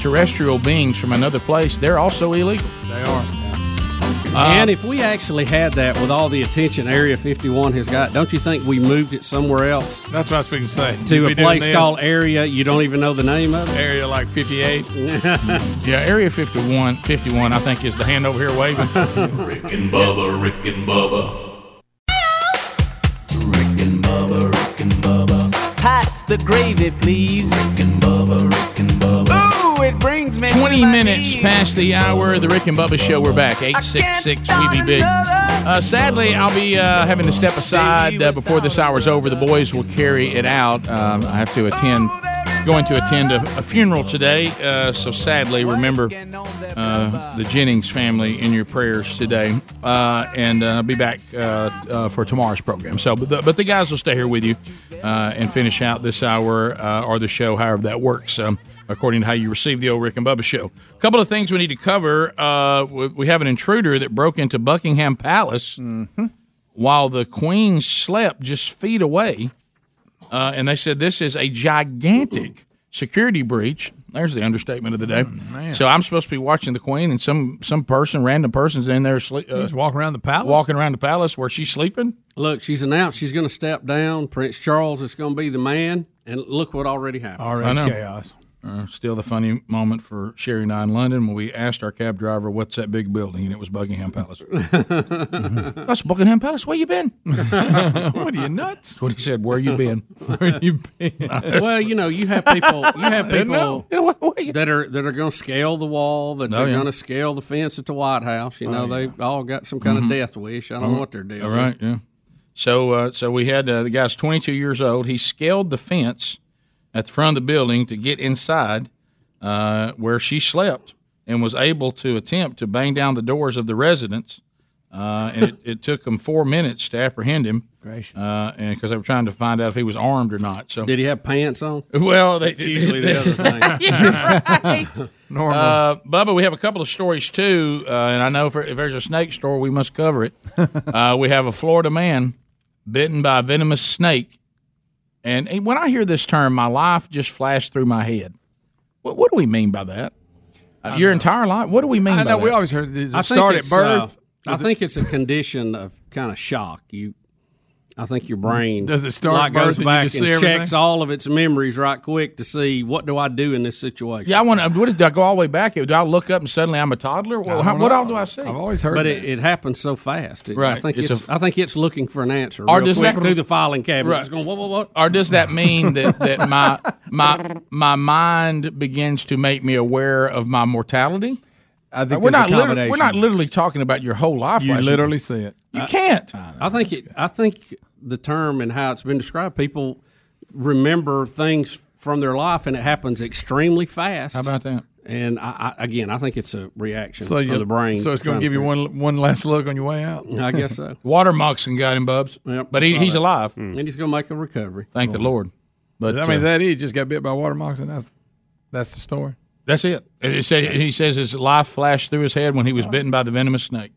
Speaker 3: terrestrial beings from another place, they're also illegal. They are. Um,
Speaker 4: and if we actually had that with all the attention Area 51 has got, don't you think we moved it somewhere else?
Speaker 20: That's what I was going to say.
Speaker 4: To
Speaker 20: You'd
Speaker 4: a
Speaker 20: be doing
Speaker 4: place
Speaker 20: this.
Speaker 4: called Area you don't even know the name of?
Speaker 20: Area like 58.
Speaker 3: yeah, Area 51, 51, I think is the hand over here waving.
Speaker 22: Rick and Bubba, Rick and Bubba.
Speaker 12: Pass the gravy, please. Ooh, it brings me.
Speaker 3: 20 minutes past the hour of the Rick and Bubba Show. We're back. 866 We Be Big. Uh, sadly, I'll be uh, having to step aside uh, before this hour's over. The boys will carry it out. Um, I have to attend, going to attend a, a funeral today. Uh, so sadly, remember uh, the Jennings family in your prayers today. Uh, and uh, I'll be back uh, uh, for tomorrow's program. So, but the, but the guys will stay here with you uh, and finish out this hour uh, or the show, however that works. Um, according to how you received the old Rick and Bubba show. A couple of things we need to cover. Uh, we, we have an intruder that broke into Buckingham Palace
Speaker 20: Mm-hmm.
Speaker 3: while the Queen slept just feet away. Uh, and they said this is a gigantic security breach. There's the understatement of the day.
Speaker 20: Mm,
Speaker 3: so I'm supposed to be watching the Queen, and some some person, random person's in there sleep, uh,
Speaker 20: He's walking around the palace.
Speaker 3: walking around the palace where she's sleeping.
Speaker 4: Look, she's announced she's going to step down. Prince Charles is going to be the man. And look what already happened.
Speaker 3: I know. Uh, still the funny moment for Sherry and I in London when we asked our cab driver, what's that big building? And it was Buckingham Palace. That's Buckingham Palace. Where you been?
Speaker 20: what
Speaker 3: are you, nuts? That's what he said. Where you been?
Speaker 20: Where you been?
Speaker 4: well, you know, you have people. You have
Speaker 20: Didn't
Speaker 4: people that are that are going to scale the wall. That
Speaker 3: Oh,
Speaker 4: they're
Speaker 3: yeah.
Speaker 4: going to scale the fence at the White House. You
Speaker 3: Oh,
Speaker 4: know, they've all got some kind
Speaker 3: Mhm.
Speaker 4: of death wish. I don't know what they're doing.
Speaker 3: All right, yeah. So, uh, so we had uh, the guy's 22 years old. He scaled the fence at the front of the building to get inside uh, where she slept and was able to attempt to bang down the doors of the residence. Uh, and it, it took them four minutes to apprehend him.
Speaker 20: Gracious.
Speaker 3: Uh, and because they were trying to find out if he was armed or not. So
Speaker 4: Did he have pants on?
Speaker 3: Well, they,
Speaker 4: That's usually the other thing.
Speaker 3: You're right.
Speaker 4: Normal.
Speaker 3: Uh, Bubba, we have a couple of stories too, uh, and I know if, if there's a snake story, we must cover it. uh, we have a Florida man bitten by a venomous snake, and, and when I hear this term, my life just flashed through my head. What, what do we mean by that? Uh, your entire life? What do we mean?
Speaker 20: I
Speaker 3: by
Speaker 20: know,
Speaker 3: that?
Speaker 20: we always heard this.
Speaker 4: I think
Speaker 20: start at
Speaker 4: it's, uh,
Speaker 20: birth.
Speaker 4: I think it's a condition of kind of shock. You I think your brain
Speaker 20: Does it start
Speaker 4: like,
Speaker 20: at birth
Speaker 4: goes
Speaker 20: and you
Speaker 4: back
Speaker 20: just
Speaker 4: and
Speaker 20: see
Speaker 4: checks
Speaker 20: everything?
Speaker 4: all of its memories right quick to see what do I do in this situation.
Speaker 3: Yeah, I want to. What is, do I go all the way back? Do I look up and suddenly I'm a toddler? Well, how, what all do I see? I've always
Speaker 4: but it, it happens so fast. It- I
Speaker 3: Right.
Speaker 4: think it's,
Speaker 3: It's a-
Speaker 4: I think it's looking for an answer.
Speaker 3: Or
Speaker 4: real
Speaker 3: does
Speaker 4: quick
Speaker 3: that-
Speaker 4: through the filing cabinet?
Speaker 3: Right.
Speaker 4: It's going, what, what, what?
Speaker 3: Or does that mean that, that my my my mind begins to make me aware of my mortality? I
Speaker 4: think
Speaker 3: we're
Speaker 4: there's
Speaker 3: not
Speaker 4: a
Speaker 3: literally,
Speaker 4: combination.
Speaker 3: we're not literally talking about your whole life.
Speaker 4: You
Speaker 3: Russell.
Speaker 4: literally
Speaker 20: see it.
Speaker 3: You can't.
Speaker 4: I think it, I think the term and how it's been described, people remember things from their life, and it happens extremely fast. How
Speaker 3: about that?
Speaker 4: And I, I, again, I think it's a reaction
Speaker 20: So
Speaker 4: from
Speaker 20: you-
Speaker 4: the brain.
Speaker 20: so it's gonna
Speaker 4: trying
Speaker 20: give you
Speaker 4: figure-
Speaker 20: one- one last look on your way out?
Speaker 4: I guess so.
Speaker 3: Water moccasin got him, Bubs. But he,
Speaker 4: saw
Speaker 3: he's
Speaker 4: that.
Speaker 3: alive.
Speaker 4: and he's going to make a recovery.
Speaker 3: Thank the Lord. But
Speaker 20: I
Speaker 3: uh,
Speaker 20: mean, is that he just got bit by water moccasin. That's that's the story.
Speaker 3: That's it. And it said, and he says his life flashed through his head when he
Speaker 20: Oh.
Speaker 3: was bitten by the venomous snake.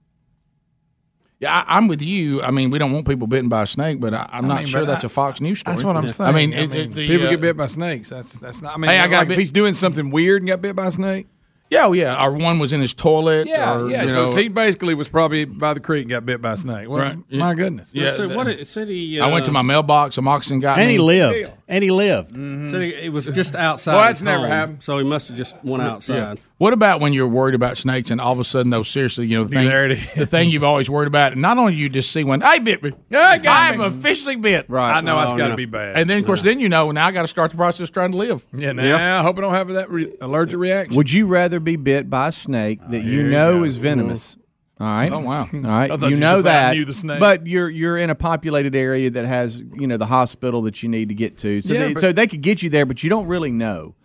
Speaker 3: Yeah, I, I'm with you. I mean, we don't want people bitten by a snake, but I, I'm
Speaker 20: I
Speaker 3: not
Speaker 20: mean,
Speaker 3: sure
Speaker 20: but
Speaker 3: that's
Speaker 20: I-
Speaker 3: a Fox News story.
Speaker 20: That's what I'm saying.
Speaker 3: I mean, it- it- the,
Speaker 20: people
Speaker 3: uh,
Speaker 20: get bit by snakes. That's that's not. I mean,
Speaker 3: Hey, I
Speaker 20: I
Speaker 3: got
Speaker 20: got like
Speaker 3: bit-
Speaker 20: if he's doing something weird and got bit by a snake.
Speaker 3: Yeah, oh, yeah. Or one was in his toilet.
Speaker 20: Yeah,
Speaker 3: or,
Speaker 20: yeah.
Speaker 3: you
Speaker 20: so
Speaker 3: know-
Speaker 20: he basically was probably by the creek and got bit by a snake. Well,
Speaker 3: Right.
Speaker 20: my goodness.
Speaker 3: Yeah,
Speaker 4: So
Speaker 3: the-
Speaker 4: what it said he,
Speaker 3: I went to
Speaker 4: uh,
Speaker 3: my mailbox. A moccasin got
Speaker 4: And
Speaker 3: me.
Speaker 4: he lived.
Speaker 9: And he lived.
Speaker 4: So it was just outside.
Speaker 9: Well,
Speaker 4: his
Speaker 9: that's never
Speaker 4: home,
Speaker 9: happened.
Speaker 4: So he must have just went outside.
Speaker 3: Yeah. What about when you're worried about snakes and all of a sudden, though, seriously, you know, the thing, the thing you've always worried about, and not only you just see one, hey, bit me. I'm officially bit.
Speaker 20: Right. I know
Speaker 3: it's
Speaker 10: Oh,
Speaker 20: it's got to be bad.
Speaker 3: And then, of course, then you know, now I got to start the process of trying to live.
Speaker 20: yeah, now I hope I don't have that re- allergic reaction. Ah,
Speaker 10: Would you rather be bit by a snake that you
Speaker 20: here you
Speaker 10: know
Speaker 20: go.
Speaker 10: is venomous? All right.
Speaker 20: Oh, wow.
Speaker 10: All right.
Speaker 20: I thought
Speaker 10: You
Speaker 20: you
Speaker 10: know
Speaker 20: just said I
Speaker 10: that.
Speaker 20: knew the snake.
Speaker 10: But you're you're in a populated area that has you know the hospital that you need to get to. So
Speaker 20: Yeah,
Speaker 10: they,
Speaker 20: but-
Speaker 10: so they could get you there, but you don't really know.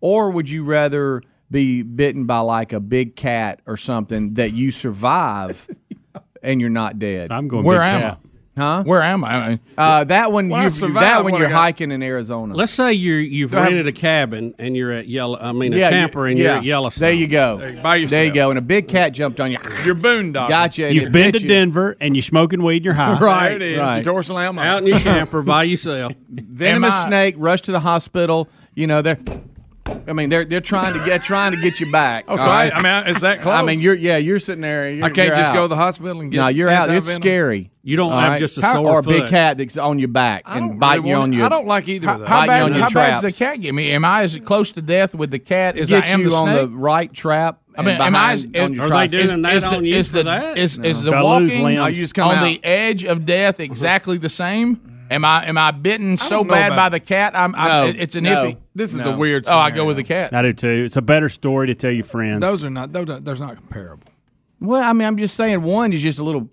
Speaker 10: Or would you rather be bitten by like a big cat or something that you survive and you're not dead? I'm
Speaker 9: going
Speaker 3: Where big am cat.
Speaker 10: I? Huh?
Speaker 3: Where am I?
Speaker 10: Uh, that one.
Speaker 3: Well, I
Speaker 10: you
Speaker 3: survived
Speaker 10: that one
Speaker 3: what I
Speaker 10: you're
Speaker 3: got.
Speaker 10: hiking in Arizona.
Speaker 4: Let's say you you've
Speaker 10: Go ahead.
Speaker 4: rented a cabin and you're at Yellow. I mean, a
Speaker 10: Yeah, you-
Speaker 4: camper and you're
Speaker 10: yeah.
Speaker 4: at Yellowstone.
Speaker 10: There you go. There you- by yourself. There you go. And a big cat jumped on you.
Speaker 20: You're boondocking.
Speaker 10: Gotcha. and
Speaker 9: You've
Speaker 10: it
Speaker 9: been
Speaker 10: bit
Speaker 9: to
Speaker 10: you.
Speaker 9: Denver and you're smoking weed and you're high.
Speaker 10: Right, There it is. right.
Speaker 20: Dorsal lamb
Speaker 4: out in your camper by yourself.
Speaker 10: venomous
Speaker 4: Am I-
Speaker 10: snake rush to the hospital you know they're i mean they're they're trying to get trying to get you back
Speaker 20: Oh, so
Speaker 10: all
Speaker 20: I- I mean, I- is that close?
Speaker 10: i mean you're yeah you're sitting there
Speaker 20: I can't just go to the hospital and get.
Speaker 10: no you're out it's
Speaker 20: antivenom?
Speaker 10: scary
Speaker 4: You don't
Speaker 10: all
Speaker 4: have just a
Speaker 10: How-
Speaker 4: sore
Speaker 10: or a big
Speaker 4: foot.
Speaker 10: cat that's on your back and biting
Speaker 3: really
Speaker 10: you on
Speaker 3: want-
Speaker 10: your
Speaker 3: I don't
Speaker 20: like either
Speaker 3: How,
Speaker 10: those.
Speaker 3: how
Speaker 10: Biting
Speaker 3: bad,
Speaker 10: on your
Speaker 3: how bad does the
Speaker 10: traps.
Speaker 3: cat get me? Am I as close to death with the cat as
Speaker 10: Get
Speaker 3: I am
Speaker 10: you
Speaker 3: the
Speaker 10: on
Speaker 3: snake?
Speaker 10: the right trap
Speaker 3: I mean,
Speaker 10: and
Speaker 3: am I? Is,
Speaker 10: behind on your
Speaker 3: is-
Speaker 10: tricep.
Speaker 3: is- is the, is the, Is, is the
Speaker 10: No. Gotta lose
Speaker 3: walking
Speaker 10: limbs. No, you just come
Speaker 3: on
Speaker 10: out.
Speaker 3: the edge of death exactly the same? Am I am I bitten so
Speaker 10: know
Speaker 3: bad
Speaker 10: about-
Speaker 3: by the cat? I'm, I'm
Speaker 10: No.
Speaker 3: it's an
Speaker 10: No.
Speaker 3: iffy.
Speaker 10: This is
Speaker 20: a No. weird
Speaker 3: Oh, I go
Speaker 20: scenario.
Speaker 3: with the cat.
Speaker 9: I do too. It's a better story to tell your friends.
Speaker 20: Those are not. Those are, those are not comparable.
Speaker 10: well i mean i'm just saying one is just a little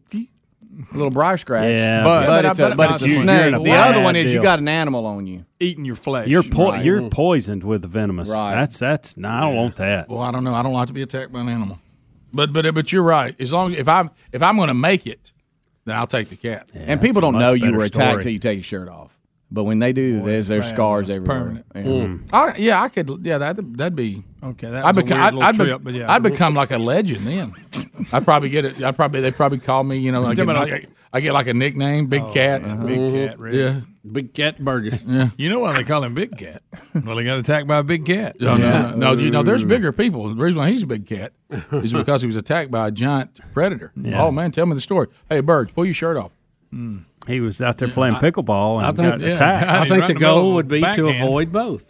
Speaker 10: a little briar scratch
Speaker 9: Yeah.
Speaker 10: but,
Speaker 9: But-
Speaker 10: but,
Speaker 9: but
Speaker 10: it's a,
Speaker 9: I've
Speaker 10: but
Speaker 9: got
Speaker 10: it's a
Speaker 9: you- you're in
Speaker 10: snake
Speaker 9: a
Speaker 10: the other
Speaker 9: bad
Speaker 10: one is you
Speaker 9: deal.
Speaker 10: got an animal on you
Speaker 20: eating your flesh
Speaker 9: You're po-
Speaker 10: Right.
Speaker 9: you're poisoned with the venomous.
Speaker 3: Right.
Speaker 9: That's that's. No, I don't want that.
Speaker 3: Well, I don't know. I don't like to be attacked by an animal. But but but you're right. As long if I'm if I'm going to make it, then I'll take the cat.
Speaker 10: and people don't know you were attacked till you take your shirt off. But when they do, there's there's
Speaker 3: man,
Speaker 10: scars
Speaker 3: that's
Speaker 10: everywhere. Yeah.
Speaker 3: Mm. I, yeah, I could. Yeah, that that'd be
Speaker 20: Mm-hmm. okay. That
Speaker 3: I
Speaker 20: was a
Speaker 3: become,
Speaker 20: weird
Speaker 3: I'd,
Speaker 20: little
Speaker 3: I'd, be-
Speaker 20: trip, but yeah.
Speaker 3: I'd become like a legend then. I'd probably get it. I probably they probably call me. You know, I get,
Speaker 20: Demino-
Speaker 3: like, I get like a nickname, Big Cat,
Speaker 20: Oh,
Speaker 3: Mm-hmm.
Speaker 20: Big Cat, really.
Speaker 3: Yeah,
Speaker 4: Big Cat Burgess.
Speaker 3: Yeah.
Speaker 20: You know why they call him Big Cat? well, he got attacked by a big cat.
Speaker 3: Oh, No, no, no, no, you know,
Speaker 9: Mm.
Speaker 3: there's bigger people. The reason why he's a big cat is because he was attacked by a giant predator.
Speaker 9: Yeah.
Speaker 3: Oh man, tell me the story. Hey, birds, pull your shirt off.
Speaker 9: He was out there playing pickleball
Speaker 3: Mm.
Speaker 9: and
Speaker 3: I think-
Speaker 9: got
Speaker 3: yeah.
Speaker 9: attacked.
Speaker 3: I think the goal would be to avoid
Speaker 4: both.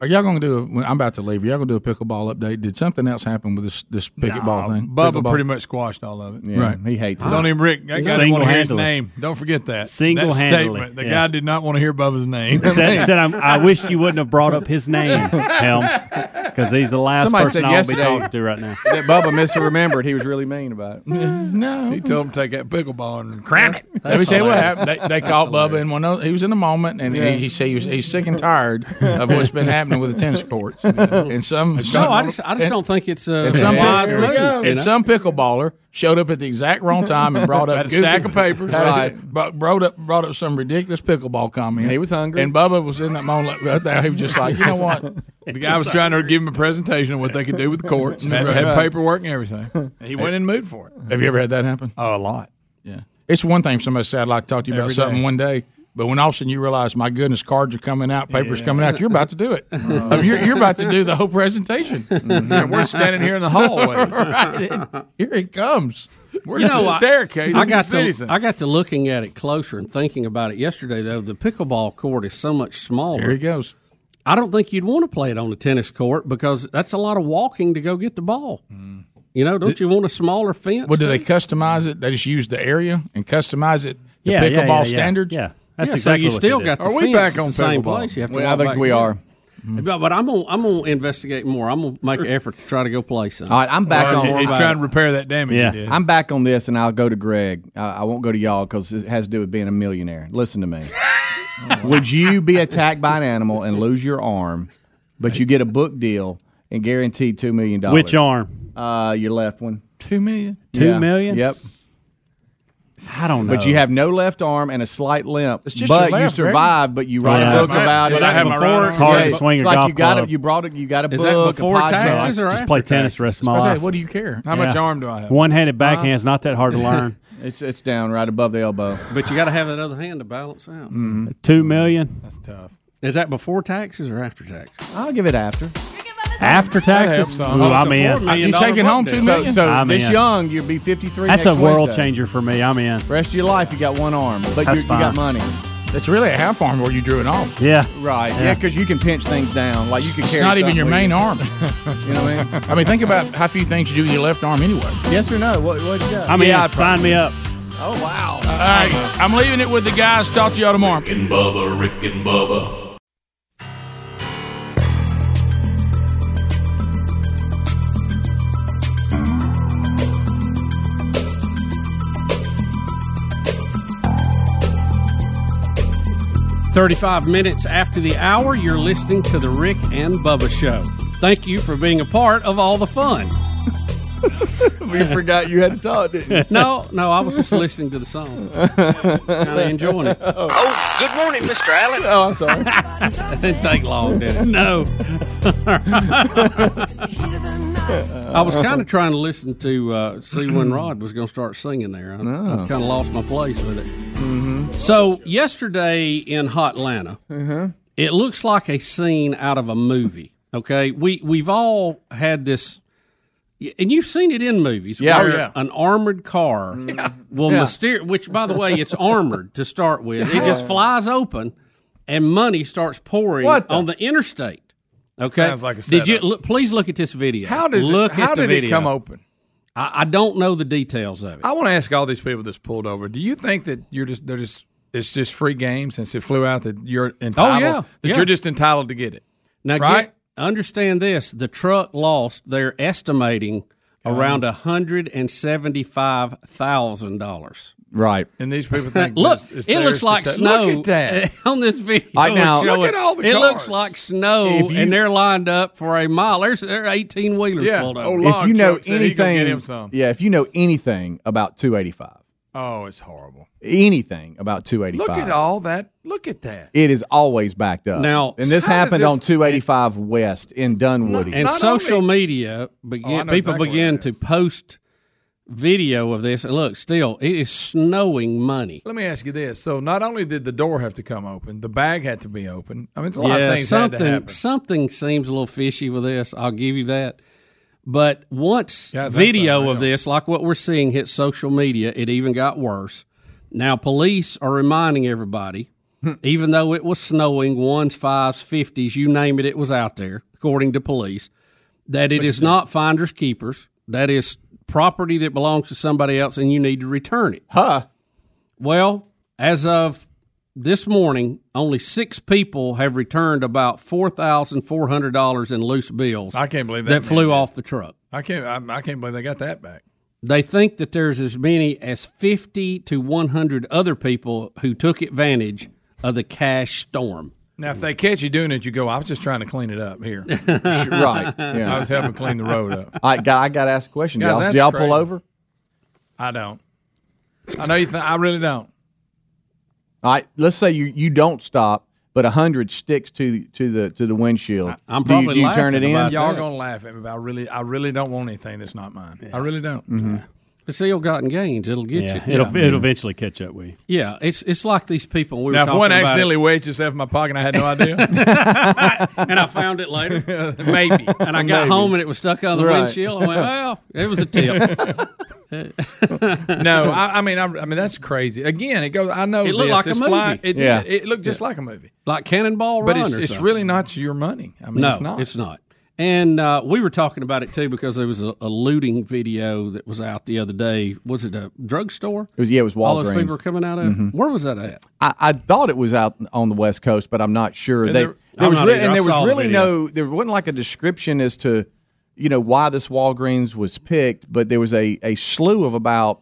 Speaker 3: Are y'all gonna do? A, when- I'm about to leave. Y'all gonna do a pickleball update? Did something else happen with this this pickleball thing?
Speaker 20: Bubba
Speaker 3: Pickleball.
Speaker 20: pretty much squashed all of it.
Speaker 3: Yeah, Right. he hates it.
Speaker 20: Don't even Rick. That guy didn't want to hear his
Speaker 9: Single-handedly.
Speaker 20: name. Don't forget that.
Speaker 9: Single-handedly,
Speaker 20: that statement. The
Speaker 9: yeah.
Speaker 20: guy did not want to hear Bubba's name.
Speaker 9: He said, he said I'm, I wished you wouldn't have brought up his name, Helms, because he's the last
Speaker 10: Somebody
Speaker 9: person
Speaker 10: said
Speaker 9: I'll be
Speaker 10: yesterday-
Speaker 9: talking to right now.
Speaker 10: that Bubba misremembered. He was really mean about it.
Speaker 3: no.
Speaker 20: He told him to take that pickleball and cram it.
Speaker 3: Let me tell you what happened. They, they called Bubba in one. Of, he was in the moment, and
Speaker 20: Yeah.
Speaker 3: he, he said he was he's sick and tired of what's been happening with the tennis courts. And some,
Speaker 4: No, I just I just don't think it's uh,
Speaker 3: And some,
Speaker 4: wise
Speaker 3: pick-
Speaker 4: move,
Speaker 3: and
Speaker 4: you know?
Speaker 3: some pickleballer showed up at the exact wrong time and brought up
Speaker 20: Had a stack of papers.
Speaker 3: Had- bro- brought up brought up some ridiculous pickleball comment.
Speaker 20: He was hungry.
Speaker 3: and Bubba was in that moment right there. He was just like, you know what?
Speaker 20: The guy was trying to give him a presentation of what they could do with the courts. and Had, had paperwork and everything. And he wasn't in the mood for it.
Speaker 3: Have you ever had that happen?
Speaker 20: Oh, a lot.
Speaker 3: Yeah. It's one thing if somebody said, I'd like to talk to you about
Speaker 20: Every
Speaker 3: something
Speaker 20: day.
Speaker 3: one day, but when all of a sudden you realize, my goodness, cards are coming out, papers coming out, you're about to do it. I mean, you're, you're about to do the whole presentation.
Speaker 20: And we're standing here in the hallway.
Speaker 3: right. Here it comes.
Speaker 20: We're at the
Speaker 4: I-
Speaker 20: staircase
Speaker 4: I
Speaker 20: in the
Speaker 4: got
Speaker 20: city
Speaker 4: to,
Speaker 20: center.
Speaker 4: I got to looking at it closer and thinking about it yesterday. Though the pickleball court is so much smaller. There
Speaker 3: he goes.
Speaker 4: I don't think you'd want to play it on a tennis court because that's a lot of walking to go get the ball. You know, don't you want a smaller fence?
Speaker 3: Well, do
Speaker 4: too?
Speaker 3: they customize it? They just use the area and customize it to pickleball standards.
Speaker 4: Yeah, so you still got the
Speaker 3: Are
Speaker 4: fence
Speaker 3: we back
Speaker 4: at
Speaker 3: on
Speaker 4: the same
Speaker 3: pickleball?
Speaker 4: place. You have to
Speaker 3: Well, I
Speaker 4: walk
Speaker 3: think
Speaker 4: back
Speaker 3: we
Speaker 4: and
Speaker 3: are.
Speaker 4: forth. But, but I'm gonna I'm gonna investigate more. I'm gonna make an effort to try to go play some.
Speaker 10: All right, I'm back on.
Speaker 4: Yeah.
Speaker 10: I'm back on this, and I'll go to Greg. I, I won't go to y'all because it has to do with being a millionaire. Listen to me. Would you be attacked by an animal and lose your arm, but you get a book deal and guaranteed two million dollars?
Speaker 9: Which arm?
Speaker 10: Uh, your left one.
Speaker 3: Two million.
Speaker 9: Two
Speaker 10: Two million.
Speaker 9: million?
Speaker 10: Yep.
Speaker 9: I don't know.
Speaker 10: But you have no left arm and a slight limp.
Speaker 9: It's just
Speaker 10: but
Speaker 9: your
Speaker 10: you
Speaker 9: left, Greg.
Speaker 10: survive. But you write
Speaker 9: Yeah.
Speaker 10: a book
Speaker 9: Right.
Speaker 10: about
Speaker 9: Is
Speaker 10: it.
Speaker 9: that
Speaker 10: Yeah,
Speaker 9: before-
Speaker 10: it's
Speaker 9: hard to
Speaker 10: like-
Speaker 9: swing
Speaker 10: it's
Speaker 9: a
Speaker 10: like
Speaker 9: golf
Speaker 10: you got
Speaker 9: club.
Speaker 10: A, you brought it. You got a
Speaker 9: Is
Speaker 10: book.
Speaker 9: that
Speaker 10: a
Speaker 9: before
Speaker 10: podcast.
Speaker 9: taxes or Just after play tennis taxes? rest of my
Speaker 10: I was
Speaker 9: life.
Speaker 10: like, do Uh-huh. you care?
Speaker 9: How much Yeah. arm do I have? One-handed backhand's not that hard to learn.
Speaker 10: it's it's down right above the elbow.
Speaker 4: But you got to have that other hand to balance out.
Speaker 10: Mhm.
Speaker 9: Two million.
Speaker 4: Mm-hmm. That's tough. Is that before taxes or after taxes?
Speaker 10: I'll give it after.
Speaker 9: After taxes? Ooh,
Speaker 10: Oh,
Speaker 9: I'm in.
Speaker 10: So, so
Speaker 9: I'm
Speaker 10: this
Speaker 9: in.
Speaker 10: young, you'll be 53.
Speaker 9: That's a
Speaker 10: next
Speaker 9: world
Speaker 10: Wednesday.
Speaker 9: changer for me. I'm in.
Speaker 10: Rest of your life, you got one arm, but you,
Speaker 9: That's
Speaker 10: you
Speaker 9: fine.
Speaker 10: got money.
Speaker 3: It's really a half arm where you drew it off.
Speaker 9: Yeah.
Speaker 10: Right. Yeah, because you can pinch things down. Like you can.
Speaker 3: It's
Speaker 10: carry
Speaker 3: not even
Speaker 10: something
Speaker 3: your
Speaker 10: with
Speaker 3: main
Speaker 10: you.
Speaker 3: arm.
Speaker 10: you know what I mean?
Speaker 3: I mean, think about how few things you do with your left arm anyway.
Speaker 10: Yes or no? What? What? Uh,
Speaker 3: I'm in.
Speaker 10: yeah, I'd
Speaker 9: Sign me up.
Speaker 10: Oh wow!
Speaker 3: All right, I'm leaving it with the guys. Talk to y'all tomorrow.
Speaker 22: Rick and Bubba, Rick and Bubba.
Speaker 4: Thirty-five minutes after the hour, you're listening to the Rick and Bubba Show. Thank you for being a part of all the fun.
Speaker 10: we forgot you had to talk, didn't you?
Speaker 4: no, no, I was just listening to the song, kind of enjoying it.
Speaker 13: Oh, good morning, Mr. Allen.
Speaker 10: oh, I'm sorry.
Speaker 4: It didn't take long, did it? No. I was kind of trying to listen to uh, see when Rod was going to start singing there. I,
Speaker 13: No.
Speaker 10: Oh.
Speaker 4: kind of lost my place with it.
Speaker 10: Mm-hmm.
Speaker 4: So yesterday in Hotlanta, it looks like a scene out of a movie. Okay, we we've all had this, and you've seen it in movies.
Speaker 13: Yeah.
Speaker 4: where
Speaker 13: Oh, yeah.
Speaker 4: an armored car
Speaker 20: Mm.
Speaker 4: will
Speaker 13: Yeah.
Speaker 4: myster- which by the way, it's armored to start with. It just
Speaker 13: Yeah.
Speaker 4: flies open, and money starts pouring
Speaker 20: What the-
Speaker 4: on the interstate. Okay,
Speaker 20: Sounds like a
Speaker 4: did you
Speaker 20: setup.
Speaker 4: look, please look at this video?
Speaker 20: How does it-
Speaker 4: look at
Speaker 20: how
Speaker 4: the
Speaker 20: did it
Speaker 4: video.
Speaker 20: come open?
Speaker 4: I, I don't know the details of it.
Speaker 20: I want to ask all these people that's pulled over. Do you think that you're just they're just it's just free game since it flew out that you're
Speaker 10: Oh,
Speaker 20: entitled?
Speaker 4: yeah,
Speaker 20: that
Speaker 4: yeah.
Speaker 20: you're just entitled to get it.
Speaker 4: Now,
Speaker 20: right?
Speaker 4: get, understand this: the truck lost. They're estimating around a
Speaker 20: Guys.
Speaker 4: hundred and seventy-five thousand dollars.
Speaker 10: Right.
Speaker 20: And these people think
Speaker 4: look,
Speaker 20: it's- it's
Speaker 4: it looks
Speaker 20: theirs to
Speaker 4: like
Speaker 20: take.
Speaker 4: snow
Speaker 20: Look at that.
Speaker 4: on this video.
Speaker 20: All right, now-
Speaker 4: it's showing-
Speaker 20: Look at all the
Speaker 4: It looks
Speaker 20: cars.
Speaker 4: like snow,
Speaker 20: If you-
Speaker 4: and they're lined up for a mile. There's there are eighteen wheelers
Speaker 20: Oh,
Speaker 4: pulled over.
Speaker 10: if you know anything, yeah, if you know anything about 285,
Speaker 20: Oh, it's horrible.
Speaker 10: anything about 285,
Speaker 20: Look at all that. Look at that.
Speaker 10: it is always backed up.
Speaker 4: Now-
Speaker 10: and this
Speaker 4: How does
Speaker 10: happened
Speaker 4: this-
Speaker 10: on 285 West in Dunwoody,
Speaker 4: and social media
Speaker 10: Oh, I
Speaker 4: begin
Speaker 10: know
Speaker 4: people
Speaker 10: exactly
Speaker 4: begin to post video of this. And look, still it is snowing money.
Speaker 20: Let me ask you this: So, not only did the door have to come open, the bag had to be open. I mean, it's a lot of things had
Speaker 4: something
Speaker 20: to happen.
Speaker 4: something seems a little fishy with this. I'll give you that. But once
Speaker 20: Guys, that's
Speaker 4: video of this, like what we're seeing, hit social media, it even got worse. Now police are reminding everybody,
Speaker 20: Hmm.
Speaker 4: even though it was snowing, ones, fives, fifties, you name it, it was out there, according to police, that it is not finders keepers. That is property that belongs to somebody else and you need to return it.
Speaker 10: Huh.
Speaker 4: Well, as of this morning, only six people have returned about four thousand four hundred dollars in loose bills.
Speaker 20: I can't believe that
Speaker 4: that
Speaker 20: man
Speaker 4: flew
Speaker 20: did.
Speaker 4: off the truck.
Speaker 20: I can't. I, I can't believe they got that back.
Speaker 4: They think that there's as many as fifty to one hundred other people who took advantage of the cash storm.
Speaker 20: Now, if they catch you doing it, you go. I was just trying to clean it up here.
Speaker 4: Right, yeah.
Speaker 20: I was helping clean the road up.
Speaker 10: I got I got to ask a question.
Speaker 20: Guys,
Speaker 10: y'all,
Speaker 20: that's
Speaker 10: do y'all
Speaker 20: crazy.
Speaker 10: pull over?
Speaker 20: I don't. I know you think. I really don't.
Speaker 10: All right, let's say you, you don't stop, but a hundred sticks to to the to the windshield.
Speaker 20: I'm
Speaker 10: do you,
Speaker 20: probably
Speaker 10: do you turn it in?
Speaker 20: Y'all gonna laugh at me, but I really, I really don't want anything that's not mine. I really don't.
Speaker 10: Mhm.
Speaker 4: It's ill-gotten gains. It'll get
Speaker 9: Yeah,
Speaker 4: you.
Speaker 9: it'll it'll eventually catch up with you.
Speaker 4: Yeah, it's it's like these people we
Speaker 20: now,
Speaker 4: were
Speaker 20: if
Speaker 4: talking
Speaker 20: one
Speaker 4: about.
Speaker 20: accidentally wedged itself in my pocket, and I had no idea.
Speaker 4: and I found it later, maybe. And I got
Speaker 20: Maybe.
Speaker 4: home and it was stuck on the
Speaker 20: Right.
Speaker 4: windshield. I went, well, it was a tip.
Speaker 20: no, I, I mean, I, I mean that's crazy. Again, it goes. I know
Speaker 4: It looked
Speaker 20: this.
Speaker 4: like a
Speaker 20: It's
Speaker 4: movie.
Speaker 20: fly- it,
Speaker 4: Yeah.
Speaker 20: it looked just
Speaker 4: Yeah.
Speaker 20: like a movie,
Speaker 4: like Cannonball
Speaker 20: but
Speaker 4: Run
Speaker 20: it's,
Speaker 4: or
Speaker 20: it's
Speaker 4: something.
Speaker 20: really not your money. I mean,
Speaker 4: no,
Speaker 20: it's not.
Speaker 4: It's not. And uh, we were talking about it too because there was a, a looting video that was out the other day. Was it a drugstore?
Speaker 10: It was yeah, it was Walgreens.
Speaker 4: All those people were coming out of.
Speaker 10: Mhm.
Speaker 4: Where was that at?
Speaker 10: I, I thought it was out on the west coast, but I'm not sure.
Speaker 4: And
Speaker 10: They-
Speaker 4: there-
Speaker 10: there,
Speaker 4: I'm
Speaker 10: was
Speaker 4: not
Speaker 10: re-
Speaker 4: either. I
Speaker 10: and there
Speaker 4: saw
Speaker 10: was
Speaker 4: the
Speaker 10: really
Speaker 4: video.
Speaker 10: no there wasn't like a description as to you know why this Walgreens was picked, but there was a a slew of about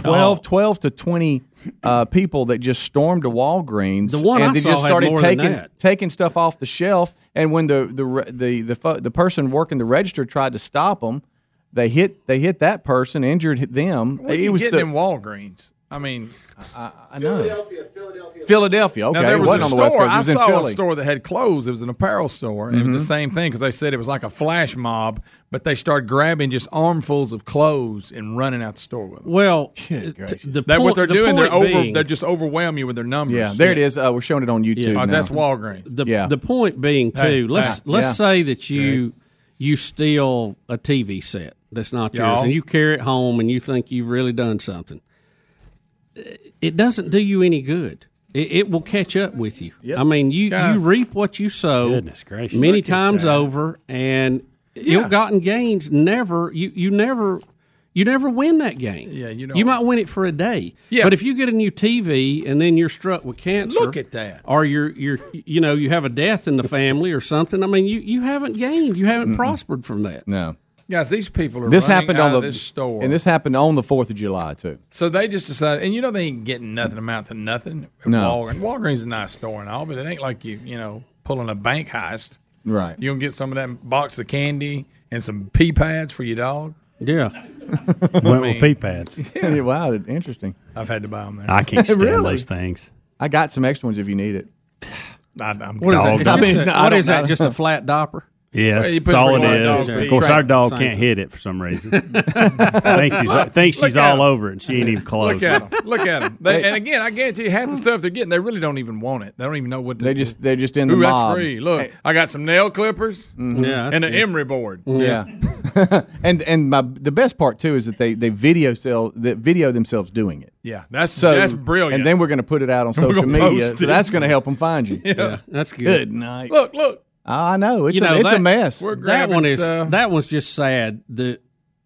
Speaker 4: Oh.
Speaker 10: 12, 12 to twenty uh, people that just stormed to Walgreens.
Speaker 4: The one
Speaker 10: and
Speaker 4: I
Speaker 10: they
Speaker 4: saw
Speaker 10: just
Speaker 4: had
Speaker 10: started
Speaker 4: more than
Speaker 10: taking
Speaker 4: that.
Speaker 10: taking stuff off the shelf. And when the the re- the the, fo- the person working the register tried to stop them, they hit they hit that person, injured them.
Speaker 20: What are
Speaker 10: it
Speaker 20: you
Speaker 10: was
Speaker 20: getting
Speaker 10: the-
Speaker 20: in Walgreens? I mean,
Speaker 10: I, I know. Philadelphia. Okay,
Speaker 20: Now, there
Speaker 10: it
Speaker 20: was
Speaker 10: wasn't
Speaker 20: a
Speaker 10: on the West
Speaker 20: store.
Speaker 10: Coast. It
Speaker 20: I
Speaker 10: was in
Speaker 20: saw a
Speaker 10: Philly.
Speaker 20: store that had clothes. It was an apparel store, and it was
Speaker 10: Mhm.
Speaker 20: the same thing because they said it was like a flash mob, but they started grabbing just armfuls of clothes and running out the store with them.
Speaker 4: Well,
Speaker 20: That's what they're doing. They're over.
Speaker 4: they're
Speaker 20: They're just overwhelm you with their numbers.
Speaker 10: Yeah, there it is. Uh, we're showing it on YouTube.
Speaker 20: Oh,
Speaker 10: now.
Speaker 20: that's Walgreens.
Speaker 4: The,
Speaker 10: Yeah.
Speaker 4: the point being too,
Speaker 10: Hey,
Speaker 20: Ah,
Speaker 4: let's
Speaker 10: hey,
Speaker 4: let's
Speaker 10: yeah.
Speaker 4: say that you you steal a TV set that's not yours,
Speaker 10: Y'all.
Speaker 4: and you carry it home, and you think you've really done something. It doesn't do you any good. It, it will catch up with you. I mean, you
Speaker 9: Guys.
Speaker 4: you reap what you sow.
Speaker 9: Goodness gracious.
Speaker 4: many
Speaker 9: Look at
Speaker 4: times
Speaker 9: that.
Speaker 4: over, and ill-gotten gains never you you never. You never win that game. Yeah, you know. You might win it for a day.
Speaker 20: Yeah.
Speaker 4: But if you get a new TV and then you're struck with cancer,
Speaker 20: Look at that.
Speaker 4: or you're you're you know you have a death in the family or something. I mean, you you haven't gained, you haven't prospered from that.
Speaker 10: No,
Speaker 20: Guys, these people are.
Speaker 10: this
Speaker 20: running
Speaker 10: happened
Speaker 20: out
Speaker 10: on the
Speaker 20: of this store,
Speaker 10: and this happened on the Fourth of July too.
Speaker 20: so they just decided, and you know they ain't getting nothing amount to nothing. at
Speaker 10: No.
Speaker 20: Walgreens. Walgreens is a nice store and all, but it ain't like you you know pulling a bank heist.
Speaker 10: Right.
Speaker 20: You gonna get some of that box of candy and some pee pads for your dog.
Speaker 4: Yeah.
Speaker 9: Went with pee pads.
Speaker 10: Yeah. wow, that's Ah, interesting.
Speaker 20: I've had to buy them there.
Speaker 9: I can't stand
Speaker 10: Really?
Speaker 9: those things.
Speaker 10: I got some extra ones if you need it.
Speaker 20: I, I'm
Speaker 4: What is that? It's
Speaker 10: I
Speaker 4: just
Speaker 10: mean,
Speaker 4: a-
Speaker 10: I
Speaker 4: what
Speaker 10: don't
Speaker 4: is that?
Speaker 10: know.
Speaker 4: Just a flat dopper?
Speaker 9: Yes, that's all it is. Of course, our dog can't hit it for some reason. thinks she's
Speaker 20: Look-
Speaker 9: thinks
Speaker 20: look
Speaker 9: she's
Speaker 20: at
Speaker 9: all
Speaker 20: him.
Speaker 9: over it, and she ain't even close.
Speaker 20: Look at them. Look at them. and again, I guarantee you, half the stuff they're getting, they really don't even want it. They don't even know what to
Speaker 10: They just they're just in the
Speaker 20: Ooh, that's
Speaker 10: mob.
Speaker 20: free. Look, I got some nail clippers
Speaker 10: Mhm. Yeah, that's
Speaker 20: and an
Speaker 10: good.
Speaker 20: emery board.
Speaker 4: Mm-hmm.
Speaker 10: Yeah, and and my the best part too is that they they video sell that video themselves doing it.
Speaker 20: Yeah, that's- that's brilliant.
Speaker 10: And then we're going to put it out on
Speaker 20: We're
Speaker 10: social
Speaker 20: gonna
Speaker 10: media,
Speaker 20: post
Speaker 10: so
Speaker 20: it.
Speaker 10: that's going to help them find you.
Speaker 20: Yeah.
Speaker 4: that's good.
Speaker 10: Good night.
Speaker 20: Look, look.
Speaker 10: I know it's
Speaker 4: You
Speaker 10: a,
Speaker 4: know,
Speaker 10: it's a
Speaker 4: that-
Speaker 10: mess.
Speaker 4: that one is that one's just sad. The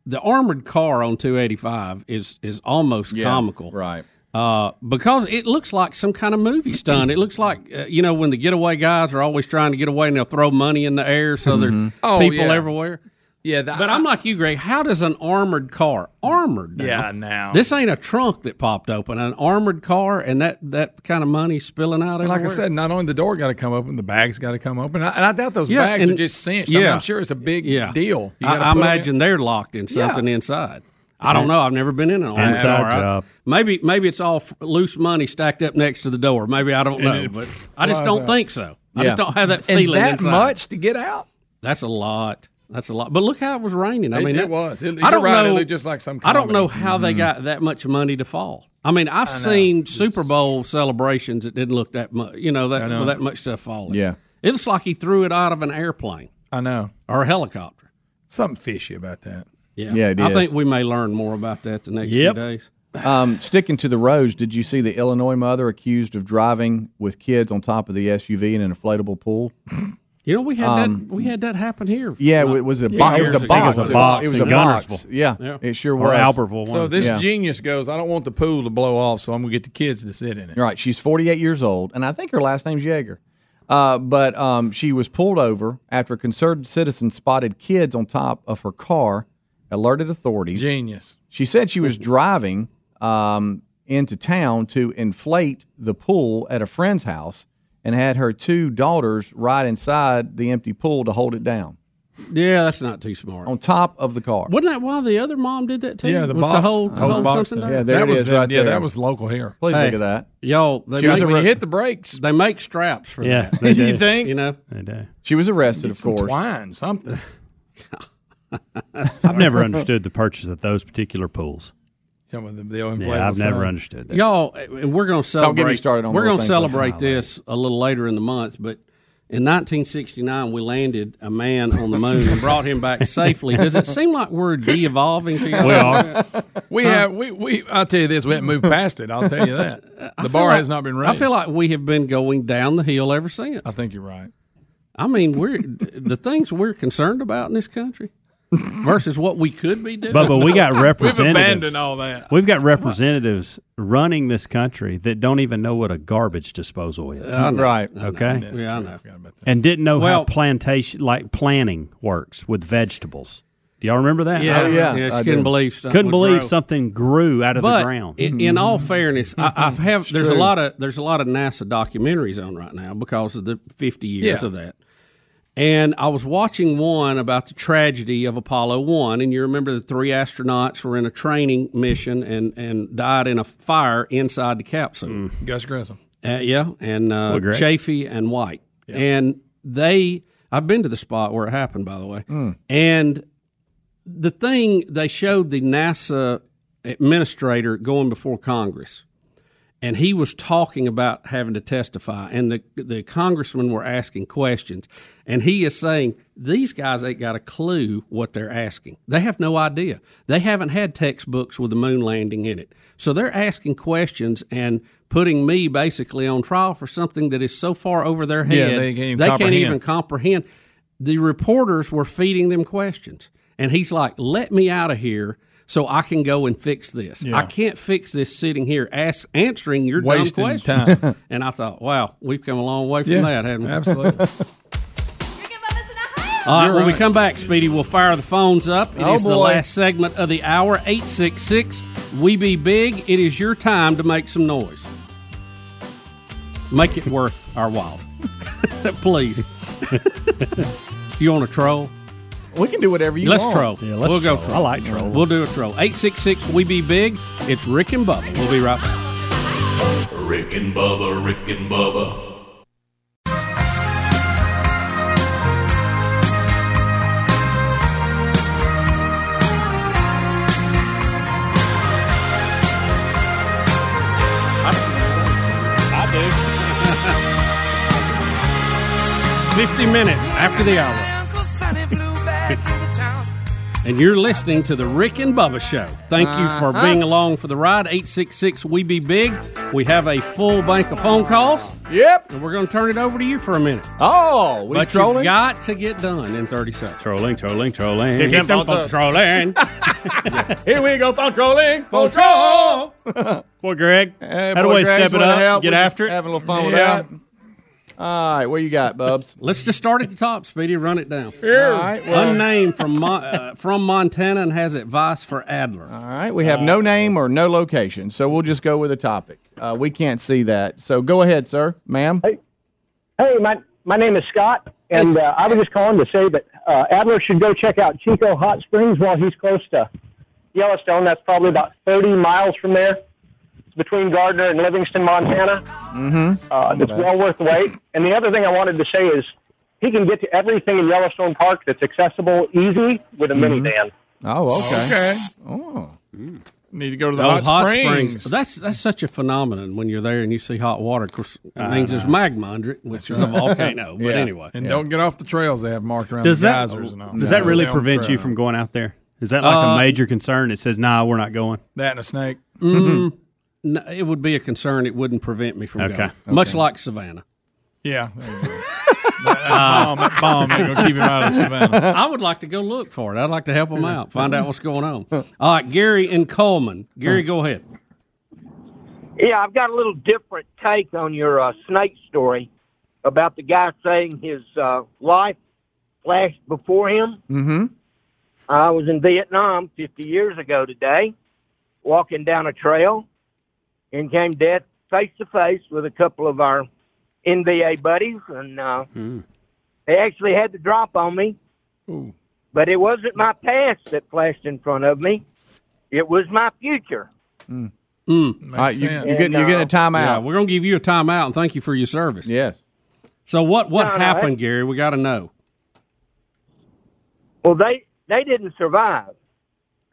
Speaker 4: the armored car on 285 is is almost
Speaker 10: Yeah,
Speaker 4: comical,
Speaker 10: right?
Speaker 4: Uh, because it looks like some kind of movie stunt. It looks like uh, you know when the getaway guys are always trying to get away and they'll throw money in the air so
Speaker 20: Mhm.
Speaker 10: mm-hmm.
Speaker 4: there's
Speaker 20: Oh,
Speaker 4: people
Speaker 20: yeah.
Speaker 4: everywhere.
Speaker 20: Yeah,
Speaker 4: but I'm like you, Greg. How does an armored car armored? Now,
Speaker 20: Yeah, now.
Speaker 4: this ain't a trunk that popped open. An armored car and that that kind of money spilling out.
Speaker 20: And like I
Speaker 4: everywhere.
Speaker 20: said, not only the door got to come open, the bags got to come open. And I, and I doubt those
Speaker 4: Yeah,
Speaker 20: bags
Speaker 4: and-
Speaker 20: are just cinched. I
Speaker 4: yeah.
Speaker 20: am sure it's a big deal. You
Speaker 4: I,
Speaker 20: gotta
Speaker 4: I
Speaker 20: put 'em in.
Speaker 4: imagine they're locked in something inside. I don't
Speaker 20: Yeah.
Speaker 4: know. I've never been in an armored
Speaker 9: Inside
Speaker 4: car. I-
Speaker 9: job.
Speaker 4: maybe maybe it's all f- loose money stacked up next to the door. Maybe I don't
Speaker 20: And
Speaker 4: know,
Speaker 20: it
Speaker 4: but I just
Speaker 20: flies
Speaker 4: don't
Speaker 20: out.
Speaker 4: think so. I
Speaker 20: Yeah.
Speaker 4: just don't have that
Speaker 20: And
Speaker 4: feeling.
Speaker 20: that
Speaker 4: inside.
Speaker 20: much to get out.
Speaker 4: That's a lot. That's a lot. But look how it was raining. I
Speaker 20: It-
Speaker 4: mean,
Speaker 20: it
Speaker 4: that-
Speaker 20: was. It-
Speaker 4: I
Speaker 20: you're
Speaker 4: don't
Speaker 20: right. It
Speaker 4: know.
Speaker 20: looked just like some
Speaker 4: I don't know
Speaker 20: comedy.
Speaker 4: how
Speaker 10: Mm-hmm.
Speaker 4: they
Speaker 20: Mhm.
Speaker 4: got that much money to fall. I mean, I've seen Super Bowl celebrations that didn't look that much. You know that
Speaker 20: know.
Speaker 4: with that much stuff falling.
Speaker 20: Yeah.
Speaker 4: it looks like he threw it out of an airplane
Speaker 20: I know.
Speaker 4: or a helicopter.
Speaker 20: Something fishy about that.
Speaker 4: Yeah,
Speaker 10: Yeah, it
Speaker 4: I
Speaker 10: is.
Speaker 4: think we may learn more about that the next
Speaker 10: Yep.
Speaker 4: few days.
Speaker 10: Um, sticking to the roads, did you see the Illinois mother accused of driving with kids on top of the SUV in an inflatable pool?
Speaker 4: You know, we had
Speaker 10: Um,
Speaker 4: that we had that happen here.
Speaker 10: Yeah, it was a box. It was a box. It was a box. Yeah, it sure was.
Speaker 20: So this
Speaker 10: Yeah.
Speaker 20: genius goes, I don't want the pool to blow off, so I'm going to get the kids to sit in it.
Speaker 10: You're right. She's 48 years old, and I think her last name's Jaeger. Uh, but um, she was pulled over after a concerned citizen spotted kids on top of her car, alerted authorities.
Speaker 20: Genius.
Speaker 10: She said she was driving um, into town to inflate the pool at a friend's house and had her two daughters ride inside the empty pool to hold it down
Speaker 4: Yeah, that's not too smart.
Speaker 10: on top of the car.
Speaker 4: Wasn't that why the other mom did that too?
Speaker 10: Yeah, the
Speaker 4: was to
Speaker 10: box.
Speaker 4: hold, to
Speaker 10: Hold the
Speaker 4: hold
Speaker 10: box
Speaker 4: something
Speaker 10: down.
Speaker 4: down?
Speaker 10: Yeah, there That it was is them. right Yeah, there. that was
Speaker 20: local here.
Speaker 10: Please look at that.
Speaker 4: y'all. They
Speaker 10: She was
Speaker 4: make,
Speaker 10: a re-
Speaker 20: the brakes.
Speaker 4: They make straps for
Speaker 10: Yeah,
Speaker 4: that.
Speaker 10: they do.
Speaker 4: You know,
Speaker 9: They do.
Speaker 10: She was arrested, of
Speaker 20: Some
Speaker 10: course.
Speaker 20: twine, something.
Speaker 9: I've never understood the purchase of those particular pools.
Speaker 20: Tell me the, the inflatable
Speaker 4: Yeah, I've never
Speaker 20: sign.
Speaker 4: understood that. Y'all, and we're going to celebrate.
Speaker 20: Don't get me started on
Speaker 4: We're
Speaker 20: little
Speaker 4: going to
Speaker 20: things like
Speaker 4: celebrate
Speaker 20: that.
Speaker 4: this a little later in the month, but. In 1969, we landed a man on the moon and brought him back safely. Does it seem like we're de-evolving? To you?
Speaker 20: We are. We have we, we I'll tell you this, we haven't moved past it, I'll tell you that.
Speaker 4: I
Speaker 20: The
Speaker 4: feel
Speaker 20: bar
Speaker 4: like-
Speaker 20: has not been
Speaker 4: I
Speaker 20: raised.
Speaker 4: feel like we have been going down the hill ever since. I
Speaker 20: think you're right.
Speaker 4: I mean, we're the things we're concerned about in this country versus what we could be doing.
Speaker 9: Bubba, we got representatives.
Speaker 4: abandoned all that.
Speaker 9: We've got representatives running this country that don't even know what a garbage disposal is.
Speaker 4: I know. Right. I know.
Speaker 9: Okay.
Speaker 4: That's Yeah, I true. know. I forgot about
Speaker 9: And didn't know how
Speaker 4: Well-
Speaker 9: plantation, like planning, works with vegetables. Do y'all remember that?
Speaker 4: Yeah. Oh, yeah. Yeah, she I couldn't do. believe something
Speaker 9: Couldn't
Speaker 4: would
Speaker 9: believe
Speaker 4: grow.
Speaker 9: something grew out of
Speaker 4: but
Speaker 9: the ground. Mm-hmm.
Speaker 4: i- In, all fairness, I, I've have
Speaker 9: It's
Speaker 4: there's
Speaker 9: true.
Speaker 4: a lot of there's a lot of NASA documentaries on right now because of the 50 years
Speaker 9: Yeah.
Speaker 4: of that. And I was watching one about the tragedy of Apollo 1 and you remember the three astronauts were in a training mission and and died in a fire inside the capsule.
Speaker 20: Gus Grissom.
Speaker 4: Uh, yeah, and uh,
Speaker 20: Well, great.
Speaker 4: Chafee and White, and they. I've been to the spot where it happened, by the way,
Speaker 12: Hmm.
Speaker 20: Mm.
Speaker 4: and the thing they showed the NASA administrator going before Congress, and he was talking about having to testify, and the the congressmen were asking questions, and he is saying these guys ain't got a clue what they're asking. They have no idea. They haven't had textbooks with the moon landing in it, so they're asking questions and putting me basically on trial for something that is so far over their
Speaker 20: Yeah,
Speaker 4: head
Speaker 20: they can't even
Speaker 4: they can't
Speaker 20: comprehend.
Speaker 4: even comprehend. The reporters were feeding them questions. And he's like, let me out of here so I can go and fix this.
Speaker 20: Yeah.
Speaker 4: I can't fix this sitting here ask, answering your
Speaker 20: Wasting
Speaker 4: dumb questions.
Speaker 20: time.
Speaker 4: and I thought, wow, we've come a long way from
Speaker 20: Yeah,
Speaker 4: that, haven't we?
Speaker 20: absolutely.
Speaker 4: All right,
Speaker 20: You're
Speaker 4: when we
Speaker 20: right.
Speaker 4: come back, Speedy, we'll fire the phones up. It is
Speaker 20: Oh,
Speaker 4: the
Speaker 20: boy.
Speaker 4: last segment of the hour, 866 We Be Big. It is your time to make some noise. Make it worth our while. Please. you want to troll?
Speaker 10: We can do whatever you
Speaker 4: let's
Speaker 10: want.
Speaker 4: troll. we'll go troll. We'll do a troll. 866 We Be Big. It's Rick and Bubba. We'll be right back.
Speaker 22: Rick and Bubba, Rick and Bubba,
Speaker 4: I do. 50 minutes after the hour. And you're listening to the Rick and Bubba Show. Thank you for
Speaker 13: Uh-huh.
Speaker 4: being along for the ride. 866 We Be Big. We have a full bank of phone calls.
Speaker 10: Yep.
Speaker 4: And we're going to turn it over to you for a minute.
Speaker 10: Oh,
Speaker 4: but you've got to get done in 30 seconds.
Speaker 9: Trolling, trolling, trolling.
Speaker 4: Here comes the trolling.
Speaker 9: Here we go, phone trolling, phone
Speaker 10: troll.
Speaker 9: Boy, Greg,
Speaker 10: Hey,
Speaker 9: how do
Speaker 10: boy,
Speaker 9: we
Speaker 10: Greg's
Speaker 9: step it
Speaker 10: wanna
Speaker 9: up?
Speaker 10: help.
Speaker 9: Get
Speaker 10: We're just
Speaker 9: after it.
Speaker 10: Having a little fun
Speaker 9: Yeah.
Speaker 10: with that. All right, what you got, Bubs?
Speaker 4: Let's just start at the top, Speedy. Run it down.
Speaker 10: Here. All right, well-
Speaker 4: Unnamed from Mon- uh, from Montana and has advice for Adler. All
Speaker 10: right, We have
Speaker 4: Oh,
Speaker 10: no name or no location, so we'll just go with a topic. Uh, we can't see that, so go ahead, sir, ma'am. Hey,
Speaker 8: Hey, my my name is Scott, and uh, I was just calling to say that uh, Adler should go check out Chico Hot Springs while he's close to Yellowstone. That's probably about 30 miles from there. It's between Gardner and Livingston, Montana.
Speaker 10: Mm-hmm.
Speaker 8: Uh, it's well worth the wait. And the other thing I wanted to say is he can get to everything in Yellowstone Park that's accessible easy with a
Speaker 10: Mhm.
Speaker 8: minivan.
Speaker 10: Oh, okay.
Speaker 20: Okay. Mm.
Speaker 10: Oh.
Speaker 20: Need to go to the
Speaker 4: Oh,
Speaker 20: hot, springs.
Speaker 4: That's that's such a phenomenon when you're there and you see hot water. Of course, it
Speaker 20: I
Speaker 4: means
Speaker 20: know.
Speaker 4: there's magma under it, which is a volcano. But anyway,
Speaker 20: And don't get off the trails they have marked around
Speaker 9: Does
Speaker 20: the
Speaker 9: that
Speaker 20: geysers and all.
Speaker 9: does that
Speaker 20: Just
Speaker 9: really
Speaker 20: stay on the
Speaker 9: prevent you
Speaker 20: trail.
Speaker 9: from going out there? Is that like
Speaker 4: Uh,
Speaker 9: a major concern? It says, "Nah, we're not going."
Speaker 20: that and a snake?
Speaker 10: Mm-hmm.
Speaker 4: Mm, no, it would be a concern. It wouldn't prevent me from
Speaker 9: Okay.
Speaker 4: going. Much
Speaker 9: Okay.
Speaker 4: like Savannah.
Speaker 20: Yeah. there you go. that, that bomb, that bomb ain't gonna keep him out of the savannah.
Speaker 4: I would like to go look for it. I'd like to help them out, find out what's going on. All right, Gary and Coleman. Gary, go ahead.
Speaker 17: Yeah, I've got a little different take on your uh, snake story about the guy saying his uh, life flashed before him.
Speaker 10: Mm-hmm.
Speaker 17: I was in Vietnam 50 years ago today, walking down a trail, and came dead face to face with a couple of our NVA buddies, and uh,
Speaker 4: Hmm.
Speaker 17: they actually had to drop on me. But it wasn't my past that flashed in front of me; it was my future.
Speaker 10: All right, you, you're getting you're getting a timeout.
Speaker 4: Mm. Yeah, we're going to give you a timeout and thank you for your service.
Speaker 10: Yes.
Speaker 4: So what what
Speaker 17: No, no,
Speaker 4: happened,
Speaker 17: that's-
Speaker 4: Gary? We got to know.
Speaker 17: Well, they they didn't survive.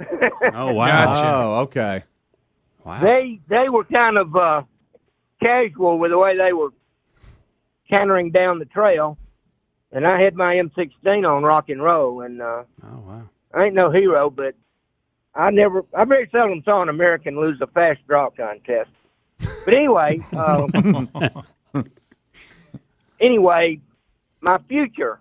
Speaker 4: Oh
Speaker 10: Oh, okay.
Speaker 17: Wow. They they were kind of uh, casual with the way they were cantering down the trail, and I had my M16 on rock and roll, and uh,
Speaker 24: Oh wow.
Speaker 17: I ain't no hero, but I never, I very seldom saw an American lose a fast draw contest. But anyway, um, anyway, my future,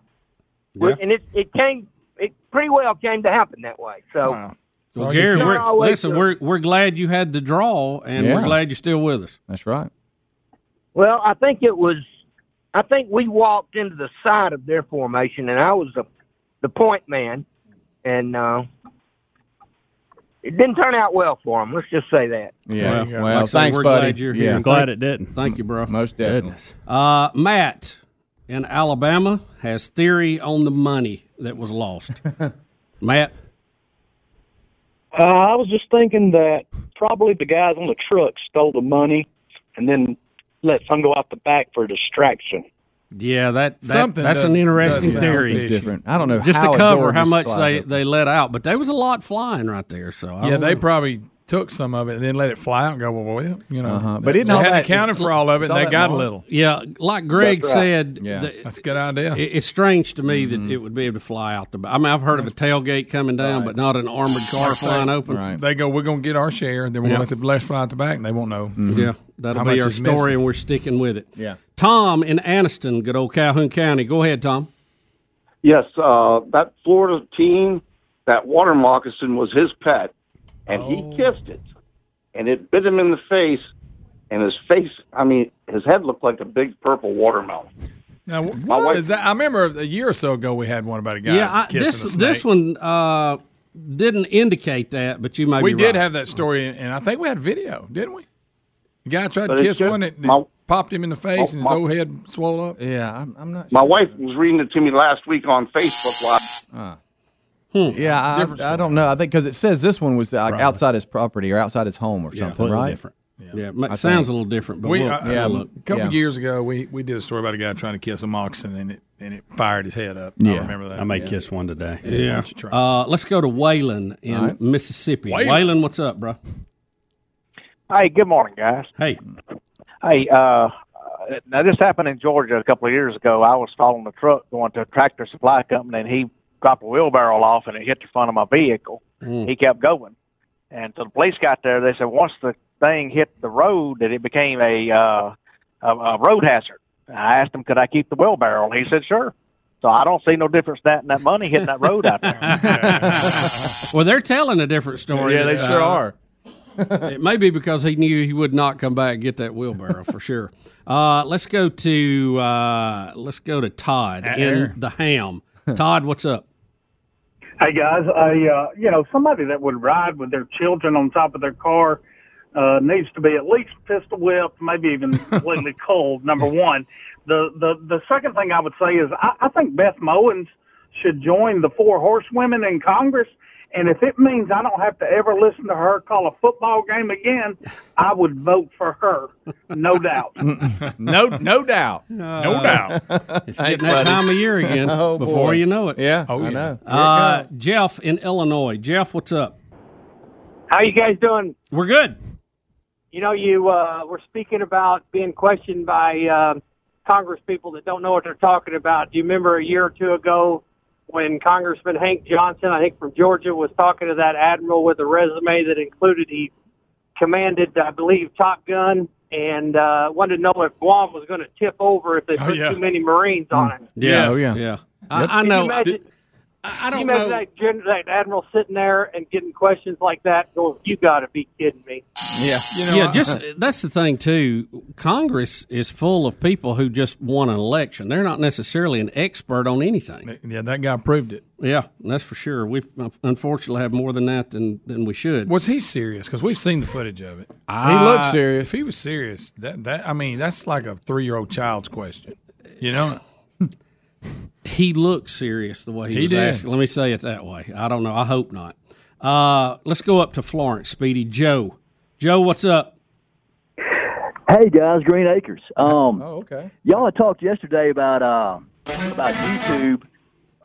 Speaker 4: Yeah.
Speaker 17: and it it came, it pretty well came to happen that way. So,
Speaker 4: Well,
Speaker 17: It's
Speaker 4: Gary,
Speaker 17: not
Speaker 4: we're,
Speaker 17: always
Speaker 4: listen,
Speaker 17: the-
Speaker 4: we're we're glad you had the draw, and
Speaker 17: Yeah.
Speaker 4: we're glad you're still with us.
Speaker 10: That's right.
Speaker 17: well, I think it was, I think we walked into the side of their formation, and I was the the point man, and uh, it didn't turn out well for them. Let's just say that.
Speaker 4: Well,
Speaker 10: Well,
Speaker 4: like I said,
Speaker 10: thanks,
Speaker 4: we're
Speaker 10: buddy.
Speaker 4: Glad you're
Speaker 10: Yeah.
Speaker 4: here.
Speaker 10: I'm glad
Speaker 4: Thank-
Speaker 10: it didn't.
Speaker 4: Thank you, bro.
Speaker 10: Most definitely. Goodness.
Speaker 4: Uh, Matt in Alabama has theory on the money that was lost. Matt,
Speaker 5: Uh, I was just thinking that probably the guys on the truck stole the money and then let some go out the back for distraction.
Speaker 4: yeah, that, that
Speaker 5: Something
Speaker 4: that's
Speaker 5: does-
Speaker 4: an interesting
Speaker 5: does sound
Speaker 4: theory.
Speaker 5: fishy. Different.
Speaker 10: I don't know
Speaker 4: just
Speaker 10: how
Speaker 4: to
Speaker 10: a
Speaker 4: cover
Speaker 10: door
Speaker 4: how
Speaker 10: just
Speaker 4: much
Speaker 10: slides
Speaker 4: they,
Speaker 10: open.
Speaker 4: they let out, but there was a lot flying right there. So I
Speaker 20: Yeah,
Speaker 4: don't
Speaker 20: they
Speaker 4: know.
Speaker 20: probably took some of it and then let it fly out and go, well, well you know.
Speaker 4: Uh-huh.
Speaker 20: But
Speaker 4: But
Speaker 20: they,
Speaker 4: isn't all
Speaker 20: hadn't
Speaker 4: that-
Speaker 20: accounted for all of it
Speaker 4: it's all
Speaker 20: and they
Speaker 4: that
Speaker 20: got a
Speaker 4: money.
Speaker 20: little.
Speaker 4: Yeah, like Greg
Speaker 20: That's right.
Speaker 4: said,
Speaker 20: Yeah.
Speaker 4: that-
Speaker 20: That's a good idea. Mm-hmm.
Speaker 4: it- it's strange to me that it would be able to fly out the. I mean, I've heard of a tailgate coming down, but not an armored car flying open.
Speaker 20: They go, we're going to get our share, and then we're
Speaker 4: Yeah.
Speaker 20: going to let the last fly out the back, and they won't know.
Speaker 4: Yeah, that'll
Speaker 20: Mm-hmm. how
Speaker 4: be
Speaker 20: much
Speaker 4: our
Speaker 20: is
Speaker 4: story,
Speaker 20: missing.
Speaker 4: and we're sticking with it.
Speaker 20: Yeah.
Speaker 4: Tom in Anniston, good old Calhoun County. Go ahead, Tom.
Speaker 18: Yes, uh, that Florida team, that water moccasin was his pet, and
Speaker 5: Oh.
Speaker 18: he kissed it, and it bit him in the face, and his face, I mean, his head looked like a big purple watermelon.
Speaker 20: Now, wh- what is that? I remember a year or so ago we had one about a guy
Speaker 4: yeah, I,
Speaker 20: kissing
Speaker 4: this
Speaker 20: a snake.
Speaker 4: this one uh, didn't indicate that, but you may
Speaker 20: we
Speaker 4: be
Speaker 20: did
Speaker 4: right.
Speaker 20: have that story, and- and I think we had video, didn't we? The guy tried
Speaker 18: But
Speaker 20: to
Speaker 18: it
Speaker 20: kiss
Speaker 18: just-
Speaker 20: one, it,
Speaker 18: my-
Speaker 20: it popped him in the face, and his
Speaker 18: my-
Speaker 20: old head swelled up.
Speaker 10: Yeah, I'm, I'm not.
Speaker 18: My wife was reading it to me last week on Facebook Live.
Speaker 4: Hmm.
Speaker 10: Yeah,
Speaker 18: Different
Speaker 10: I, I don't know. I think because it says this one was like outside his property or outside his home or something,
Speaker 20: completely
Speaker 10: right?
Speaker 20: different.
Speaker 4: Yeah,
Speaker 10: I
Speaker 4: it sounds
Speaker 10: think. uh,
Speaker 4: a little different, but
Speaker 20: we,
Speaker 4: we'll,
Speaker 20: I- I-
Speaker 4: yeah,
Speaker 20: a
Speaker 4: look.
Speaker 20: couple
Speaker 4: yeah.
Speaker 20: years ago, we, we did a story about a guy trying to kiss a moccasin, and it and it fired his head up. I
Speaker 4: Yeah.
Speaker 20: remember that.
Speaker 4: I may
Speaker 20: Yeah.
Speaker 4: kiss
Speaker 9: one today.
Speaker 20: Why
Speaker 4: Yeah.
Speaker 20: don't you try?
Speaker 4: Uh, let's go to Waylon in
Speaker 20: All right.
Speaker 4: Mississippi.
Speaker 18: Waylon.
Speaker 4: Waylon, what's up, bro?
Speaker 18: Hey, good morning, guys.
Speaker 4: Hey.
Speaker 18: Hey,
Speaker 5: uh, now this happened in Georgia a couple of years ago. I was following a truck going to a tractor supply company, and he dropped a wheelbarrow off, and it hit the front of my vehicle. He kept going, and so the police got there. They said once the thing hit the road, that it became a uh, a, a road hazard. I asked him, could I keep the wheelbarrow? And he said, sure. So I don't see no difference that and that money hitting that road out there.
Speaker 4: well, they're telling a different story.
Speaker 18: Yeah,
Speaker 4: this
Speaker 18: they sure
Speaker 4: time.
Speaker 18: are.
Speaker 4: it may be because he knew he would not come back and get that wheelbarrow for sure. Uh, let's go to uh, let's go to Todd
Speaker 19: Uh,
Speaker 4: in
Speaker 19: Aaron.
Speaker 4: the ham. Todd, what's up?
Speaker 19: Hey guys, I uh, you know somebody that would ride with their children on top of their car uh, needs to be at least pistol whipped, maybe even completely cold. Number one, the the the second thing I would say is I, I think Beth Mowens should join the four horsewomen in Congress, and if it means I don't have to ever listen to her call a football game again, I would vote for her, no doubt.
Speaker 10: no, no doubt,
Speaker 4: No doubt. It's getting that time of year again
Speaker 10: Oh,
Speaker 4: before
Speaker 10: boy.
Speaker 4: you know it.
Speaker 10: Yeah,
Speaker 19: Oh,
Speaker 10: I know.
Speaker 4: Uh, Jeff in Illinois. Jeff, what's up?
Speaker 19: How you guys doing?
Speaker 4: We're good.
Speaker 19: You know, you uh, were speaking about being questioned by uh, Congress people that don't know what they're talking about. Do you remember a year or two ago when Congressman Hank Johnson, I think from Georgia, was talking to that admiral with a resume that included he commanded, I believe, Top Gun, and uh, wanted to know if Guam was going to tip over if they put
Speaker 4: yeah.
Speaker 19: too many Marines on it.
Speaker 4: Yeah,
Speaker 19: Oh, yeah.
Speaker 4: yeah.
Speaker 19: Yep.
Speaker 4: Mm. I, I
Speaker 19: Can you
Speaker 4: know.
Speaker 19: imagine-
Speaker 4: I
Speaker 19: Can
Speaker 4: don't
Speaker 19: you imagine
Speaker 4: know.
Speaker 19: That, gen- that admiral sitting there and getting questions like that, going, "You got to be kidding me."
Speaker 10: Yeah,
Speaker 4: yeah, just that's the thing too. Congress is full of people who just won an election. They're not necessarily an expert on anything.
Speaker 20: Yeah, that guy proved it.
Speaker 4: Yeah, that's for sure. We unfortunately have more than that than than we should.
Speaker 20: Was he serious? Because we've seen the footage of it.
Speaker 4: I- looked
Speaker 20: serious. If he was serious, that that I mean, that's like a three year old child's question. You know,
Speaker 4: He looked serious the way he,
Speaker 20: He
Speaker 4: was
Speaker 20: did.
Speaker 4: asking. Let me say it that way. I don't know. I hope not. Uh, let's go up to Florence, Speedy Joe. Joe, what's up?
Speaker 21: Hey guys, Green Acres. Um,
Speaker 10: oh, okay.
Speaker 21: Y'all had talked yesterday about uh, about YouTube.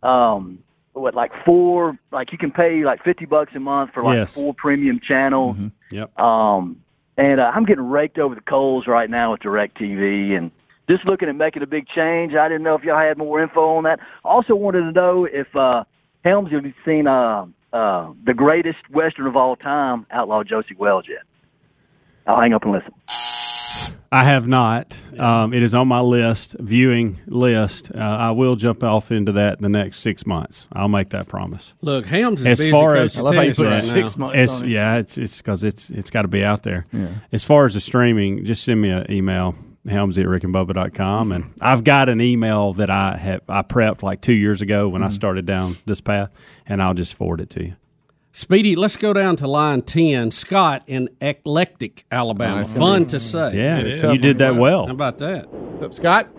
Speaker 21: Um, what like four? Like you can pay like fifty bucks a month for like
Speaker 25: Yes.
Speaker 10: Mm-hmm.
Speaker 21: four premium channels.
Speaker 25: Yep.
Speaker 21: Um, And uh, I'm getting raked over the coals right now with DirecTV and just looking at making a big change. I didn't know if y'all had more info on that. Also wanted to know if uh, Helms have you seen uh, uh, the greatest Western of all time, Outlaw Josie Wells yet. I'll hang up and listen.
Speaker 9: I have not. Um, it is on my list, viewing list. Uh, I will jump off into that in the next six months. I'll make that promise.
Speaker 4: Look, Helms is
Speaker 9: as
Speaker 4: busy
Speaker 9: far
Speaker 4: coaching
Speaker 9: as
Speaker 4: I love how you tennis put right six
Speaker 9: six
Speaker 4: now. months
Speaker 9: months.
Speaker 4: on it.
Speaker 9: yeah, it's it's because it's it's got to be out there.
Speaker 4: Yeah.
Speaker 9: As far as the streaming, just send me an email. Helms at rickandbubba.com. And I've got an email that I have I prepped like two years ago when I
Speaker 4: Mhm.
Speaker 9: started down this path, and I'll just forward it to you.
Speaker 4: Speedy, let's go down to line 10. Scott in Eclectic, Alabama.
Speaker 9: Nice.
Speaker 4: Fun to say.
Speaker 9: Yeah, It is. you did that well.
Speaker 4: How about that? What's
Speaker 10: up, Scott?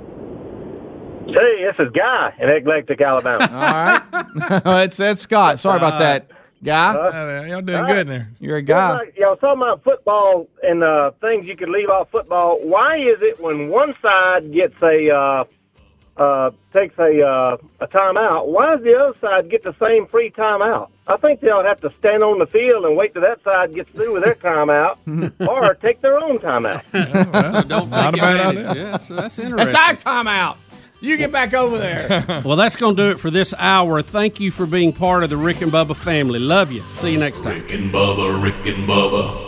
Speaker 19: Hey, this is Guy in Eclectic, Alabama.
Speaker 10: All right. that's, that's Scott. Sorry about that. Guy?
Speaker 20: y'all
Speaker 19: doing good in
Speaker 20: there.
Speaker 10: You're a guy.
Speaker 19: Well, y'all talking about football and uh, things you could leave off football. Why is it when one side gets a uh, uh, takes a uh, a timeout, why does the other side get the same free timeout? I think they'll have to stand on the field and wait till that side gets through with their timeout, or take their own timeout.
Speaker 4: don't take advantage. Yeah, so that's interesting.
Speaker 13: That's our timeout. You get back over there.
Speaker 4: well, that's going to do it for this hour. Thank you for being part of the Rick and Bubba family. Love you. See you next time.
Speaker 26: Rick and Bubba, Rick and Bubba.